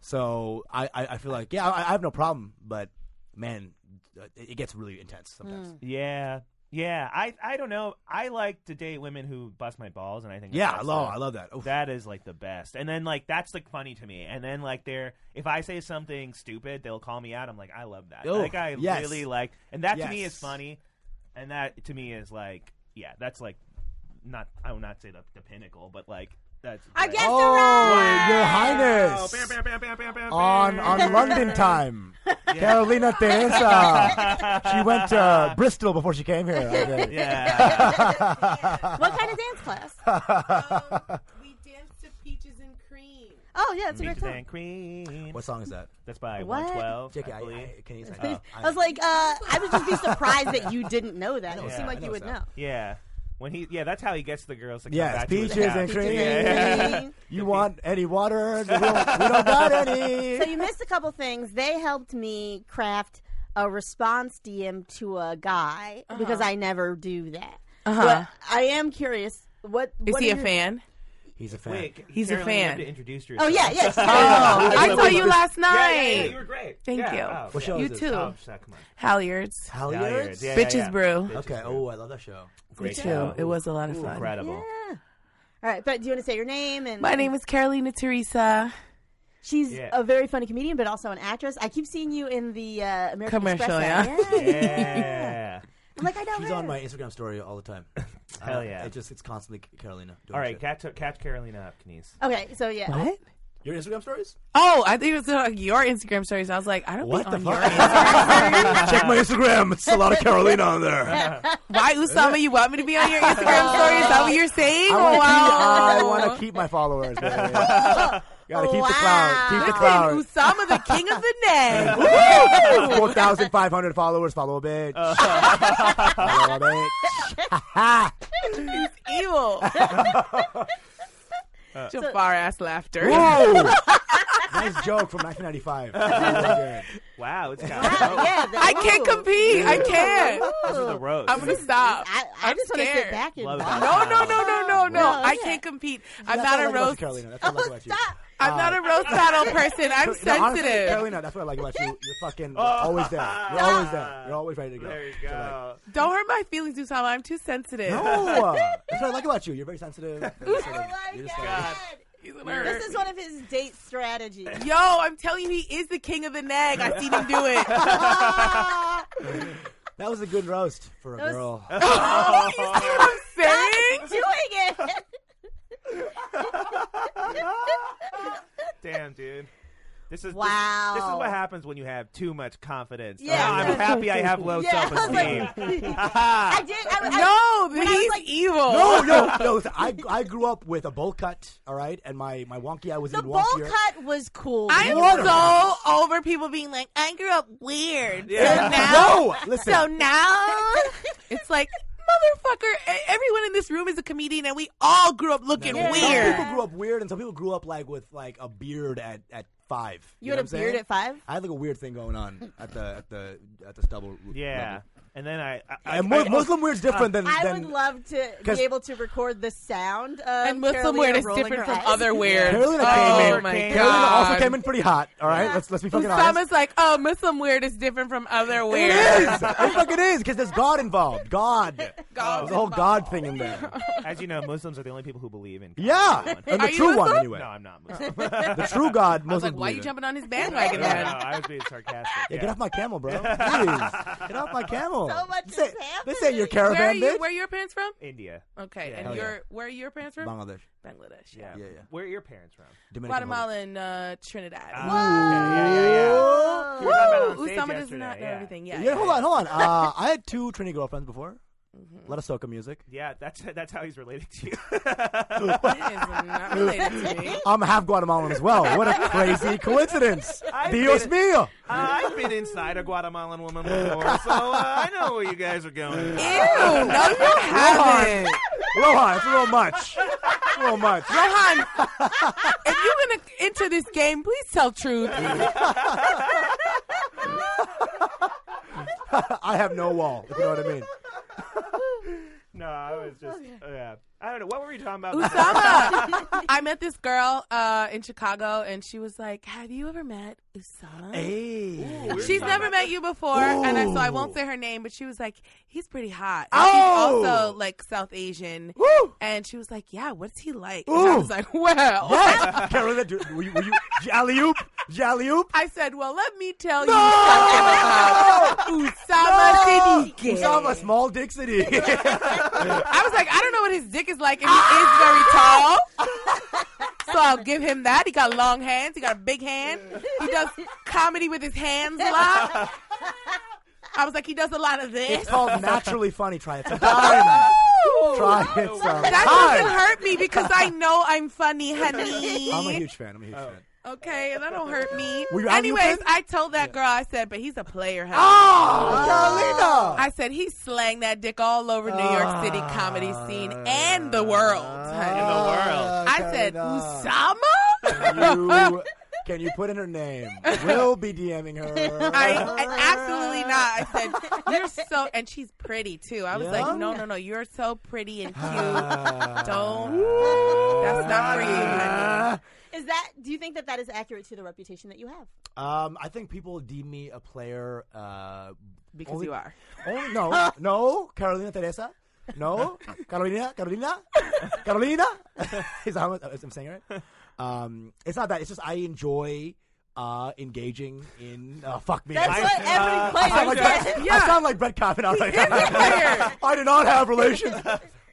S3: So I, I, I feel like, yeah, I, I have no problem, but man, uh, it, it gets really intense sometimes.
S4: Mm. Yeah. Yeah, I I don't know. I like to date women who bust my balls, and I think
S3: Yeah, I
S4: that's
S3: love,
S4: the-
S3: I love that. Oof.
S4: That is like the best. And then like that's like funny to me. And then like they're if I say something stupid, they'll call me out. I'm like, I love that.
S3: Oh,
S4: like I
S3: yes.
S4: really like and that to me is
S3: Yes.
S4: funny. And that to me is like yeah, that's like not I will not say the, the pinnacle, but like that's
S5: I
S4: like-
S5: guess
S3: Oh, Your
S4: Oh,
S3: Highness!
S4: bam, bam, bam, bam, bam, bam,
S3: On,
S4: bam.
S3: on London time, Carolina Teresa. she went to Bristol before she came here. I think.
S4: Yeah.
S5: What kind of dance class?
S7: Um, we danced to Peaches and Cream.
S5: Oh yeah, it's a great
S4: Peaches
S5: time.
S4: and cream.
S3: What song is that?
S4: That's by
S5: What?
S4: 112.
S3: JK,
S4: I
S3: I,
S4: believe.
S3: I, can you say
S5: I was like, uh, I would just be surprised that you didn't know that.
S4: know
S5: It
S4: that.
S5: seemed like
S3: I
S5: you
S3: know
S5: would
S3: that.
S5: know.
S4: Yeah. When he yeah, that's how he gets the girls to come
S3: Yes,
S4: back to his
S3: peaches
S4: house.
S3: and cream.
S4: Yeah.
S3: You want any water? We don't, we don't got any.
S5: So you missed a couple things. They helped me craft a response DM to a guy
S3: Uh-huh.
S5: because I never do that.
S1: Uh-huh.
S5: But I am curious. What
S1: Is
S5: what
S1: he
S5: are
S1: a
S5: your-
S1: fan?
S3: He's a fan.
S4: Wait,
S1: He's a
S4: Carolyn, You have
S1: fan.
S4: to introduce yourself.
S5: Oh yeah, yeah. she's-
S1: I saw you last
S4: Yeah,
S1: night.
S4: yeah, yeah, you were great.
S1: Thank
S4: Yeah,
S1: you.
S4: wow,
S3: What
S4: yeah.
S3: show
S1: You
S3: is this?
S1: too.
S4: Oh, shit, come on.
S1: Halyards.
S3: Halyards?
S4: Yeah, yeah,
S1: Bitches
S4: yeah.
S1: Brew.
S4: Bitches
S3: Okay.
S4: Brew.
S3: Oh, I love that show.
S4: great
S1: Too.
S4: show.
S1: It was a lot of fun.
S4: Incredible.
S5: All right, but do you want to say your name? And
S1: My name is Carolina Teresa.
S5: She's
S4: Yeah.
S5: a very funny comedian, but also an actress. I keep seeing you in the uh, American
S1: Commercial,
S5: Express. ad.
S1: yeah.
S4: Yeah.
S5: I'm like, I know
S3: She's
S5: her.
S3: on my Instagram story all the time.
S4: Hell
S3: Uh,
S4: yeah.
S3: It just it's constantly Carolina. Doing
S4: All right,
S3: shit.
S4: catch catch Carolina up, Knees.
S5: Okay, so yeah.
S1: What?
S3: your Instagram stories?
S1: Oh, I think it was on your Instagram stories. I was like, I don't
S3: What
S1: be
S3: the
S1: on
S3: fuck?
S1: your
S3: Check my Instagram. It's a lot of Carolina on there.
S1: Why, Usama, you want me to be on your Instagram stories? Is that what you're saying?
S4: Oh,
S3: I want to
S1: wow.
S3: keep, I wanna keep my followers. man. Gotta keep the
S5: Wow.
S3: cloud. Keep the
S5: Listen,
S3: cloud.
S1: Usama, the king of the neg.
S3: Four thousand five hundred followers. Follow a bitch. follow a bitch.
S1: Evil. Jafar ass laughter.
S3: Whoa! nice joke from 1995. That was
S4: Wow, it's got
S5: Wow, yeah, the-
S1: I can't
S5: whoa.
S1: compete. I can't.
S4: This is the roast.
S1: I'm gonna stop.
S5: I, I
S1: I'm
S5: just want to
S1: scared.
S5: sit back and
S4: Love
S5: watch.
S4: that.
S1: No, no, no, no, no, no.
S5: No,
S1: I
S5: yeah.
S1: can't compete. I'm
S3: good. That's what
S1: not
S3: I
S1: a
S3: like about you,
S1: roast.
S3: Carolina. That's what I like about you.
S5: Stop.
S1: I'm not a roast battle person. I'm
S3: No, honestly,
S1: sensitive.
S3: Carolina, that's what I like about you. You're fucking you're always there. You're always there. You're always ready to go.
S4: There you
S3: So, like,
S4: go.
S1: Don't hurt my feelings, Usama. I'm too sensitive.
S3: no, that's what I like about you. You're very sensitive. You're just
S5: Oh
S3: sort of-
S5: my
S3: you're just
S5: God.
S3: sort of-
S1: He's an
S4: Weird.
S1: nerd.
S5: This is one of his date strategies.
S1: Yo, I'm telling you, he is the king of the nag. I seen him do it.
S5: Ah,
S3: that was a good roast for a
S5: was-
S3: girl.
S1: I'm saying.
S5: doing it.
S4: Damn, dude. This is this-
S5: Wow.
S4: This, is what happens when you have too much confidence.
S5: Yeah.
S4: Oh, I'm happy I have low
S5: Yeah, I was
S4: self-esteem.
S5: like- I did. I, was- I,
S1: No,
S5: when I was
S1: he's
S5: like-
S1: evil.
S3: no, no, no. listen, I, I grew up with a bowl cut, all right? And my, my wonky eye was
S5: the
S3: even
S5: bowl
S3: wonkier.
S5: cut was cool.
S1: I am
S3: Water.
S1: so over people being like, I grew up weird.
S4: Yeah.
S1: So now,
S3: No, listen.
S1: so now, it's like, motherfucker, e- everyone in this room is a comedian and we all grew up looking
S5: Yeah.
S3: Some
S1: weird.
S3: people grew up weird, and some people grew up like with like a beard at, at five.
S5: you had a
S3: know what I'm
S5: beard
S3: saying?
S5: at five.
S3: I had like a weird thing going on at the at the at the stubble.
S4: Yeah.
S3: level.
S4: And then I, I, I
S3: and Mu-
S4: I-
S3: Muslim weird's different than,
S5: I would
S3: than
S5: love to
S3: 'cause-
S5: be able to record the sound. Of
S1: And Muslim
S5: Carolina
S1: weird is
S5: rolling her
S1: different from
S5: eyes.
S1: other weird.
S3: Carolina
S1: oh
S3: came in.
S4: Carolina
S1: my god.
S3: Carolina also came in pretty hot. All right, let's let's be fucking honest.
S1: Usama's like, oh, Muslim weird is different from other
S3: It
S1: weird.
S3: is. It fucking is because there's God involved. God.
S1: God's
S3: There's a whole God thing in there.
S4: As you know, Muslims are the only people who believe in. God.
S3: Yeah, and the
S1: Are you
S3: true one
S1: Muslim?
S3: anyway.
S4: No, I'm not Muslim.
S3: The true God. Muslim
S1: I was like, why are you
S3: believer.
S1: jumping on his
S4: no,
S1: bandwagon
S4: no,
S1: then?
S4: I was being sarcastic.
S3: Yeah,
S4: Yeah,
S3: get off my camel, bro. Jeez. Get off my camel.
S5: So much
S3: this
S5: is
S3: ain't, this ain't your
S1: Where are
S3: caravan,
S1: you?
S3: bitch.
S1: Where are your parents from?
S4: India.
S1: Okay,
S4: Yeah.
S1: and
S3: Hell
S1: your
S3: yeah.
S1: where are your parents from?
S3: Bangladesh,
S1: Bangladesh.
S4: Yeah.
S3: Yeah,
S1: Yeah.
S3: yeah.
S4: Where are your parents from?
S3: Dominican
S1: Guatemala and uh, Trinidad.
S4: Ah, okay, yeah, yeah, yeah.
S5: Oh.
S4: We were talking about it on
S1: Ooh,
S4: stage
S1: Usama does
S4: yesterday,
S1: not know
S4: yeah.
S1: everything. Yeah.
S3: Republic. Yeah, hold on, hold on. Uh, I had two Trini girlfriends before. A lot of soca music.
S4: Yeah, that's that's how he's related to you.
S7: It is not related to me.
S3: I'm half Guatemalan as well. What a crazy coincidence!
S4: I've
S3: Dios
S4: been-
S3: mío!
S4: I've been inside a Guatemalan woman before, so uh, I know where you guys are going.
S1: Ew, no, you haven't.
S3: Rohan, it's a little much. It's a little much.
S1: Rohan, if you're going to enter this game, please tell truth.
S3: I have no wall. If you know what I mean.
S4: No, I
S1: Oh,
S4: was just yeah. I don't know. What were we talking about? before?
S1: Usama. I met this girl uh, in Chicago, and she was like, "Have you ever met Usama?"
S3: Hey.
S4: Ooh, we were talking
S1: She's never
S4: about-
S1: met you before, and I, so I won't
S3: Ooh.
S1: say her name. But she was like, "He's pretty hot." And
S3: Oh!
S1: She's also like South Asian,
S3: Woo!
S1: and she was like, "Yeah, what's he like?" And I
S3: Ooh.
S1: was like, "Well."
S3: Yes. Can't really do. Were you? Were you? Alley oop. Alley oop.
S1: I said, "Well, let me tell
S3: No!
S1: you something about Usama Siddiqui."
S3: Usama Small Dick City.
S1: I was like, "I don't know what his dick is like, and he is very tall." So I'll give him that. He got long hands. He got a big hand. He does comedy with his hands a lot. I was like, he does a lot of this.
S3: it's called naturally funny. Try it sometime. Try it
S1: That doesn't
S3: sometime.
S1: hurt me because I know I'm funny, honey.
S3: I'm a huge fan. I'm a huge fan.
S1: Okay, and that don't hurt me.
S3: Were you out in your
S1: Anyways,
S3: pen?
S1: I told that girl, I said, but he's a player, honey.
S3: Ah! Oh, Carolina.
S1: Ah, I said he slang that dick all over New York City comedy scene and the world,
S3: Ah,
S1: honey.
S6: In the world.
S1: I said,
S3: Carolina.
S1: Usama?
S3: you, can you put in her name? We'll be DMing her.
S1: I, I absolutely not. I said, you're so, and she's pretty too. I was
S3: Yeah?
S1: like, no, no, no, you're so pretty and cute.
S3: Ah.
S1: Don't. That's not for you, honey.
S5: Is that? Do you think that that is accurate to the reputation that you have?
S3: Um, I think people deem me a player uh,
S1: Because
S3: only-
S1: you are.
S3: Only, Oh, no, no, Carolina Teresa. No, Carolina, Carolina, Carolina. Is that how I'm- I'm saying it right? Um, it's not that. It's just I enjoy uh, engaging in. Oh, fuck me.
S5: That's
S3: I,
S5: what every player
S3: sound like
S5: says.
S3: Brett, I sound like Brett Kavanaugh. Like, I did not have relations.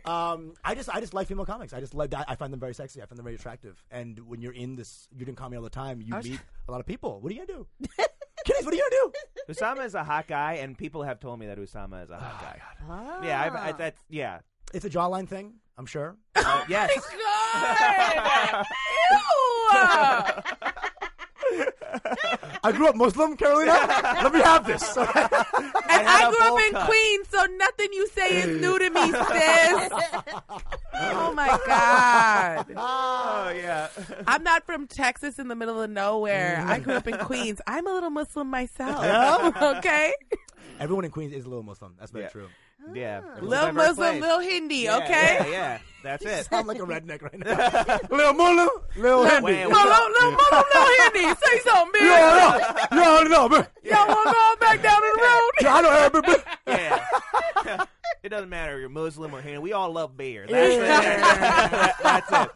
S3: Um, I just, I just like female comics. I just like, I find them very sexy. I find them very attractive. And when you're in this, you're doing comedy all the time. You meet a lot of people. What are you gonna do, kiddies? What are you gonna do?
S4: Usama is a hot guy, and people have told me that Usama is a hot guy. Yeah, I've,
S1: Ah.
S4: I, that's yeah.
S3: It's a jawline thing, I'm sure.
S4: Uh, yes.
S1: God! Ew!
S3: I grew up Muslim, Carolina. Let me have this.
S1: And
S4: had
S1: I,
S4: a
S1: grew up
S4: bowl
S1: in
S4: cut.
S1: Queens, so nothing you say is new to me, sis. oh my God.
S4: Oh yeah.
S1: I'm not from Texas in the middle of nowhere. I grew up in Queens. I'm a little Muslim myself.
S3: Yeah?
S1: Okay?
S3: Everyone in Queens is a little Muslim. That's very
S4: Yeah.
S3: true.
S4: yeah. It's a
S1: Little
S4: diverse
S1: Muslim,
S4: place.
S1: little Hindi,
S4: Yeah,
S1: okay?
S4: Yeah, yeah. That's it.
S3: I'm like a redneck right now. little Muslim, little Hindi.
S4: Wait,
S1: No, no, no, mother, no, Hindi. Say something, bitch.
S3: Yeah, yeah, yeah, no, but-
S1: Y'all want to go back down the road?
S3: yeah, I know everybody.
S4: Yeah. it doesn't matter if you're Muslim or Hindu. We all love beer. That's,
S3: Yeah.
S4: it. That's it.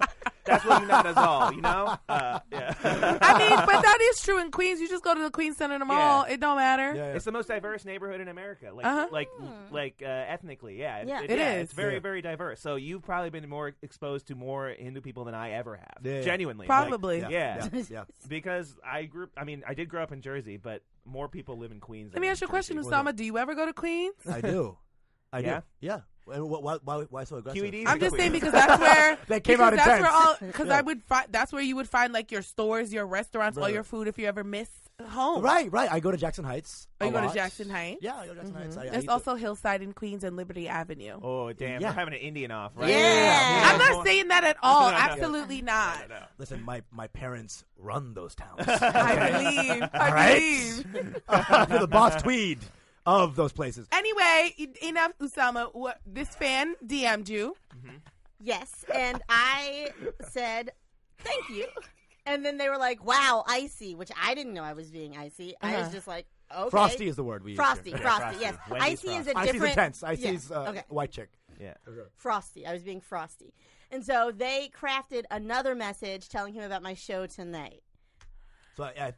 S4: That's what unites us all, you know? Uh, yeah.
S1: I mean, but that is true in Queens. You just go to the Queens Center in the mall.
S4: Yeah.
S1: It don't matter.
S3: Yeah, yeah.
S4: It's the most diverse neighborhood in America, like
S1: Uh-huh.
S4: like like uh, ethnically, yeah.
S5: Hmm. Yeah.
S1: It is.
S4: It's very
S3: Yeah.
S4: very diverse. So you've probably been more exposed to more Hindu people than I ever have.
S3: Yeah, yeah.
S4: Genuinely, like,
S1: Probably.
S4: Yeah.
S3: yeah, yeah.
S4: because I grew. I mean, I did grow up in Jersey, but more people live in Queens.
S1: Let me ask you a question,
S3: Well,
S1: Usama. Do you ever go to Queens?
S3: I do. I
S4: Yeah?
S3: do. Yeah. E And wh- why, why, why so aggressive?
S4: QED?
S1: I'm just
S4: Queens.
S1: saying because that's where
S3: That came out
S1: because that's where all
S3: intense.
S1: because
S3: Yeah.
S1: I would find that's where you would find like your stores, your restaurants, all
S3: Right.
S1: your food if you ever miss home.
S3: Right, right. I go to Jackson Heights.
S1: Oh,
S3: a
S1: you go to
S3: lot.
S1: Jackson Heights? Mm-hmm.
S3: Yeah, I go to Jackson Heights. I, I
S1: There's
S3: eat
S1: also Hillside in Queens and Liberty Avenue.
S4: Oh damn!
S3: Yeah.
S4: We're having an Indian off, right?
S5: Yeah. Yeah.
S1: I'm not saying that at all.
S4: No, no, no.
S1: Absolutely not.
S3: the- Listen, my, my parents run those towns.
S1: I believe. I
S3: All right.
S1: believe.
S3: You're the boss tweed of those places.
S1: Anyway, e- enough, Usama. What, this fan DM'd you.
S5: Yes, and I said thank you, and then they were like, "Wow, icy," which I didn't know I was being icy. I
S1: Uh-huh.
S5: was just like, "Okay."
S3: Frosty is the word we use.
S5: Frosty,
S3: here.
S5: frosty,
S4: frosty.
S5: yes.
S4: Wendy's
S5: icy is a
S3: I see
S5: different.
S3: intense. I
S5: yeah,
S3: see uh,
S5: okay.
S3: white chick.
S4: Yeah.
S5: frosty. I was being frosty. And so they crafted another message telling him about my show tonight.
S3: So I, I,
S1: Let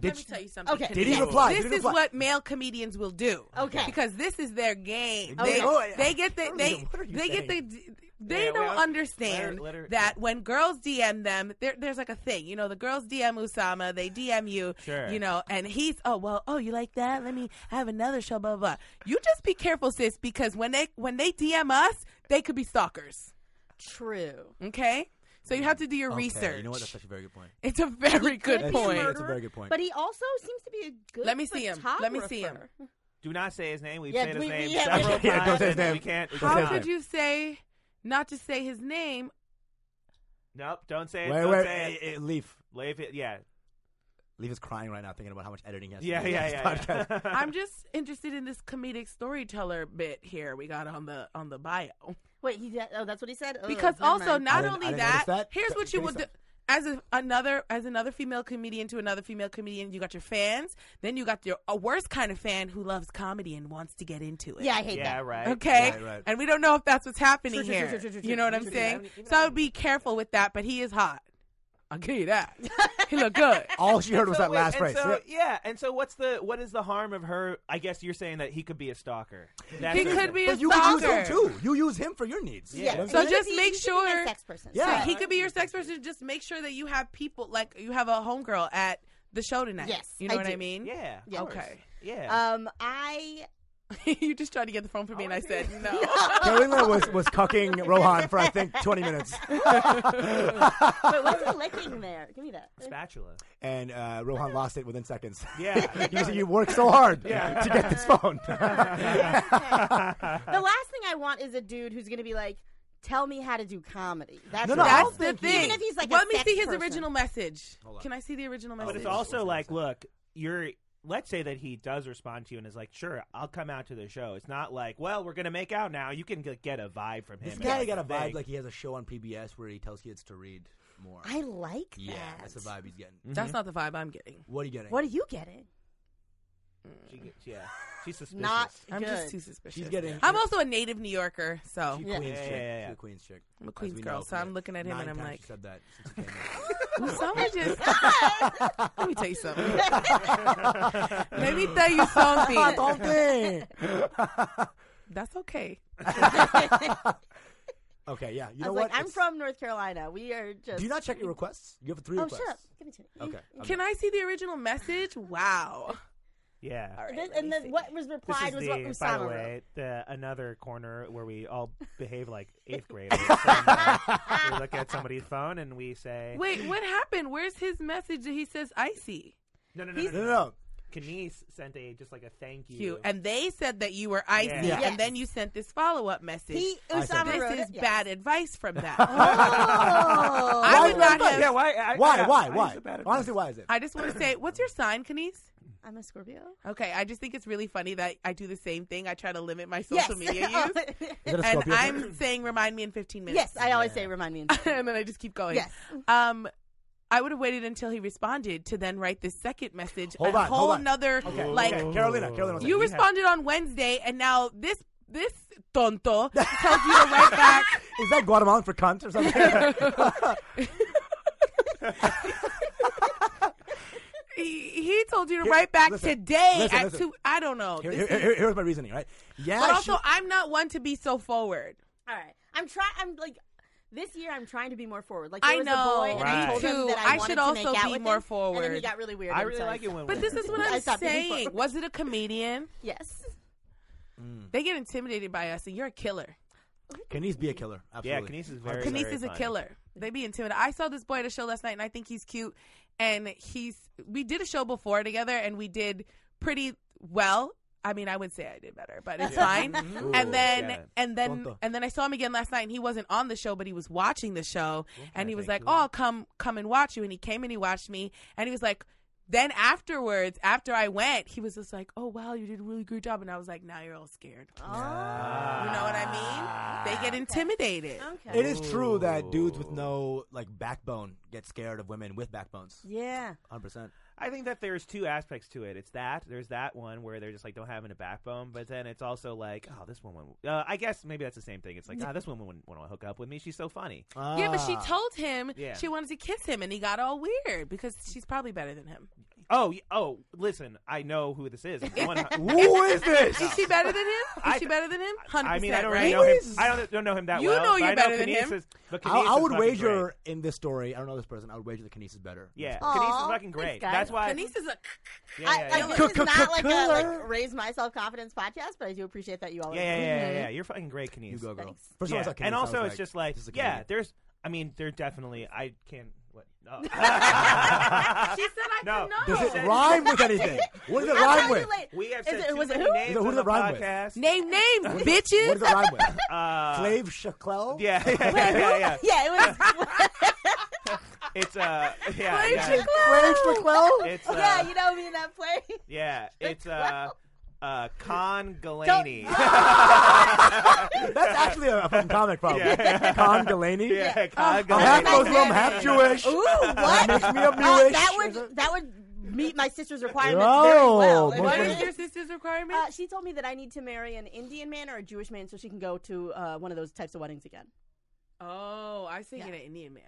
S3: did
S1: me
S3: you,
S1: tell you something.
S5: Okay.
S3: Did he
S1: Yes.
S3: reply? Did
S1: This
S3: he
S1: is
S3: reply?
S1: what male comedians will do.
S5: Okay.
S1: Because this is their game.
S5: Okay.
S1: They,
S3: Oh, yeah.
S1: they get the
S3: What are you-
S1: they
S3: what are you
S1: they get
S3: saying?
S1: the They
S4: Yeah,
S1: don't
S4: well,
S1: understand
S4: let her- let her-
S1: that when girls DM them, there, there's like a thing. You know, the girls DM Usama, they DM you,
S4: Sure.
S1: you know, and he's, oh, well, oh, you like that? Let me have another show, blah, blah, blah. You just be careful, sis, because when they, when they DM us, they could be stalkers.
S5: True.
S1: Okay? So you have to do your
S3: Okay,
S1: research.
S3: You know what? That's actually a very good point.
S1: it's a very
S5: Could
S1: good
S5: be a
S3: That's
S1: point.
S3: a
S5: murderer,
S3: very good point.
S5: But he also seems to be a good.
S1: Let me see him. Let me see him.
S5: photographer.
S4: Do not say his name. We've
S5: Yeah,
S4: said his
S5: we- we-
S4: name
S5: yeah,
S4: several
S3: yeah,
S4: times.
S3: don't say his
S4: and
S3: name.
S4: We can't. We
S3: Don't
S1: How
S4: cannot.
S3: say
S1: could you say not to say his name?
S4: Nope. Don't say it.
S3: wait,
S4: don't
S3: wait,
S4: say it.
S3: eh, eh, Leaf.
S4: Leave it. Yeah.
S3: Leaf is crying right now, thinking about how much editing he has.
S4: Yeah.
S3: to do
S4: Yeah.
S3: on this
S4: Yeah.
S3: podcast.
S4: yeah.
S1: I'm just interested in this comedic storyteller bit here we got on the on the bio.
S5: Wait, he did, oh, that's what he said. Oh,
S1: because
S5: never
S1: also
S5: mind.
S1: not
S3: didn't- I
S1: only
S3: didn't
S1: that,
S3: notice that.
S1: here's
S3: Th-
S1: what you
S3: give me
S1: would do as a, another as another female comedian to another female comedian you got your fans then you got your a worse kind of fan who loves comedy and wants to get into it
S5: Oh, yeah, I hate
S4: yeah.
S5: that.
S4: Right.
S1: okay
S3: Right, right.
S1: and we don't know if that's what's happening
S5: True, true,
S1: here
S5: true, true, true, true,
S1: you know what
S5: true,
S1: i'm
S5: true, true. I
S1: saying
S5: don't even-
S1: so i would be careful with that but he is hot i'll give you that he look good
S3: All she heard was
S4: So
S3: that
S4: wait,
S3: last
S4: and
S3: phrase.
S4: So,
S3: Yep.
S4: yeah, and so what's the what is the harm of her? I guess you're saying that he could be a stalker. That's
S1: he
S4: his-
S1: could be a
S3: But you could use
S1: stalker
S3: him too. You use him for your needs.
S4: Yeah.
S3: You know what I'm
S1: So
S3: saying?
S5: He
S1: just
S5: could be-
S1: make
S5: he could be my
S1: sure-
S5: sex person.
S1: So
S3: Yeah.
S1: he could be your sex person just make sure that you have people like you have a homegirl at the show tonight
S5: Yes,
S1: you know
S5: I
S1: what i
S5: do.
S1: mean
S4: Yeah. of
S5: Yeah.
S4: course.
S1: Okay.
S4: Yeah.
S5: Um, I
S1: you just tried to get the phone for me, and I said no.
S3: Carolina was, was cucking Rohan for I think 20 minutes,
S5: wait. What's he licking there? Give me that.
S4: Spatula.
S3: and uh, Rohan lost it within seconds.
S4: Yeah.
S3: you said you worked so hard to get this phone.
S5: The last thing I want is a dude who's going to be like, "Tell me how to do comedy." That's
S3: No,
S5: what
S3: no,
S5: I
S3: I'll
S5: was
S1: That's the
S5: thinking.
S1: thing.
S5: Even if he's like, a
S1: let me
S5: sex
S1: see his
S5: person.
S1: original message.
S3: Hold on.
S1: Can I see the original
S5: Oh,
S1: message?
S4: Oh, But it's
S3: What's
S4: also
S3: the
S4: like,
S3: next
S4: look, you're. Let's say that he does respond to you and is like, "Sure, I'll come out to the show." It's not like, "Well, we're gonna make out now." You can g- get a vibe from him.
S3: This
S4: and
S3: guy
S4: that's
S3: got a
S4: the
S3: vibe
S4: thing.
S3: like he has a show on PBS where he tells kids to read more.
S5: I like
S3: yeah,
S5: that.
S3: that's the vibe he's getting.
S1: That's not the vibe I'm getting.
S3: What are you getting?
S5: What are you getting?
S4: She gets, yeah, she's suspicious.
S5: Not
S1: I'm
S5: good.
S1: just too suspicious.
S3: She's getting-
S1: I'm also a native New Yorker, so
S3: She's a
S5: Yeah.
S3: Queens
S4: Yeah,
S3: chick.
S4: yeah, yeah.
S3: She's a Queens chick.
S1: I'm a
S3: As
S1: Queens
S3: we
S1: girl,
S3: know
S1: so
S3: from
S1: I'm
S3: it.
S1: looking at him
S3: Nine
S1: and I'm
S3: times
S1: like-
S3: she said that since she came
S1: Usama just. Let me tell you something. Let me tell you
S3: out.
S1: something.
S3: Don't think.
S1: That's okay.
S3: Okay, yeah. You
S5: I
S3: know
S5: was
S3: what?
S5: like, I'm
S3: It's-
S5: from North Carolina. We are just.
S3: Do you not check your requests? You have three
S5: Oh,
S3: requests.
S5: shut up. Give it to me.
S3: Okay.
S1: Can I see the original message? Wow.
S4: yeah.
S1: All right,
S5: This-
S1: let
S5: and
S1: me
S5: then
S1: see.
S5: what was
S4: This
S5: replied
S4: is
S5: was
S4: the,
S5: what
S4: by
S5: Usama
S4: the
S5: wrote.
S4: way, the, another corner where we all behave like eighth graders. Sometimes we look at somebody's phone and we say,
S1: Wait, what happened? Where's his message that he says icy?
S4: "No, no, no, no,
S3: No, no, no.
S4: Kanice sent a just like a thank you.
S1: You and they said that you were icy,
S4: Yeah.
S5: Yes.
S1: and then you sent this follow up message.
S5: He
S3: I said
S5: Usama
S1: this
S5: wrote
S1: is
S5: it.
S1: bad advice from that.
S5: Oh.
S1: I would not
S4: yeah,
S1: have.
S4: why? I,
S3: Why?
S4: yeah,
S3: Why?
S4: is
S3: Why?
S4: it bad advice?
S3: Honestly, why is it?
S1: I just want to say, what's your sign, Kanice?
S5: I'm a Scorpio.
S1: Okay, I just think it's really funny that I do the same thing. I try to limit my social media
S3: Is
S1: use,
S3: it a
S1: and
S3: Scorpio thing?
S1: I'm saying, remind me in 15 minutes.
S5: yes, I always say remind me. in-
S1: and then I just keep going.
S5: yes.
S1: Um, I would have waited until he responded to then write this second message.
S3: Hold
S1: a
S3: on,
S1: whole
S3: hold on.
S1: nother
S3: Okay,
S1: like
S3: okay. Carolina, Carolina. one
S1: You
S3: second.
S1: responded on Wednesday, and now this this tonto tells you to write back.
S3: Is that Guatemalan for cunt or something?
S1: He, he told you to
S3: Here,
S1: write back
S3: listen,
S1: today
S3: listen,
S1: at
S3: listen.
S1: two. I don't know.
S3: here,
S1: This
S3: here,
S1: is-
S3: here- here's my reasoning, right? Yeah,
S1: but
S3: she-
S1: also, I'm not one to be so forward.
S5: All right. I'm trying. I'm like this year. I'm trying to be more forward. Like
S1: I
S5: there was
S1: know.
S5: a boy, and I
S4: Right.
S5: told him
S1: Too.
S5: that
S1: I
S5: I, wanted
S1: should
S5: to
S1: also
S5: make
S1: be
S5: out with
S1: more
S5: him, And then he
S1: forward.
S5: got really weird.
S4: I
S5: and
S4: really
S5: so
S4: like it when.
S1: But this is what
S5: I
S1: I'm
S5: stopped being
S1: saying.
S5: forward.
S1: Was it a comedian?
S5: Yes.
S1: They get intimidated by us, and you're a killer.
S3: Kenny's be a killer.
S4: yeah,
S3: Absolutely.
S4: Kanice is very.
S1: Kanice
S4: very
S1: is a
S4: funny.
S1: killer. They be intimidated. I saw this boy at a show last night, and I think he's cute. And he's we did a show before together, and we did pretty well. I mean, I would say I did better, but it's fine.
S3: Mm-hmm.
S1: and then
S4: yeah.
S1: and then
S3: Tonto.
S1: and then I saw him again last night, and he wasn't on the show, but he was watching the show, and he was
S4: thank
S1: like,
S4: you.
S1: "Oh, I'll come come and watch you." And he came and he watched me, and he was like. Then afterwards, after I went, he was just like, "Oh wow, you did a really great job," and I was like, "Now you're all scared." You know what I mean? They
S4: Ah.
S1: get intimidated.
S5: Okay.
S3: It is true that dudes with no like backbone get scared of women with backbones.
S5: yeah.
S3: Hundred percent.
S4: I think that there's two aspects to it. It's that there's that one where they're just like don't have any backbone, but then it's also like, oh, this woman. Uh, I guess maybe that's the same thing. It's like, ah, this woman wouldn't want to hook up with me. She's so funny.
S1: Yeah, but she told him
S4: Ah. Yeah.
S1: she wanted to kiss him, and he got all weird because she's probably better than him.
S4: Oh, y- oh, listen, I know who this is. One-
S3: Who is this?
S1: Is she better than him? Is
S4: I-
S1: she better than him? Hundred
S4: I mean, I
S1: percent,
S4: don't
S1: right?
S4: really know him. I don't, don't know him that
S1: You
S4: well.
S1: know
S4: but
S1: you're
S4: I
S1: better than him.
S4: Kinesis- but
S3: I, I
S4: Kinesis
S3: would
S4: fucking
S3: wager
S4: great.
S3: in this story. I don't know this person. I would wager that Kinesis is better.
S4: Yeah,
S5: Aw,
S4: Kinesis is fucking
S5: thanks,
S4: great.
S5: guys.
S4: That's why.
S1: Denise is a.
S4: yeah,
S5: I,
S4: yeah,
S5: I,
S4: yeah.
S5: this is not like a
S3: Cook-cook-cook-cooler.
S5: like raise my self confidence podcast, but I do appreciate that you always.
S4: Yeah, yeah, yeah, yeah, yeah. You're fucking great, Kinesis.
S3: You go, girl.
S5: Thanks.
S3: First
S4: yeah.
S3: of all, I saw Kinesis,
S4: and
S3: I was
S4: also, it's
S3: like,
S4: just like,
S3: this is a
S4: yeah,
S3: Canadian.
S4: there's. I mean, they're definitely. I can't. What? Oh.
S1: She said I
S4: No.
S1: no.
S4: Does
S3: Does it rhyme with anything? What does it
S5: I'll
S3: rhyme
S5: tell
S3: with?
S5: you later.
S4: we have
S5: Is
S4: said
S5: it-
S4: too
S5: was it
S4: many
S5: who?
S4: names
S3: Who
S4: on
S3: did
S4: the
S3: it rhyme with?
S4: podcast.
S1: Name names,
S3: What does
S1: bitches.
S3: it rhyme with?
S4: Uh,
S3: Slave Shaquel?
S4: Yeah, yeah, yeah, yeah, yeah.
S5: Yeah, it was.
S4: It's uh, yeah,
S1: Slave
S4: yeah.
S3: Slave Shaquel?
S4: It's uh,
S5: yeah, you know me in that play.
S4: yeah, it's uh, uh, Con
S5: Don't-
S4: Galaney.
S3: That's actually a, a fucking comic, probably.
S4: Yeah.
S3: Con Delaney?
S4: yeah,
S5: Oh,
S4: Con
S3: I'm half
S5: Nice
S3: Muslim,
S5: man.
S3: half Jewish.
S5: Ooh, what?
S3: That makes me a
S5: Uh,
S3: Jewish.
S5: that would that would meet my sister's requirements
S4: Oh,
S3: No,
S5: very well. If
S3: Muslim-
S1: What
S5: I-
S1: is your sister's requirement?
S5: Uh, she told me that I need to marry an Indian man or a Jewish man so she can go to uh, one of those types of weddings again.
S1: oh, I was thinking
S5: yeah.
S1: an Indian man.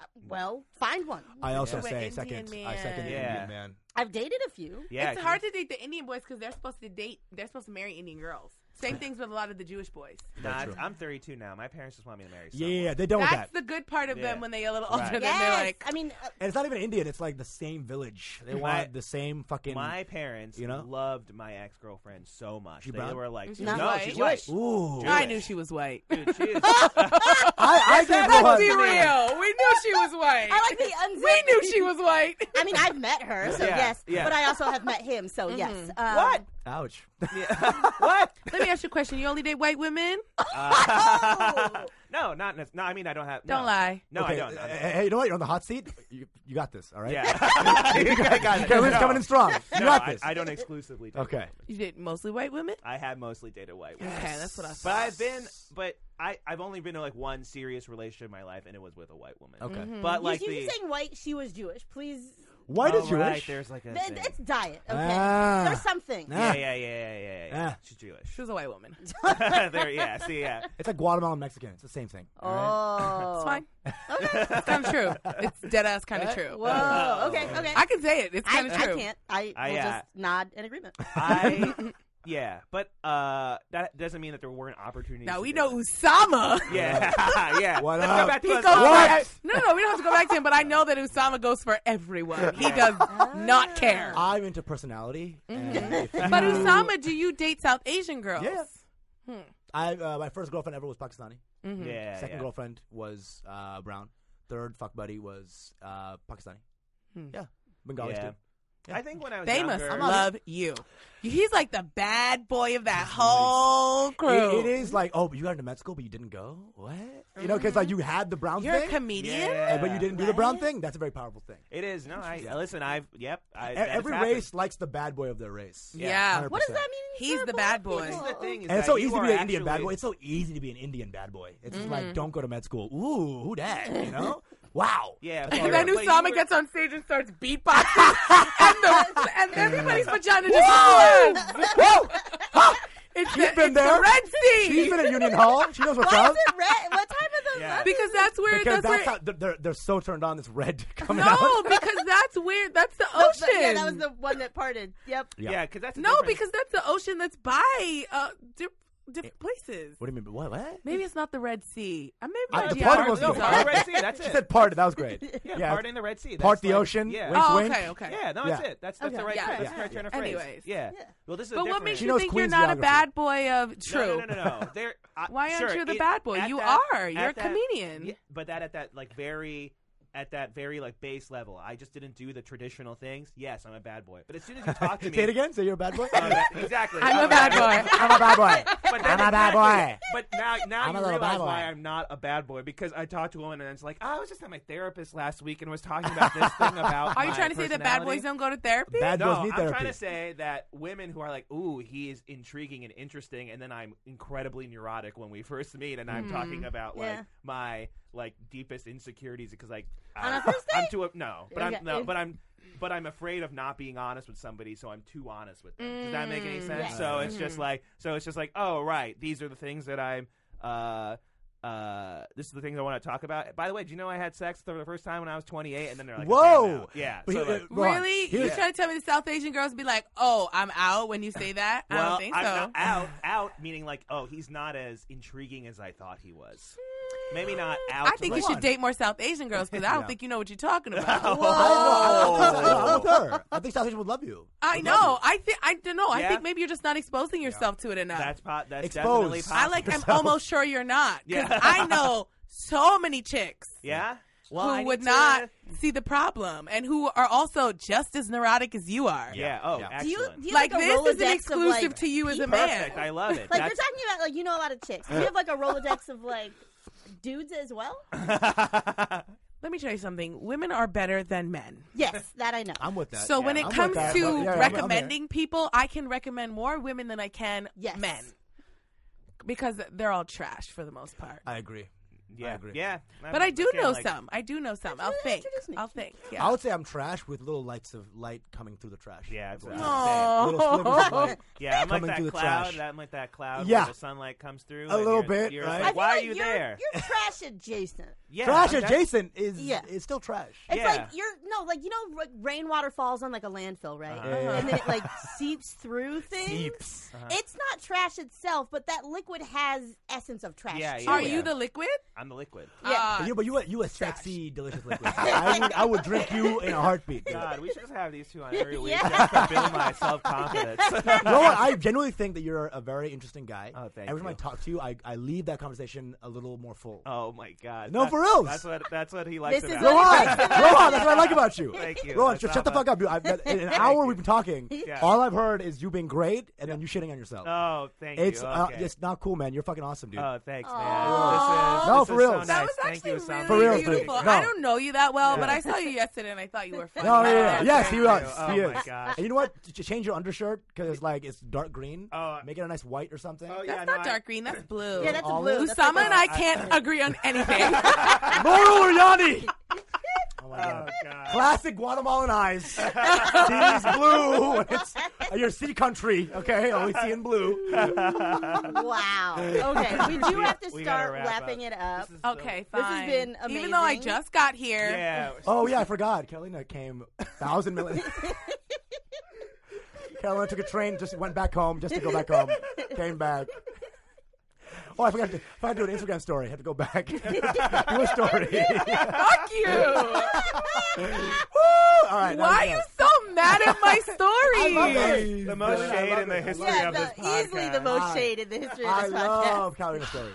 S5: Uh, well, find one.
S3: I also
S1: Yeah.
S3: say
S1: Indian
S3: second. I second
S1: man.
S4: Yeah.
S3: Indian man.
S5: I've dated a few.
S4: Yeah,
S1: it's hard to date the Indian boys because they're supposed to date. They're supposed to marry Indian girls. Same things with a lot of the Jewish boys.
S4: Nah,
S3: That's true.
S4: I'm 32 now. My parents just want me to marry.
S3: Yeah,
S4: Someone.
S3: yeah, they don't with that.
S1: That's the good part of
S4: Yeah.
S1: them when they get a little older.
S4: Right.
S1: Then they're
S5: Yes,
S1: like,
S5: I mean, uh,
S3: And it's not even Indian. It's like the same village. They
S4: My-
S3: want the same fucking.
S4: My parents,
S3: You know?
S4: loved my ex girlfriend so much.
S3: She
S4: they
S3: brown?
S4: were like,
S1: She's
S4: no,
S1: white.
S4: she's white.
S3: Ooh,
S4: Jewish.
S1: I knew she was white.
S4: Dude, she is-
S3: I, I gave her
S1: Let's
S3: one.
S1: be real. We knew she was white.
S5: I like the unzipped.
S1: we knew she was white. Mm-hmm.
S5: I mean, I've met her, so
S4: Yeah,
S5: yes.
S4: yeah.
S5: But I also have met him, so yes. Um,
S4: What?
S3: Ouch.
S4: what?
S1: Let me ask you a question. You only date white women?
S4: Uh, no, not nec- no. I mean, I don't have. no.
S1: Oh. Don't lie.
S4: No, I
S3: okay, eh,
S4: don't. I don't.
S3: Hey, hey, you know what? You're on the hot seat. You, you got this. All right.
S4: Yeah, You got it.
S3: Caroline's
S4: No.
S3: coming in strong. You
S4: No,
S3: got
S4: I,
S3: this.
S4: I don't exclusively. Date
S3: okay.
S4: white.
S1: You date mostly white women?
S4: I have mostly dated white. women.
S1: Okay, that's what I
S4: But
S1: thought.
S4: I've been, but I, I've only been in like one serious relationship in my life, and it was with a white woman.
S3: Okay.
S1: Mm-hmm.
S3: Mhm.
S4: But
S5: You
S4: like
S5: Um, you keep
S4: the
S5: saying white, she was Jewish. Please.
S3: White is
S4: Oh,
S3: Jewish.
S4: right, there's like a.
S5: Th-
S4: thing.
S5: It's diet, okay?
S3: Ah.
S5: There's something.
S4: yeah,
S3: Ah.
S4: yeah, yeah, yeah, yeah, yeah.
S3: Ah.
S4: She's Jewish.
S1: She was a white woman. It's
S4: there, yeah. See, yeah.
S3: It's like Guatemalan Mexican. It's the same thing. all right?
S5: Oh.
S1: fine. It's kind of true. It's dead ass kind of true.
S5: Whoa. Okay, okay.
S1: I can say it. It's
S5: I,
S1: kind of
S5: I
S1: true.
S5: can't. I,
S4: I,
S5: will
S4: uh,
S5: just nod in agreement.
S4: I, yeah, but uh, that doesn't mean that there weren't opportunities.
S1: Now
S4: to
S1: we
S4: do
S1: know
S4: that.
S1: Usama.
S4: Yeah, yeah.
S3: What
S4: Let's
S3: up?
S4: go back to
S1: He
S4: us.
S1: goes
S3: What?
S1: back- No, no, no. We don't have to go back to him, but I know that Usama goes for everyone. He does not care.
S3: I'm into personality. and if you-
S1: But Usama, do you date South Asian girls?
S3: Yeah. I uh, my first girlfriend ever was Pakistani.
S4: Yeah,
S3: Second
S4: yeah.
S3: girlfriend was uh, brown. Third fuck buddy was uh, Pakistani. Yeah, Bengalis
S4: Yeah.
S3: too.
S4: I think when I was
S1: They
S4: younger,
S1: must love you. He's like the bad boy of that whole crew.
S3: It, it is like, oh, but you got into med school, but you didn't go. What? You know, because like you had the brown
S1: You're a
S3: thing,
S1: comedian.
S4: Yeah.
S3: and- but you didn't do the brown thing. That's a very powerful thing.
S4: It is no. I listen. I've yep. I,
S3: E-
S4: that has
S3: Every
S4: happened.
S3: race likes the bad boy of their race.
S1: Yeah.
S5: what does that
S3: 100%.
S5: mean?
S1: He's
S5: for
S1: the
S5: black
S1: bad boy.
S5: people?
S4: This is the thing is
S3: And
S4: that
S3: it's so
S4: you
S3: easy to
S4: are
S3: be an Indian bad
S4: actually-
S3: boy. It's so easy to be an Indian bad boy. It's just like, don't go to med school. Ooh, who that? You know? wow.
S4: Yeah,
S1: And then
S4: but you
S1: Usama
S4: were-
S1: gets on stage and starts beatboxing, and, the, and everybody's vagina just
S3: Whoa!
S1: explodes.
S3: Whoa! Ha!
S1: It's,
S3: She's
S1: the,
S3: been
S1: it's
S3: there.
S1: the Red Sea.
S3: She's been at Union Hall. She knows what's
S5: Why
S3: up.
S5: is it red? What time is it?
S4: Yeah.
S1: because that's where
S3: Because
S1: that's,
S3: that's
S1: where.
S3: how they're, they're- they're so turned on. This red coming
S1: no,
S3: out.
S1: because that's where that's the
S5: Oh,
S1: ocean.
S5: but- yeah, that was the one that parted. Yep.
S3: Yeah.
S4: Yeah, because that's a
S1: no,
S4: different-
S1: because that's the ocean that's by uh, di- different places.
S3: What do you mean? What? What?
S1: Maybe it's not the Red Sea. Uh, Maybe
S3: I-
S1: my
S3: the
S1: geography
S3: part was
S1: is
S4: no,
S3: good.
S4: part
S1: off.
S4: of the Red Sea. That's
S3: She
S4: it.
S3: said part. That was great.
S4: yeah,
S3: yeah.
S4: part in the Red Sea.
S3: Part
S4: That's
S3: the
S4: like-
S3: ocean,
S4: Yeah.
S3: wink.
S1: Oh, okay, okay.
S4: Yeah, no, that's
S3: Yeah.
S4: it. That's that's the
S5: Okay,
S4: right,
S1: yeah,
S4: that's the
S1: yeah,
S4: right turn of
S1: yeah.
S4: phrase.
S1: Anyways.
S4: yeah.
S5: Yeah.
S4: Well, this is.
S1: But
S4: a
S1: what makes
S4: different-
S3: She
S1: you
S3: knows
S1: think
S3: Queens
S1: you're not
S3: geography.
S1: a bad boy of true?
S4: No, no, no, no. no. There, I-
S1: Why aren't
S4: sure,
S1: you the
S4: it-
S1: bad boy?
S4: at
S1: You
S4: that-
S1: are. You're
S4: at
S1: a
S4: that-
S1: comedian.
S4: yeah, but that at that like very, at that very like base level, I just didn't do the traditional things. Yes, I'm a bad boy. But as soon as you talk to me,
S3: Say it again. Say you're a bad boy.
S4: I'm a bad- exactly.
S1: I'm a bad boy.
S3: I'm a bad boy.
S4: But then
S3: I'm a bad
S4: exactly-
S3: boy.
S4: But now, now
S3: I'm
S4: you
S3: a little
S4: realize
S3: bad
S4: why
S3: boy.
S4: I'm not a bad boy because I talked to a woman and it's like, oh, I was just at my therapist last week and was talking about this thing about.
S1: Are you
S4: my
S1: trying to say that bad
S4: personality."
S1: boys don't go to therapy?
S3: Bad
S4: No,
S3: boys
S4: I'm
S3: need therapy.
S4: trying to say that women who are like, "Ooh, he is intriguing and interesting," and then I'm incredibly neurotic when we first meet, and I'm talking about like
S5: Hmm, Yeah.
S4: my like deepest insecurities because like
S5: On a
S4: I,
S5: first
S4: I'm
S5: date?
S4: too no, but
S5: Okay.
S4: I'm no, but I'm but I'm afraid of not being honest with somebody, so I'm too honest with them. Does that make any sense?
S5: Mm, Yes. Mm-hmm.
S4: So it's just like, so it's just like, oh right, these are the things that I'm. Uh, uh, this is the things I want to talk about. By the way, do you know I had sex for the first time when I was 28? And then they're like,
S3: Whoa!
S4: "Okay, now." yeah.
S3: But
S4: so,
S3: he-
S4: like,
S3: uh, Ron,
S1: really? You
S3: here's-
S1: trying to tell me the South Asian girls be like, "Oh, I'm out" when you say that? I
S4: well,
S1: don't think
S4: I'm
S1: so.
S4: not out, out meaning like, oh, he's not as intriguing as I thought he was. Maybe not out.
S1: Hmm, I think
S4: but-
S1: you should date more South Asian girls because I don't
S3: Yeah.
S1: think you know what you're talking about.
S3: "Oh, I, no,
S4: Whoa.
S3: I'm with her. I think South Asian would love you.
S1: I
S3: Would
S1: know.
S3: love
S1: I think I don't know. I
S4: Yeah?
S1: think maybe you're just not exposing yourself to it enough.
S4: That's po- that's
S3: Exposed.
S4: definitely possible.
S1: I like. I'm almost sure you're not. 'cause
S4: Yeah.
S1: I know so many chicks
S4: yeah. Well, I
S1: who
S4: need
S1: would
S4: to-
S1: not see the problem and who are also just as neurotic as you are.
S4: Yeah. Oh,
S3: Yeah.
S5: Do you,
S4: excellent.
S5: do you
S1: Like,
S5: have, like a
S1: this
S5: Rolodex
S1: isn't
S5: of,
S1: exclusive
S5: like,
S1: to you as a
S5: people?
S1: man.
S4: Perfect. I love it.
S5: Like
S4: That's-
S5: they're talking about like you know a lot of chicks. Do you have like a Rolodex of like dudes as well?
S1: Let me tell you something. Women are better than men.
S5: Yes, that I know.
S3: I'm with that.
S1: So when
S3: Yeah,
S1: it
S3: I'm with
S1: comes
S3: that.
S1: to
S3: Yeah, yeah, I'm- I'm
S1: recommending people, I can recommend more women than I can
S5: Yes.
S1: men because they're all trash for the most part.
S3: I agree.
S4: yeah.
S3: agree.
S4: Yeah.
S1: but I do
S4: Okay,
S1: know
S4: like-
S1: some. I do know some. I'll
S5: Introduce-
S1: think.
S5: introduce me.
S1: I'll think.
S3: I
S1: Yeah.
S3: would say I'm trash with little lights of light coming through the trash.
S4: Yeah. That's what
S3: Little
S4: I'm saying.
S1: Aw.
S3: slivers of light.
S4: Yeah. I'm like
S3: Coming
S4: that
S3: through the
S4: cloud.
S3: trash.
S4: I'm like that cloud.
S3: Yeah.
S4: Where the sunlight comes through.
S3: A
S4: and
S3: little
S4: you're-
S3: bit,
S4: you're
S3: right?
S4: like,
S3: I
S5: I feel
S4: Why
S5: like
S4: are you
S5: you're,
S4: there?
S5: You're trash adjacent.
S4: Yeah.
S3: trash
S4: that's-
S3: adjacent is
S5: Yeah.
S3: is still trash.
S5: It's
S4: Yeah.
S5: like you're no, like you know, like rainwater falls on like a landfill, right?
S3: Uh-huh. Yeah.
S5: And then it like seeps through things.
S4: Uh-huh.
S5: It's not trash itself, but that liquid has essence of trash.
S4: Yeah,
S5: to
S4: yeah,
S1: Are
S5: it.
S1: you the liquid?
S4: I'm the liquid.
S5: Yeah.
S1: Uh,
S3: you, but you a, you a sexy, delicious liquid. I would I would drink you in a heartbeat. dude.
S4: God, we should just have these two on every week
S5: Yeah.
S4: just to build my self confidence.
S3: you know what? I genuinely think that you're a very interesting guy.
S4: Oh, thank
S3: Every time I
S4: you.
S3: talk to you, I, I leave that conversation a little more full.
S4: oh my God.
S3: No,
S4: That's-
S3: for reals.
S4: That's what. That's what he likes
S5: This is
S4: about.
S3: Rohan,
S5: what
S4: me.
S5: Right.
S3: Rohan, that's what I like about you.
S4: Thank you.
S3: Rohan,
S4: That's
S3: shut, shut the
S4: not
S3: fuck up, dude. I've, been- in an hour we've been talking.
S4: Yeah.
S3: All I've heard is you being great and then you shitting on yourself.
S4: Oh, thank
S3: it's
S4: you.
S3: uh,
S4: Okay.
S3: it's not cool, man. You're fucking awesome, dude.
S4: Oh, thanks,
S5: Aw.
S4: man. This is,
S3: No,
S4: this
S3: for
S4: is
S3: real.
S4: So Oh, nice.
S1: That was
S4: Thank
S1: actually
S4: you. It sounds
S1: really
S3: For real,
S1: beautiful.
S3: for real.
S1: I
S3: No.
S1: don't know you that well, but
S3: Yeah.
S1: I saw you yesterday and I thought you were funny.
S3: no, Oh, yeah, yeah,
S1: That's
S3: yes,
S1: very
S3: he
S1: nice.
S3: was.
S4: Oh
S3: he
S4: my
S3: is.
S4: gosh.
S3: And you know what? Ch- ch- change your undershirt because it's like it's dark green.
S4: Oh.
S3: Make it a nice white or something.
S4: Oh,
S1: That's
S4: yeah,
S1: not
S4: no, I-
S1: dark green. That's blue.
S5: Yeah, that's a
S3: Olive.
S5: blue. That's
S1: Usama
S5: like
S1: and
S5: a-
S1: I can't agree on anything.
S3: Moro Riani. Oh
S4: Oh,
S3: my god.
S4: God.
S3: Classic Guatemalan eyes. Seas blue. It's your sea country. Okay, always see in blue.
S5: Wow. Okay, we do
S4: We-
S5: have to
S4: we gotta
S5: start
S4: wrap
S5: wrapping
S4: up.
S5: it up.
S4: This is the-
S1: Okay,
S5: This
S1: fine.
S5: has been
S1: Even though I
S5: amazing.
S1: just got here.
S4: Yeah.
S3: Oh yeah, I forgot. Carolina came thousand million. Carolina took a train, just went back home, just to go back home. Came back. Oh, I forgot to, forgot to do an Instagram story. Had to go back. do a story.
S1: Fuck you.
S3: All right.
S1: Why are you so mad at my story?
S3: love it.
S4: The most
S3: I
S4: shade
S3: love
S4: in the
S3: it. I
S4: history
S3: love
S5: yeah,
S4: of this
S5: the, easily the
S4: podcast.
S5: most
S3: Hi.
S5: shade in the history of
S3: I
S5: this podcast.
S3: love Carolina stories.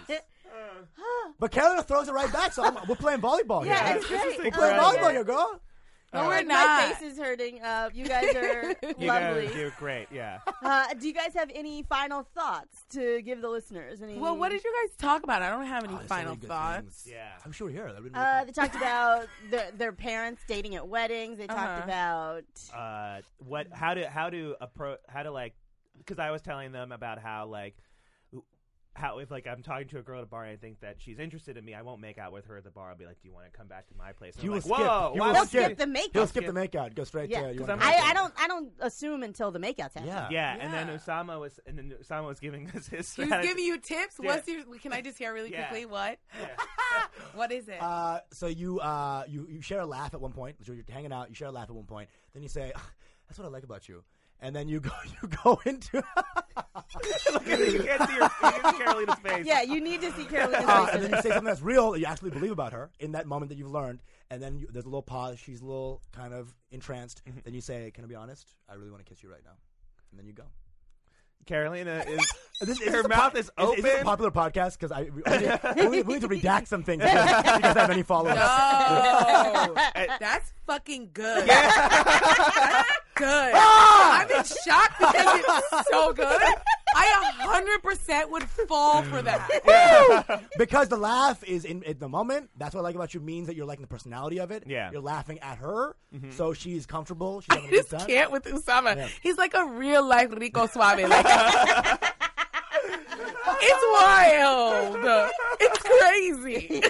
S3: but Carolina throws it right back, so I'm, we're playing volleyball here.
S5: Yeah,
S4: This is
S5: it's great.
S3: we're playing
S4: incredible.
S3: volleyball here, girl.
S1: no, we're
S5: Like,
S1: not.
S5: My face is hurting. Uh, you guys are
S4: You guys
S5: lovely.
S4: do great. Yeah.
S5: Uh, do you guys have any final thoughts to give the listeners? Any,
S1: Well, what did you guys talk about? I don't have any
S3: Oh, there's so
S1: final
S3: many good
S1: thoughts.
S3: things.
S4: Yeah.
S3: I'm sure we're here. That'd be really
S5: Uh,
S3: fun.
S5: they talked about their, their parents dating at weddings. They talked
S1: Uh-huh.
S5: about
S4: uh, what how to how to approach how to like because I was telling them about how like how if like I'm talking to a girl at a bar and I think that she's interested in me, I won't make out with her at the bar. I'll be like, "Do you want to come back to my place?" And
S3: You
S4: I'm
S3: will
S4: like,
S3: skip.
S4: Whoa, why
S3: You will
S5: they'll
S4: would
S3: skip.
S5: skip the makeup.
S3: He'll skip the makeout, go straight
S5: Yeah,
S3: to. you
S4: 'cause
S3: wanna
S4: I'm
S3: make
S5: I,
S4: like-
S5: I don't I don't assume until the makeout's
S3: out.
S5: happen.
S3: Yeah.
S4: Yeah, and
S1: Yeah.
S4: then Osama was and then Osama was giving us his
S1: He was
S4: strategy.
S1: giving you tips.
S4: Yeah.
S1: What's your? Can I just hear really
S4: Yeah.
S1: quickly? What? what is it?
S3: Uh, so you uh, you you share a laugh at one point. So you're hanging out. You share a laugh at one point. Then you say, "Ah, "That's what I like about you." And then you go you go into
S4: Look at it, you can't see your you can see Carolina's face.
S5: Yeah, you need to see
S3: uh,
S5: Carolina's face.
S3: and then you say something that's real that you actually believe about her in that moment that you've learned. And then you, there's a little pause. She's a little kind of entranced. Then you say, "Can I be honest? I really want to kiss you right now." And then you go.
S4: Carolina is
S3: Is this- is
S4: her
S3: this a
S4: mouth
S3: po-
S4: is
S3: Is, this a
S4: open.
S3: popular podcast? Because I we, we need- we need to redact some things. because You guys have any followers?
S1: no, Oh, that's fucking good. That's good.
S3: Ah!
S1: I'm in shock because it's so good. I 100% would fall for that.
S3: Because the laugh is in, in the moment. That's what I like about you. Means that you're liking the personality of it.
S4: Yeah. Mm-hmm.
S3: you're laughing at her, so she's comfortable. She's having a
S1: This
S3: good time.
S1: can't with Usama.
S3: Yeah.
S1: He's like a real life Rico Suave. Like, it's wild. It's crazy.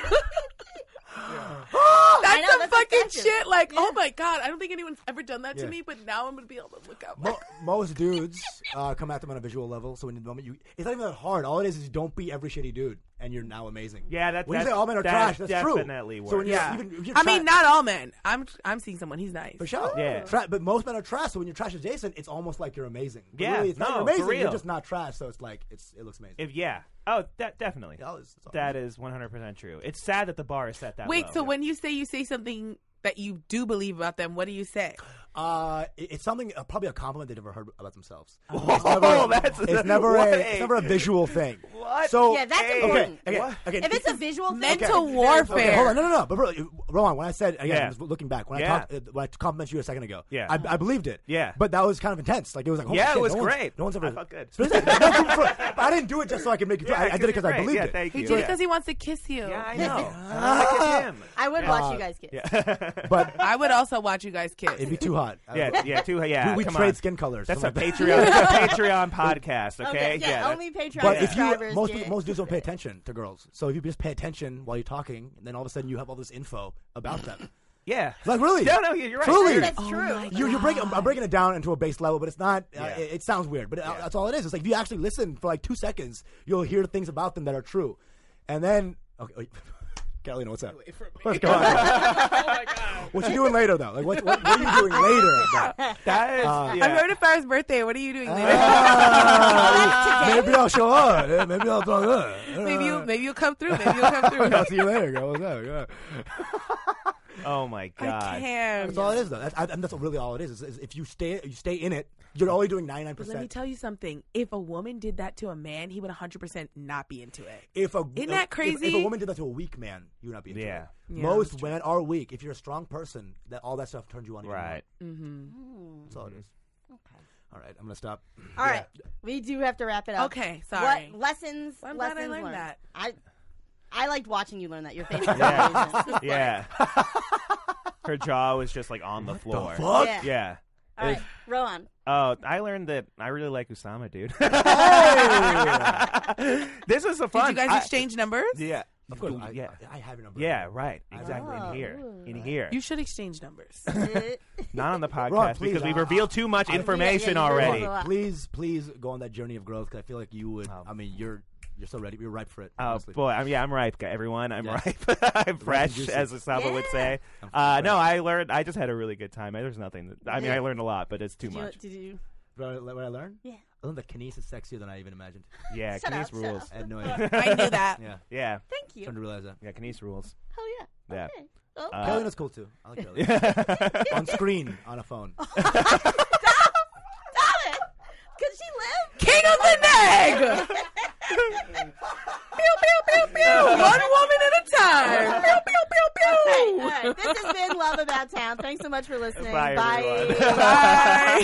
S1: That's
S5: I know,
S1: the
S5: that's
S3: Ah!
S1: fucking
S5: offensive.
S1: shit. like, oh my god, I don't think anyone's ever done that
S3: Yeah.
S1: to me, but now I'm gonna be able to look up.
S3: Mo- most dudes uh, come at them on a visual level, so in the moment you, it's not even that hard. All it is is don't be every shitty dude, and you're now amazing.
S4: Yeah, that-
S3: when you say
S4: that's-
S3: all men are
S4: that
S3: trash, that's true.
S4: definitely
S3: So when
S4: works.
S3: you're,
S4: Yeah.
S3: even, if you're
S1: I mean,
S3: trash-
S1: not all men. I'm I'm seeing someone. He's nice.
S3: for sure.
S4: Yeah.
S3: Tra- but most men are trash. So when you're trash adjacent, it's almost like you're amazing. But
S4: Yeah,
S3: really, it's not
S4: no,
S3: you're
S4: for
S3: amazing. You're
S4: real.
S3: just not trash. So it's like it's it looks amazing.
S4: If yeah, oh, that definitely.
S3: Yeah, it's- it's
S4: That is 100 percent true. It's sad that the bar is set that
S1: Wait,
S4: low.
S1: so when you say you say something that you do believe about them, what do you say?
S3: Uh, it- it's something uh, probably a compliment they've never heard about themselves. it's
S4: Whoa,
S3: never,
S4: Oh, that's-
S3: it's never
S4: what
S3: Oh, a it's never a visual thing.
S4: What?
S3: So
S5: Yeah, that's
S4: Hey,
S5: important.
S3: okay, okay,
S4: What?
S3: okay.
S5: If it's a visual thing,
S1: Mental
S5: it's
S1: warfare.
S3: Okay, hold on. No, no, no. But really, Rowan, when I said again,
S4: Yeah.
S3: I was looking back when
S4: Yeah.
S3: I talked, uh, when I complimented you a second ago,
S4: Yeah.
S3: I, I believed it.
S4: Yeah.
S3: but that was kind of intense. Like it was like, holy
S4: Yeah, it
S3: shit,
S4: was
S3: no one's-
S4: great.
S3: no one's ever
S4: I felt good.
S3: So it's like- no, you- for- but I didn't do it just so I could make you. feel
S4: Yeah,
S3: I, I did it because
S4: you're
S3: I
S4: great.
S3: believed
S4: yeah,
S3: it.
S4: Thank you.
S1: He did it
S4: yeah.
S1: because he wants to kiss you.
S4: Yeah, I know. I like him.
S5: I would
S3: Uh,
S5: watch you guys get.
S3: But
S1: I would also watch you guys kiss.
S3: it'd be too hot. I
S4: Yeah,
S3: don't-
S4: yeah, too. Yeah,
S3: we, we
S4: come
S3: trade
S4: on.
S3: skin colors.
S4: That's a
S3: something like that.
S4: Patreon. that's a Patreon podcast.
S1: Oh,
S4: Okay,
S5: Okay, yeah,
S4: that-
S5: only Patreon
S3: But if
S5: subscribers
S3: you most
S5: get.
S3: most dudes don't pay attention to girls, so if you just pay attention while you're talking, then all of a sudden you have all this info about them.
S4: yeah.
S3: Like really?
S4: No, no, you're right.
S3: Truly.
S4: You're right.
S5: that's true.
S3: You, you break, I'm, I'm breaking it down into a base level, but it's not. Uh,
S4: Yeah.
S3: it, it sounds weird, but uh
S4: Yeah.
S3: that's all it is. It's like if you actually listen for like two seconds, you'll hear things about them that are true, and then okay, wait. Catalina, what's up? What's going on?
S1: Oh
S3: what you doing later though? Like what, what, what are you doing later? though?
S4: That is.
S1: I'm
S4: yeah.
S1: going to Farrah's birthday. What are you doing later?
S3: Ah, maybe I'll show up. Eh, Maybe I'll talk. up.
S1: maybe you maybe you'll come through. Maybe you'll come through.
S3: I'll see you later, girl. What's up? Yeah.
S4: Oh my
S1: I
S4: god.
S1: can.
S3: That's all it is, though. That's, I, and that's really all it is, is, is If you stay, you stay in it. You're only doing ninety nine
S1: But let me
S3: percent.
S1: tell you something. If a woman did that to a man, he would 100% not be into it.
S3: If a
S1: Isn't
S3: if-
S1: that
S3: if- If,
S1: crazy?
S3: a woman did that to a weak man, you would not be into
S4: Yeah.
S3: it.
S1: Yeah,
S3: Most women are weak. If you're a strong person, that all that stuff turns you on. even more.
S4: Right.
S3: That's all it is. All right, I'm gonna stop.
S5: All right, we do have to wrap it up.
S1: Okay, sorry.
S5: What lessons?
S1: Well, I'm glad I
S5: lessons
S1: learned
S5: learned.
S1: that.
S5: I, I liked watching you learn that. Your face. was
S4: Yeah.
S5: amazing.
S4: Yeah. Her jaw was just like on the floor.
S3: Fuck.
S5: Yeah.
S4: Yeah.
S5: All right, Rowan.
S4: Oh, I learned that I really like Usama, dude.
S3: Hey!
S4: this is a
S1: Did
S4: fun.
S1: you guys
S4: I-
S1: exchange numbers?
S4: Yeah.
S3: of course, I,
S4: yeah.
S3: I, I have your number.
S4: Yeah, right.
S3: I-
S4: Exactly.
S5: Oh,
S4: in here.
S5: ooh.
S4: In here.
S1: You should exchange numbers.
S4: Not on the podcast
S3: please,
S4: because we've
S3: I-
S4: revealed too much information
S5: yeah, you revealed
S4: already.
S5: a lot.
S3: Please, please go on that journey of growth. Cause I feel like you would. I mean, you're you're so ready. You're ripe for it.
S4: Oh
S3: honestly.
S4: boy, I'm yeah, I'm ripe, guy- everyone. I'm
S3: Yeah.
S4: ripe. I'm fresh,
S3: juicy.
S4: as Osama would
S5: Yeah.
S4: say.
S3: I'm
S4: Uh,
S3: fresh.
S4: no, I learned. I just had a really good time. There's nothing. That, I mean, I learned a lot, but it's too
S5: Did you,
S4: much.
S5: did you?
S3: What I, what I learned?
S5: Yeah.
S3: I learned that Kinesis is sexier than I even imagined.
S4: yeah,
S5: Shut
S4: Kines
S5: up, shut
S4: rules.
S5: up.
S3: I had no idea.
S1: I knew that.
S3: yeah.
S4: Yeah,
S5: Thank
S3: Trying
S5: you.
S3: to realize that.
S4: yeah, Kines rules.
S5: Oh yeah.
S4: Yeah.
S5: Okay. Oh,
S4: Uh,
S3: Kelly was cool too. I like Kelly. on screen, on a phone.
S5: stop it. Could she live?
S1: King of the neg! pew, pew, pew, pew. One woman at a time. Pew, pew, pew,
S5: Okay,
S1: pew.
S5: all right. This has been Love About Town. Thanks so much for listening.
S4: Bye, everyone.
S1: Bye.